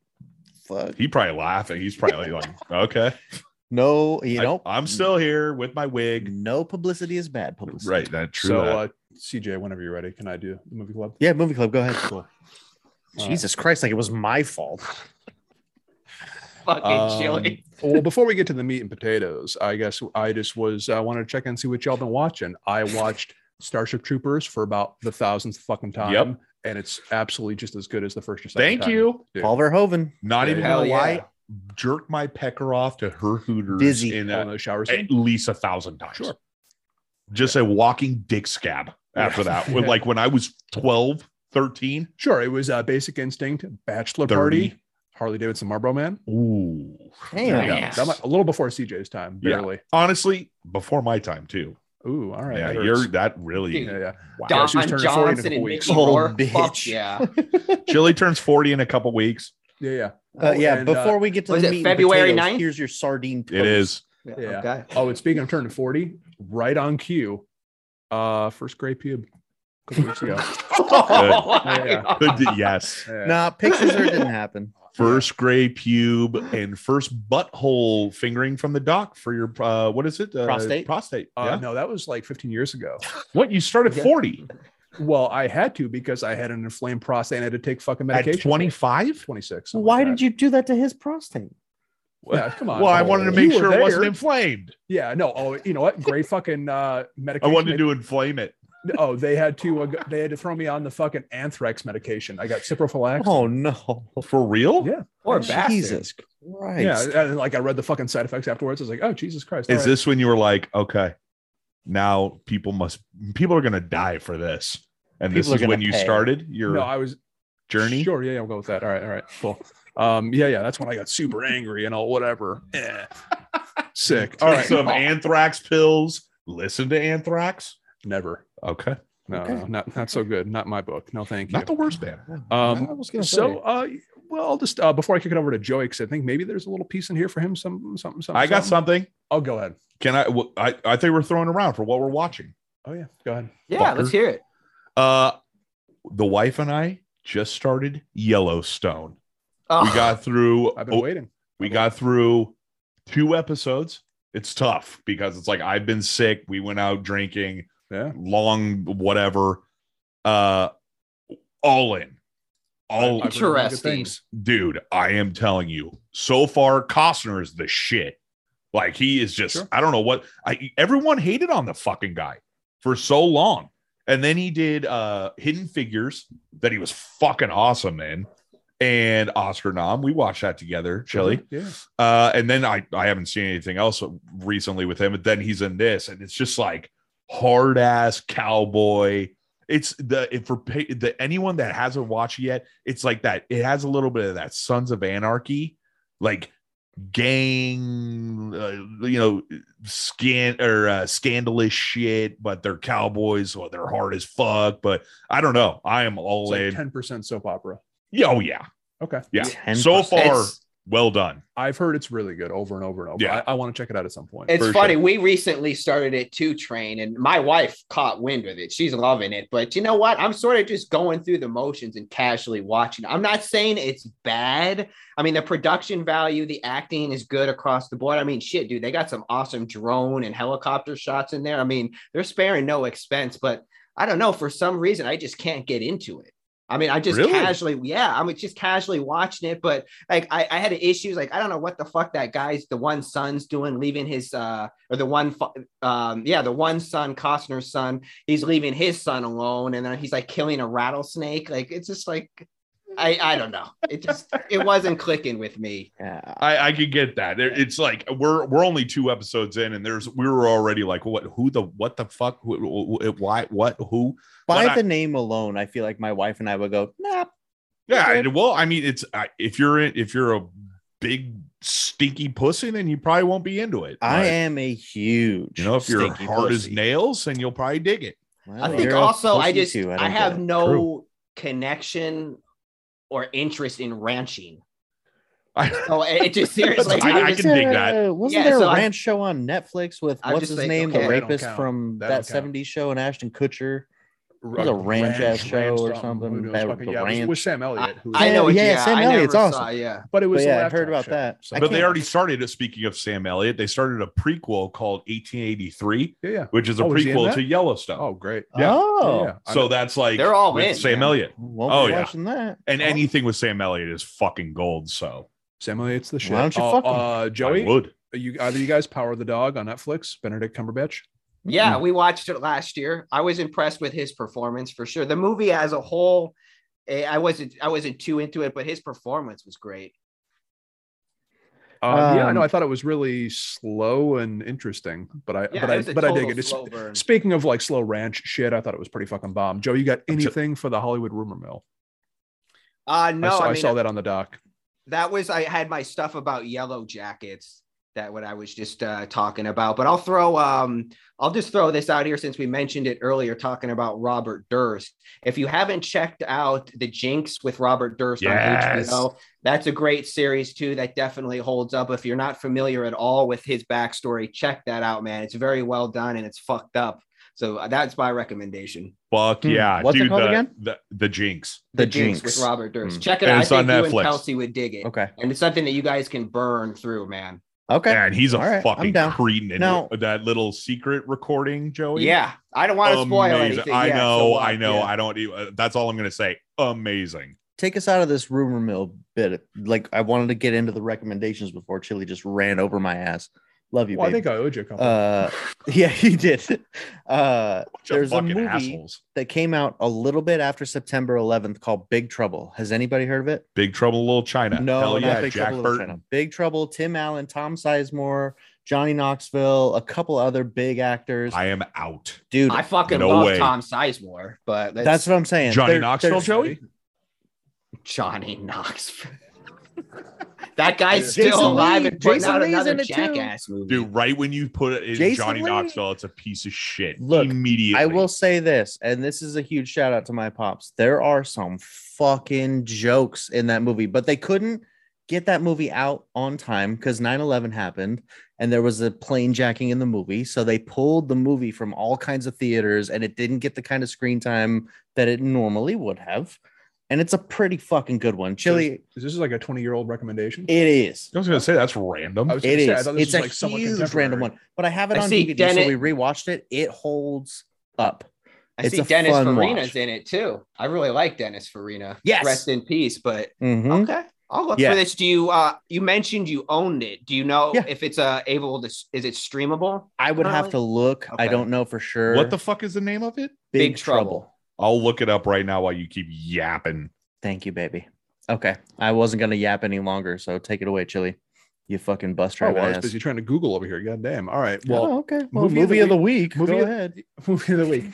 fuck. He probably laughing. He's probably like, okay. No, you I- know, I'm still here with my wig. no publicity is bad publicity. Right, that true. So, that. uh, CJ, whenever you're ready, can I do the movie club? Yeah, movie club. Go ahead. Uh, Jesus Christ, like it was my fault. Fucking Um, chili. well, before we get to the meat and potatoes, I guess I just was I wanted to check in and see what y'all been watching. I watched Starship Troopers for about the thousandth fucking time, Yep. and it's absolutely just as good as the first or second. Thank time. you. Dude. Paul Verhoeven. Uh, Not even Hell gonna yeah. lie. Jerk my pecker off to her hooters Dizzy. in Oh, a, no, shower scene? at least a thousand times. Sure. Just a walking dick scab after Yeah. [LAUGHS] that. When, like when I was 12, 13. Sure, it was uh, Basic Instinct, Bachelor 30. Party, Harley Davidson, Marlboro Man. Ooh. Damn. Yeah, that might- a little before CJ's time, Yeah. barely. Honestly, before my time too. Ooh, all right. yeah, that hurts. you're that really yeah, yeah. wow. Don she was turning 40 in a Johnson couple and weeks. Mickey Oh, Rourke. Fuck bitch. yeah. Chili turns 40 in a couple weeks. yeah, yeah. Uh, yeah, and, before we get to was the it meat and February potatoes, 9th? here's your sardine. [LAUGHS] It is. Yeah. Okay. oh, and speaking of turning forty, right on cue, uh, first gray pube, a couple [LAUGHS] weeks ago. Uh, Oh my Yeah. God. Good- yes. Yeah. [LAUGHS] Nah, pictures or it [LAUGHS] didn't happen. First gray pube and first butthole fingering from the doc for your uh what is it? Uh, Prostate? Prostate. Uh, yeah. No, that was like 15 years ago. What you started Yeah. 40 Well, I had to because I had an inflamed prostate and I had to take fucking medication. at 25? 26. Why did you do that to his [LAUGHS] prostate? Yeah, come on. Well, I wanted to You make were sure it wasn't there. inflamed. yeah, no. Oh, you know what? Great fucking uh, I medication. wanted to inflame it. [LAUGHS] Oh, they had to. Uh, they had to throw me on the fucking anthrax medication. I got ciprofloxacin. Oh no. For real? Yeah. Poor bastard. Jesus Christ. Yeah, and then, like I read the fucking side effects afterwards. I was like, oh Jesus Christ! Is all right. this when you were like, okay, now people must people are gonna die for this? People are And this is gonna when you pay. started your No, I was journey. Sure, yeah, yeah, I'll go with that. All right, all right, cool. Um, yeah, yeah, that's when I got super angry and all whatever. Eh. Sick. All right, Some anthrax pills. Listen to anthrax. never. Okay. No, Okay. no, not not so good. Not my book. No, thank you. Not the worst band. I Um, was gonna so, say. uh, well, I'll just uh, before I kick it over to Joey, because I think maybe there's a little piece in here for him. Some, something, something. I got something. something. Oh, go ahead. Can I, wh- I? I think we're throwing around for what we're watching. Oh yeah, go ahead. Yeah, let's Fucker. hear it. Uh, the wife and I just started Yellowstone. Oh, We got through. Ah, I've been oh, waiting. We got through two episodes. It's tough because it's like I've been sick. We went out drinking, Yeah, long whatever. Uh, all in, all I've heard really good Interesting. things. dude, I am telling you, so far Costner is the shit. Like he is just, Sure. I don't know what I everyone hated on the fucking guy for so long. And then he did uh Hidden Figures that he was fucking awesome in. And Oscar Nom, we watched that together, Chili. Yeah, Uh, and then I, I haven't seen anything else recently with him, but then he's in this, and it's just like hard ass cowboy. It's the if for pa- the anyone that hasn't watched yet, it's like that. It has a little bit of that Sons of Anarchy, like gang, uh, you know, scan or uh, scandalous shit. But they're cowboys, or they're hard as fuck. But I don't know. I am all it's like in. ten percent soap opera. Yeah, oh yeah, Okay, yeah. 10%. So far, It's- well done. I've heard it's really good over and over and over. Yeah. I, I want to check it out at some point. it's for funny. sure. We recently started it too train, and my wife caught wind with it. She's loving it, but you know what? I'm sort of just going through the motions and casually watching. I'm not saying it's bad. I mean, the production value, the acting is good across the board. I mean, shit, dude, they got some awesome drone and helicopter shots in there. I mean, they're sparing no expense, but I don't know. For some reason, I just can't get into it. I mean, I just Really? casually, yeah, I'm just casually watching it, but like I, I had issues. Like I don't know what the fuck that guy's the one son's doing, leaving his uh or the one fu- um yeah the one son Costner's son. He's leaving his son alone, and then he's like killing a rattlesnake. Like it's just like I I don't know. It just it wasn't clicking [LAUGHS] with me. Yeah. I, I could get that. There- It's like we're we're only two episodes in, and there's we were already like, what? Who the what the fuck? Who, who- who- why? What? Who? By But I- the name alone, I feel like my wife and I would go, nah, Yeah. Okay. I- well, I mean, it's I, if you're in, if you're a big stinky pussy, then you probably won't be into it. I But, am a huge. You know, if you're stinky hard as pussy." nails, then you'll probably dig it. [LAUGHS] Well, I think you're a also I pussy just too, I, don't have get it. no connection or interest in ranching. I, Oh, it, [LAUGHS] it just seriously. I- I'm I just- can dig that. Uh, wasn't Yeah, there so a I- ranch show on Netflix with I'm what's just his like, name, the okay. That don't rapist count. from That that don't count. 70s show and Ashton Kutcher? It was a ranch-ass show or something. That- the It was ranch. with Sam Elliott. who was- I know. Yeah, it, yeah, Sam I Elliott's never awesome. yeah. but it was. But a yeah, I laptop heard about show, that. so- I but they can't- already started. Speaking of Sam Elliott, they started a prequel called 1883, yeah, yeah. which is a Oh, is he in prequel that? to Yellowstone. Oh, great. Yeah. Oh, Yeah, I so know. that's like They're all with in, Sam man. Elliott, won't Oh, be yeah. watching that. and Oh. anything with Sam Elliott is fucking gold. So Sam Elliott's the shit. don't you Uh, fuck him? uh, Joey, I would. Are you either you guys power the dog on Netflix, Benedict Cumberbatch. Yeah, we watched it last year. I was impressed with his performance for sure. The movie as a whole, eh, I wasn't I wasn't too into it, but his performance was great. Um, yeah, I know. Um, I thought it was really slow and interesting, but I Yeah, but it I was a but I dig total it. It's- slow burn. speaking of like slow ranch shit, I thought it was pretty fucking bomb. Joe, you got I'm t- anything for the Hollywood rumor mill? Uh I no, saw, I, I mean saw that on the doc. that was I had my stuff about yellow jackets that what I was just uh, talking about. But I'll throw um I'll just throw this out here since we mentioned it earlier talking about Robert Durst. If you haven't checked out The Jinx with Robert Durst Yes. on HBO, that's a great series too that definitely holds up. If you're not familiar at all with his backstory, check that out, man. It's very well done and it's fucked up. So uh, that's my recommendation. Fuck Hmm. yeah. What's it called the, again? The, the Jinx. Hmm. The with Jinx. Robert Durst. Mm. Check it And out. it's I on think you Netflix. and Kelsey would dig it. Okay. And it's something that you guys can burn through, man. Okay. And he's a All right, I'm fucking down. cretin. in Now- that little secret recording, Oh, Joey. Yeah, I don't want to spoil Amazing. anything. I Yeah, know. so what? I know. Yeah. I don't. e- uh, That's all I'm gonna say. Amazing. Take us out of this rumor mill bit. Like I wanted to get into the recommendations before Chili just ran over my ass. Love you, Well, I babe. think I owed you a couple. uh, [LAUGHS] yeah, he did. Uh, Bunch of there's a fucking movie- assholes. that came out a little bit after September 11th called Big Trouble. Has anybody heard of it? Big Trouble in Little China. No, Hell not yeah, Big Jack Trouble in Little Burton. China. Big Trouble, Tim Allen, Tom Sizemore, Johnny Knoxville, a couple other big actors. I am out. Dude, I fucking No love way. Tom Sizemore, but that's, that's what I'm saying. Johnny There- Knoxville, there's- Joey. Johnny Knoxville. [LAUGHS] that guy's Jason still alive Lee- and putting Jason out Lee's another in it too. jackass movie. Dude, right when you put it in Jason Johnny Lee? Knoxville, it's a piece of shit. Look, immediately. I will say this, and this is a huge shout out to my pops. There are some fucking jokes in that movie, but they couldn't get that movie out on time because 9 11 happened and there was a plane jacking in the movie. So they pulled the movie from all kinds of theaters and it didn't get the kind of screen time that it normally would have. And it's a pretty fucking good one. Chili, Is this like a 20 year old recommendation? it is. I was gonna say that's random. I was gonna It say, I is. thought this It's was, a like, somewhat huge contemporary. random one, but I have it I on see DVD, so Dennis- we rewatched it. It holds up. I it's see a Dennis fun Farina's watch. in it too. I really like Dennis Farina. Yes. Rest in peace. But Mhm. okay. I'll look Yeah. for this. Do you uh you mentioned you owned it? Do you know Yeah. if it's uh able to s- is it streamable? I would have currently? to look. I Okay. don't know for sure. What the fuck is the name of it? big, Big trouble. Trouble. I'll look it up right now while you keep yapping. Thank you, baby. Okay, I wasn't gonna yap any longer, so take it away, Chili. You fucking bus Oh, driver. well, I was ass. busy trying to Google over here. God damn. All right. Oh, Well, okay. Well, movie movie, of the of the week. movie Go of- ahead. [LAUGHS] movie of the week.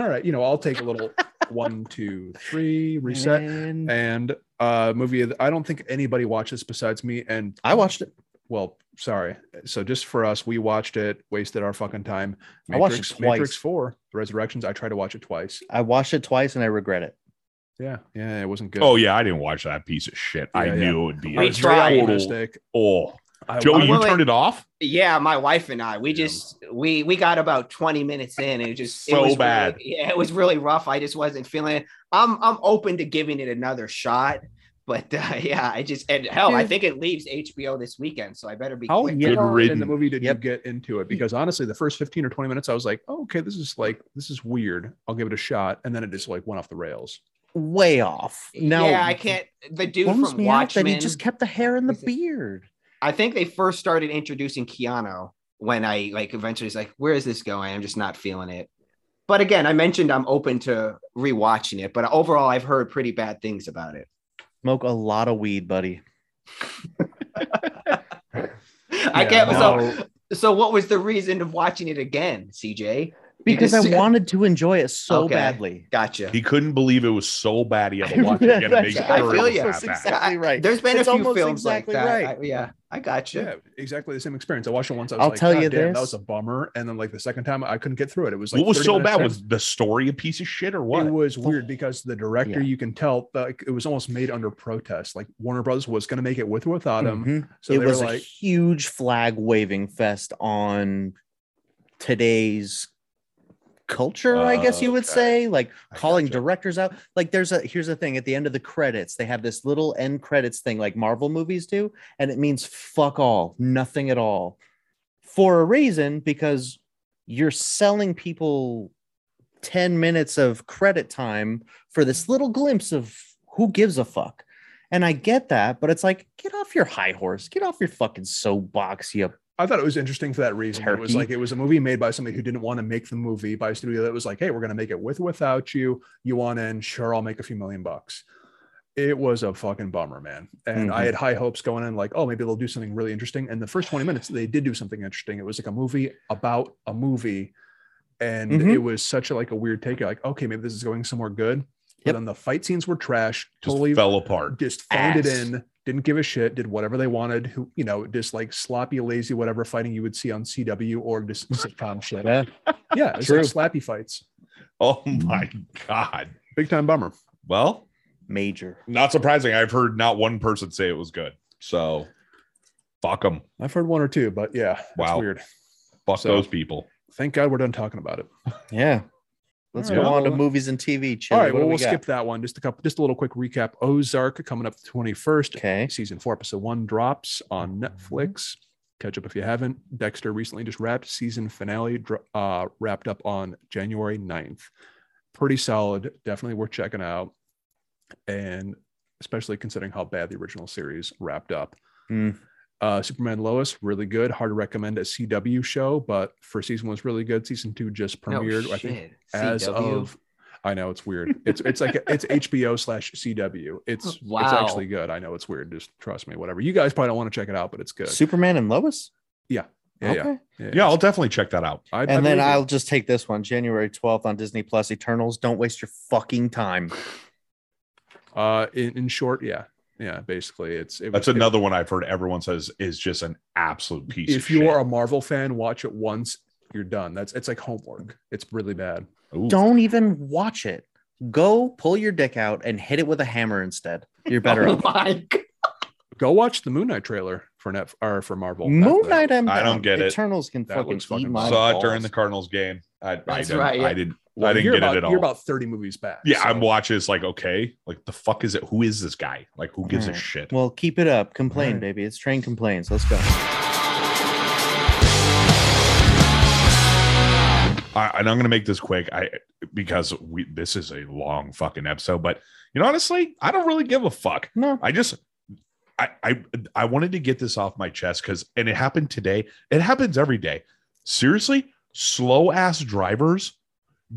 All right. You know, I'll take a little one, two, [LAUGHS] three, reset. And And uh movie of the, I don't think anybody watches besides me. And I watched it. well, sorry. So just for us, we watched it, wasted our fucking time. I watched it twice. Matrix Four, The Resurrections. I tried to watch it twice. I watched it twice and I regret it. Yeah, yeah, it wasn't good. Oh yeah, I didn't watch that piece of shit. I Yeah, yeah. knew it would be I a We was very tried. total. optimistic. Oh, I- Joey, I you was- willing- turned it off. Yeah, my wife and I, we Yeah. just we we got about 20 minutes in and it just So it was bad. Really, yeah, it was really rough. I just wasn't feeling it. I'm I'm open to giving it another shot, but uh, [LAUGHS] yeah, I just and hell, I Dude. think it leaves HBO this weekend, so I better be how quick. Oh, good in the riddance. movie did Yep. you get into it? Because honestly, the first 15 or 20 minutes, I was like, oh, okay, this is like this is weird. I'll give it a shot. And then it just like went off the rails. Way off. No, yeah, I can't. The dude Bums from me out that Watchmen. he just kept the hair and the Is it- beard. I think they first started introducing Keanu when I like eventually was like, where is this going? I'm just not feeling it. But again, I mentioned I'm open to rewatching it, but overall, I've heard pretty bad things about it. [LAUGHS] Smoke a lot of weed, buddy. I Yeah, can't. no. So, so what was the reason of watching it again, CJ? Because I just- [LAUGHS] wanted to enjoy it so Okay. badly. Gotcha. He couldn't believe it was so bad he had [LAUGHS] to watch it again to make That's- sure I feel it was ya. that bad. Exactly right. There's been It's a few almost films exactly like that. right. I- yeah, I gotcha. Yeah, exactly the same experience. I watched it once. I was I'll like, tell "God you damn, that this." was a bummer. And then like the second time, I couldn't get through it. It was like what was 30 so minutes bad? in. Was the story a piece of shit or what? It was weird because the director, Yeah. you can tell, like it was almost made under protest. Like Warner Brothers was going to make it with or without him. Mhm. So it they was were a like, huge flag waving fest on today's culture i Oh, guess you would Okay. say like I calling gotcha. directors out like there's a here's the thing at the end of the credits they have this little end credits thing like marvel movies do and it means fuck all nothing at all for a reason because you're selling people 10 minutes of credit time for this little glimpse of who gives a fuck. And I get that, but it's like, get off your high horse, get off your fucking soapbox, you. I thought it was interesting for that reason. It was Turkey. like it was a movie made by somebody who didn't want to make the movie by a studio that was like, hey, we're going to make it with or without you. You want in? Sure, I'll make a few million bucks. It was a fucking bummer, man. And I Mhm. had high hopes going in, like, oh, maybe they'll do something really interesting. And the first 20 minutes, they did do something interesting. It was like a movie about a movie. And Mhm. it was such a like a weird take. You're Like, okay, maybe this is going somewhere good. But Yep. then the fight scenes were trash. Just Totally fell apart. [LAUGHS] just phoned it ass. in, didn't give a shit, did whatever they wanted, who you know, just like sloppy, lazy, whatever fighting you would see on CW or [LAUGHS] just sitcom shit. Yeah. Yeah, it's True. like slappy fights. Oh Mm. my god. Big time bummer. Well, Major. not surprising. I've heard not one person say it was good. So fuck them. I've heard one or two, but yeah, it's Wow. weird. Fuck So- those people. Thank God we're done talking about it. Yeah. Let's All go right, on to well, movies and TV. All Chili. right, What well, do we'll we got? skip that one. Just a couple, just a little quick recap. Ozark coming up the 21st. Okay. Season four, episode one drops on Netflix. Catch up if you haven't. Dexter recently just wrapped season finale, dr- uh, wrapped up on January 9th. Pretty solid. Definitely worth checking out. And especially considering how bad the original series wrapped up. Hmm. Uh, Superman Lois, really good. Hard to recommend a CW show, but for season one, it's really good. Season two just premiered, I think, [LAUGHS] as of. I know it's weird. It's it's like it's HBO slash CW. It's it's Wow. actually good. I know it's weird. Just trust me. Whatever. You guys probably don't want to check it out, but it's good. Superman and Lois. Yeah, yeah, Okay. yeah. Yeah, I'll definitely check that out. I- I And believe then you. I'll just take this one January 12th on Disney Plus Eternals. Don't waste your fucking time. Uh, in, in short, yeah, yeah. Basically, it's it That's was- another one I've heard everyone says is just an absolute piece. If you are a Marvel fan, watch it once. You're done. That's it's like homework. It's really bad. are, Ooh, Don't even watch it. Go pull your dick out and hit it with a hammer instead. You're better Oh off. [LAUGHS] my God. Go watch the Moon Knight trailer for net or for Marvel. Moon Knight, I'm I don't down. get it. Eternals can That fucking, looks fucking eat my saw it balls. during the Cardinals game. I, I That's didn't, right, yeah. I didn't. uh, Well, I didn't you're get about- it at all. You're about thirty movies back. yeah, so- I'm watching. It's like okay, like the fuck is it? Who is this guy? Like who gives a Alright. shit? Well, keep it up. Complain, Alright. baby. It's train complaints. Let's go. I, and I'm gonna make this quick. I because we this is a long fucking episode, but you know honestly, I don't really give a fuck. No. I just I I I wanted to get this off my chest because and it happened today. It happens every day. Seriously, slow ass drivers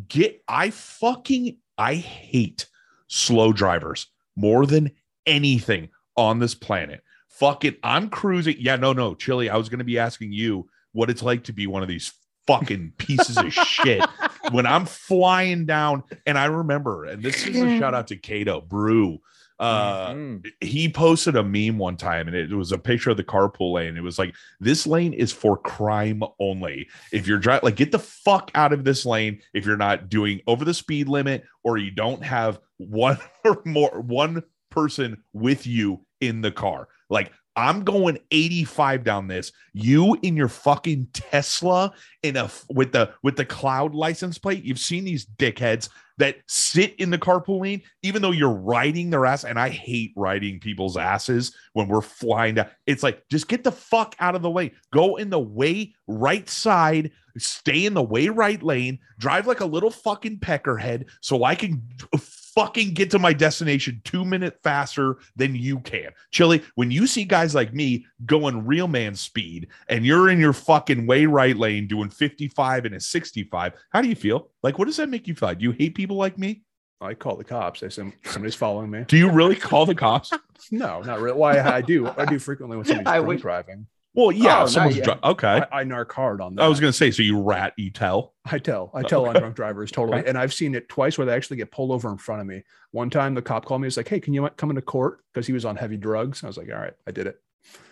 get I fucking I hate slow drivers more than anything on this planet. Fucking I'm cruising. Yeah, no, no, Chili. I was gonna be asking you what it's like to be one of these fucking pieces of shit when I'm flying down. And I remember, and this is a shout out to Kato Brew. Uh, Mhm. he posted a meme one time and it was a picture of the carpool lane. It was like, this lane is for crime only. If you're driving, like, get the fuck out of this lane if you're not doing over the speed limit or you don't have one [LAUGHS] or more, one person with you in the car. Like, I'm going 85 down this. You in your fucking Tesla in a f- with the with the cloud license plate. You've seen these dickheads that sit in the carpool lane, even though you're riding their ass. And I hate riding people's asses when we're flying down. It's like, just get the fuck out of the way. Go in the way right side, stay in the way right lane, drive like a little fucking peckerhead so I can fucking get to my destination two minutes faster than you can. Chili, when you see guys like me going real man speed and you're in your fucking way right lane doing 55 and a 65, how do you feel? Like, what does that make you feel? Do you hate people like me? I call the cops. I said somebody's following me. Do you really call the cops? No, not really. Why I do. I do frequently when somebody's I drunk wish- driving. Well, yeah, Oh, not someone's yet. dri- okay. I, I narc hard on that. I was gonna say, so you rat, you tell. I tell, I tell on drunk drivers totally, Okay. and I've seen it twice where they actually get pulled over in front of me. One time, the cop called me. He's like, "Hey, can you come into court?" Because he was on heavy drugs. I was like, "All right, I did it."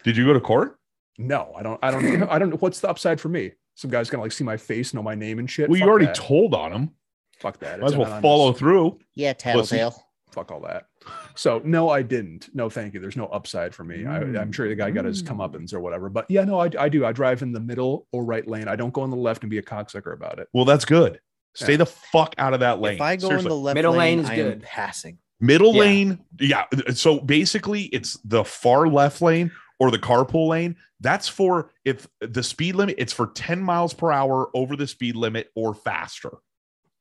Did you go to court? No, I don't. I don't. I don't. know What's the upside for me? Some guy's gonna like see my face, know my name and shit. Well, you Fuck already that. told on him. Fuck that. Might as It's well anonymous. follow through. Yeah, Pussy. Tattletale. Fuck all that. So no, I didn't. No, thank you. There's no upside for me. I, I'm sure the guy got his comeuppance or whatever. But yeah, no, I, I do. I drive in the middle or right lane. I don't go on the left and be a cocksucker about it. Well, that's good. Stay Yeah. the fuck out of that lane. If I go Seriously. in the left Middle lane, lane's I am good. passing. middle Yeah. lane yeah so basically it's the far left lane or the carpool lane that's for if the speed limit it's for 10 miles per hour over the speed limit or faster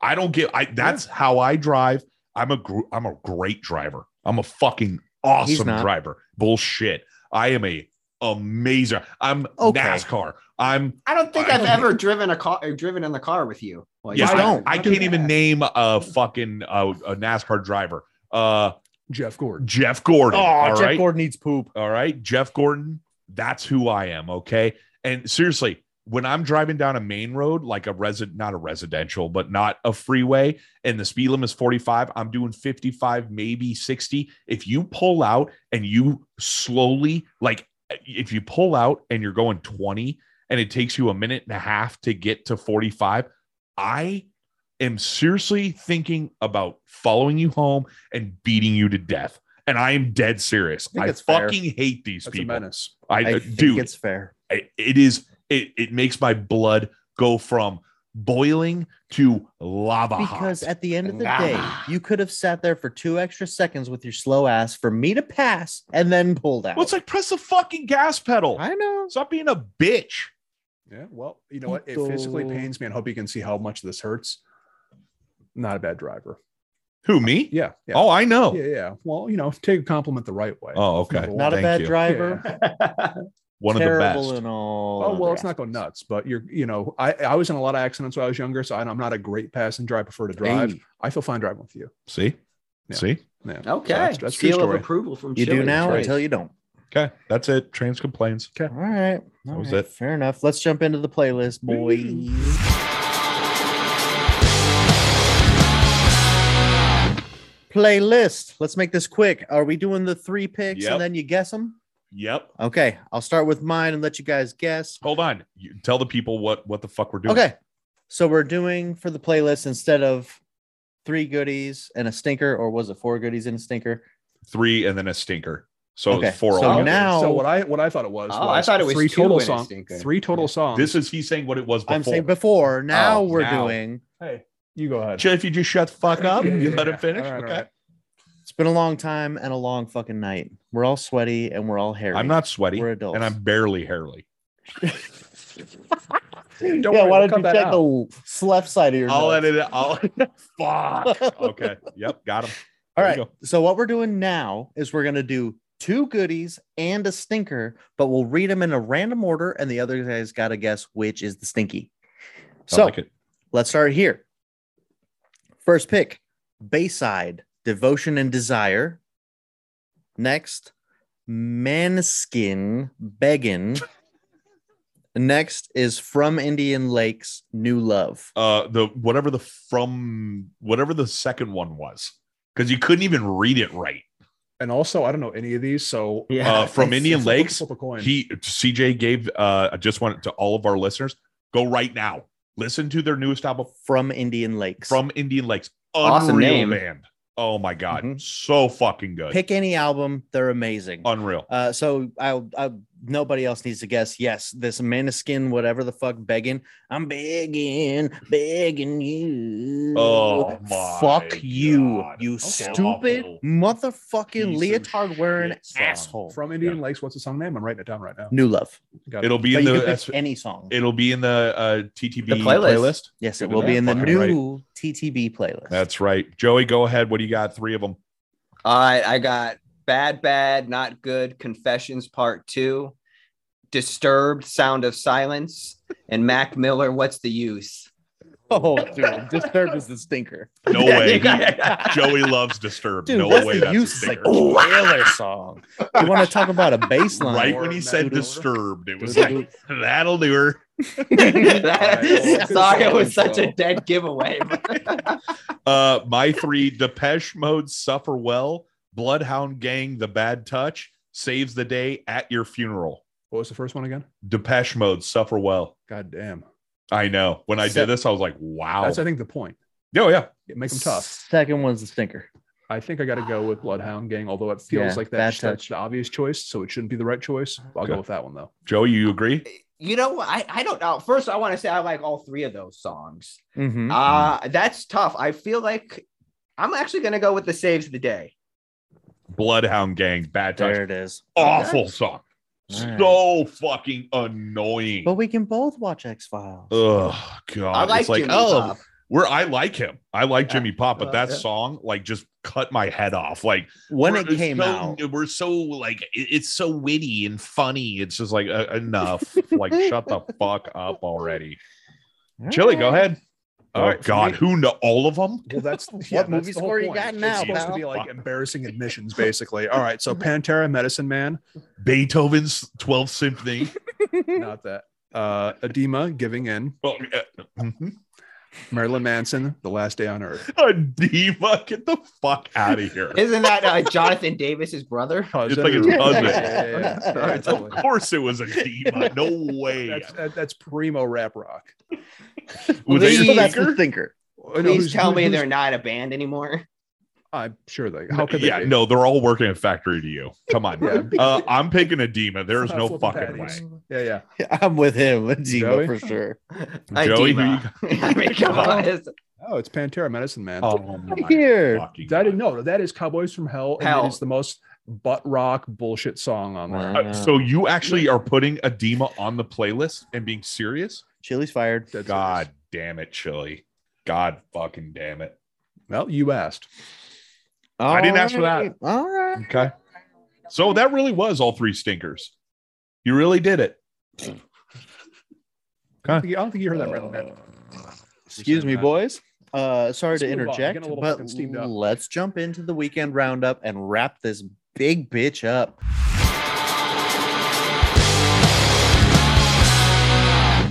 i don't get i that's how i drive i'm a gr- i'm a great driver i'm a fucking awesome not. driver bullshit i am a amazing i'm Okay. nascar i'm I don't think I I've don't- ever driven a car or driven in the car with you. Well, yeah, you I, don't. I Not can't bad. even name a fucking uh, a nascar driver uh Jeff Gordon. jeff gordon all Jeff right? Gordon needs poop. All right. Jeff Gordon, that's who I am. Okay. And seriously, when I'm driving down a main road, like a resident, not a residential, but not a freeway, and the speed limit is 45, I'm doing 55, maybe 60. If you pull out and you slowly, like if you pull out and you're going 20 and it takes you a minute and a half to get to 45, I am seriously thinking about following you home and beating you to death. And I am dead serious. think I, it's fair. fucking hate these That's a people. menace. I, I uh, think dude, it's fair. I- it is it, it makes my blood go from boiling to lava hot. Because at the end of the Nah. day, you could have sat there for two extra seconds with your slow ass for me to pass and then pulled out. well, it's like press the fucking gas pedal. I know. Stop being a bitch. Yeah. Well, you know what? It physically Tito. pains me, and hope you can see how much this hurts. Not a bad driver. Who me? Yeah. Yeah. Oh, I know. Yeah. Yeah. Well, you know, take a compliment the right way. Oh, okay. Number one. Not a Thank bad you. driver. Yeah. one of the terrible best. in all. Oh well, other it's not go aspects. nuts, but you're you know I I was in a lot of accidents when I was younger, so I, I'm not a great passenger. I prefer to drive. Hey, I feel fine driving with you. See, Yeah. see, Yeah. So Okay. that's, that's true Seal of story. approval from you Chili. do now Right. until you don't. okay, that's it. Trans complaints. Okay. All right. That was All right. it. Fair enough. Let's jump into the playlist, boys. Playlist. Let's make this quick. Are we doing the three picks Yep. and then you guess them? Yep. Okay. I'll start with mine and let you guys guess. Hold on. You, tell the people what what the fuck we're doing. Okay. So we're doing for the playlist instead of three goodies and a stinker, or was it four goodies and a stinker? Three and then a stinker. So Okay. it's four So altogether. now- Oh, so what I what I thought it was. Oh, I thought it was three two total in a songs. stinker. Three total Yeah. songs. this is he's saying what it was before. I'm saying before. Now Oh, we're now. doing. hey, you go ahead. Shit, if you just shut the fuck [LAUGHS] up, Yeah, you yeah, let yeah. him finish. All right, all okay. right. It's been a long time and a long fucking night. We're all sweaty and we're all hairy. I'm not sweaty, We're adults. and I'm barely hairly. Don't yeah, worry, why don't we'll cut you that check out. the s- left side of your I'll notes? edit it. I'll [LAUGHS] [LAUGHS] fuck. Okay. Yep. Got him. All There you right. go. So what we're doing now is we're gonna do two goodies and a stinker, but we'll read them in a random order, and the other guys gotta guess which is the stinky. I So like it. let's start here. First pick: Bayside, Devotion and Desire. Next, Manskin Beggin. Next is From Indian Lakes, New Love. Uh, the whatever the from whatever the second one was, because you couldn't even read it right. And also, I don't know any of these, so Yeah. [LAUGHS] Uh, from Let's- Indian let's Lakes, flip a coin. he CJ gave. Uh, I just wanted to all of our listeners go right now. Listen to their newest album From Indian Lakes. from Indian Lakes. Unreal Awesome name. band. Oh my god, Mhm. so fucking good. pick any album, they're amazing. Unreal. Uh, so I'll, I'll nobody else needs to guess. Yes, this Maniskin, whatever the fuck, begging. I'm begging, begging you. Oh my fuck you, God. you Okay. stupid Awful motherfucking piece of leotard wearing shit song. asshole. from Indian Lakes. What's the song name? I'm writing it down right now. New Love. Got it. It'll be But in you the. can that's- pick any song. It'll be in the uh, TTB The playlist. playlist. yes, it Good will be enough. in the Fucking right. new TTB playlist. That's right. Joey, go ahead. What do you got? Three of them. All right, I got Bad Bad Not Good Confessions Part 2, Disturbed Sound of Silence, and Mac Miller What's the Use? [LAUGHS] oh, dude, Disturbed is the stinker. [LAUGHS] No Yeah, [LAUGHS] way. you got- Joey loves Disturbed. Dude, no what's way. the That's a use? It's like sticker. killer song. You want to talk about a bass line? [LAUGHS] right when he said Doodle. Disturbed, it was like that'll do her. well, Sorry, it was good song, such a dead giveaway. [LAUGHS] Uh, my three: Depeche Mode, Suffer Well, Bloodhound Gang, The Bad Touch, Saves the Day at Your Funeral. What was the first one again? Depeche Mode, Suffer Well. God damn. I know. When I Se- did this, I was like, "Wow." That's I think the point. oh yeah. It makes them tough. Second one's the stinker. I think I got to go with Bloodhound Gang, although it feels Yeah, like bad that, touch. that's the obvious choice, so it shouldn't be the right choice. I'll Okay. go with that one though. Joey, you agree? you know, what? I, I don't know. First, I want to say I like all three of those songs. Mhm. Mm-hmm. Uh, that's tough. I feel like I'm actually going to go with the Saves the Day. Bloodhound Gang, Bad Touch. There it is. Awful song. Alright. So fucking annoying. But we can both watch X Files. Oh god! I like, it's like Jimmy oh, Pop. where I like him, I like Jimmy Pop, but uh, that yeah. song like just cut my head off. Like When we're it came so- out, we're so like it- it's so witty and funny. It's just like uh, enough. [LAUGHS] like shut the fuck up already. Chili, go ahead. All oh right, for god, me- who know all of them? Well, that's What movie score you got now, It's supposed pal? to be like embarrassing admissions, basically. All right, so Pantera, Medicine Man, Beethoven's 12th [LAUGHS] Symphony. not that. Uh, Edema, Giving In, Well, uh, [LAUGHS] mhm. Marilyn Manson, The Last Day on Earth. a diva, get the fuck out of here. Isn't that uh, Jonathan Davis's [LAUGHS] brother? Cousin like his or- cousin. yeah, of totally. course, it was a diva. No way. [LAUGHS] That's, that, that's primo rap rock. Was it Please. so that's the Stinker? thinker. Oh, no, Please who's- tell who- me who's- they're not a band anymore. I'm sure they. How could they? yeah, be? no, they're all working at factory to you. Come on. [LAUGHS] Yeah. Uh, I'm picking edema. There is no Flipping fucking patties. way. Yeah, yeah. [LAUGHS] I'm with him, Joey? Diva for sure. I Joey, do who not. [LAUGHS] I mean, come on. it's- Oh, it's Pantera, Medicine Man. Oh. my Here. fucking I didn't know that is Cowboys from Hell. and Hell. It is the most butt rock bullshit song on there. God. Uh, so you actually are putting edema on the playlist and being serious? Chili's fired. That's God damn it, Chili. God fucking damn it. it. Well, you asked. I didn't ask for that. All right. Okay. So that really was all three stinkers. You really did it. I don't think, you- I don't think you heard that right on that. Excuse me, that. boys. Uh, sorry Let's to move on. We're interject, getting a little but fucking steamed up. let's jump into the weekend roundup and wrap this big bitch up.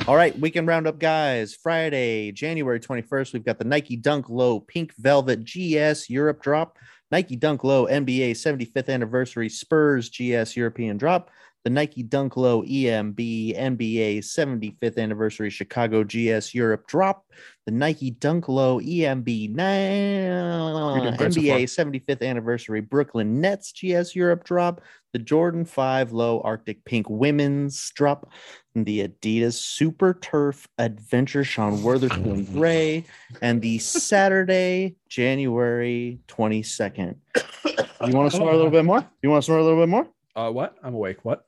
All right, weekend roundup, guys. Friday, January 21st, we've got the Nike Dunk Low Pink Velvet GS Europe drop, Nike Dunk Low NBA 75th Anniversary Spurs GS European drop, the Nike Dunk Low E EMB NBA 75th Anniversary Chicago GS Europe drop, the Nike Dunk Low E EMB You're now doing great so far. NBA 75th anniversary Brooklyn Nets GS Europe drop, the Jordan 5 Low Arctic Pink Women's drop, and the Adidas Super Turf Adventure Sean Worthington Gray, and the Saturday, January 22nd. You want to snore a little bit more? You want to snore a little bit more? Uh, what? I'm awake. What?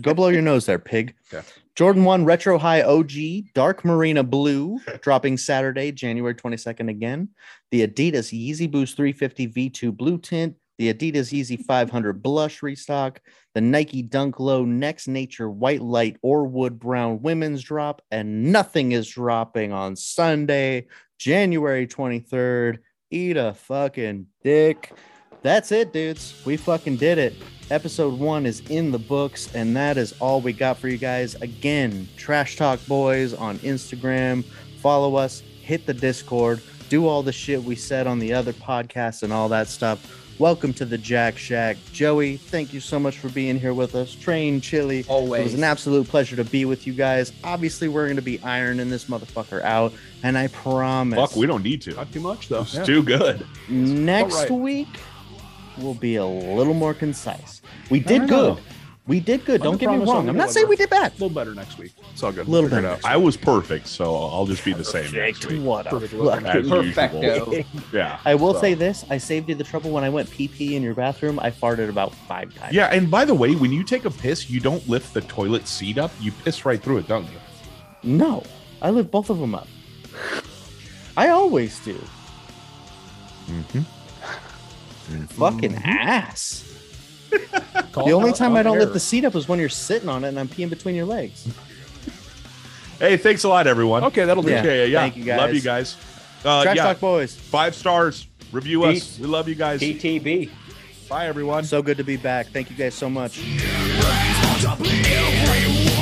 Go blow your nose there, pig. Yeah. Jordan 1 Retro High OG Dark Marina Blue dropping Saturday, January 22nd again. The Adidas Yeezy Boost 350 V2 Blue Tint, the Adidas Yeezy 500 Blush restock, the Nike Dunk Low Next Nature White Light or Wood Brown Women's drop, and nothing is dropping on Sunday, January 23rd. Eat a fucking dick. That's it, dudes. We fucking did it. Episode one is in the books, and that is all we got for you guys. Again, Trash Talk Boys on Instagram. Follow us, hit the Discord, do all the shit we said on the other podcasts and all that stuff. Welcome to the Jack Shack. Joey, thank you so much for being here with us. Train Chili. Always. It was an absolute pleasure to be with you guys. Obviously, we're going to be ironing this motherfucker out, and I promise. Fuck, we don't need to. Not too much though. It's too good. Next Alright. week will be a little more concise. We I did don't good. know. We did good. I Don't can get me promise I'll wrong. I'm not deliver. saying we did bad. A little better next week. It's all good. Little Figure it better. out. I was perfect, so I'll just be the same next week. What a Perfect. fuck. As usual. Perfecto. Yeah. I will So- say this: I saved you the trouble when I went PP in your bathroom. I farted about five times. Yeah, and by the way, when you take a piss, you don't lift the toilet seat up. You piss right through it, don't you? No, I lift both of them up. I always do. Mm-hmm. Fucking ass. Call The only out time on I don't air. lift the seat up is when you're sitting on it and I'm peeing between your legs. Hey, thanks a lot, everyone. Okay, that'll do. Yeah. it. Okay, yeah. Thank you, guys. Love you guys. Uh, Trash yeah, Talk Boys. five stars. Review us. Peace. We love you guys. TTB. Bye, everyone. So good to be back. Thank you guys so much. Everyone.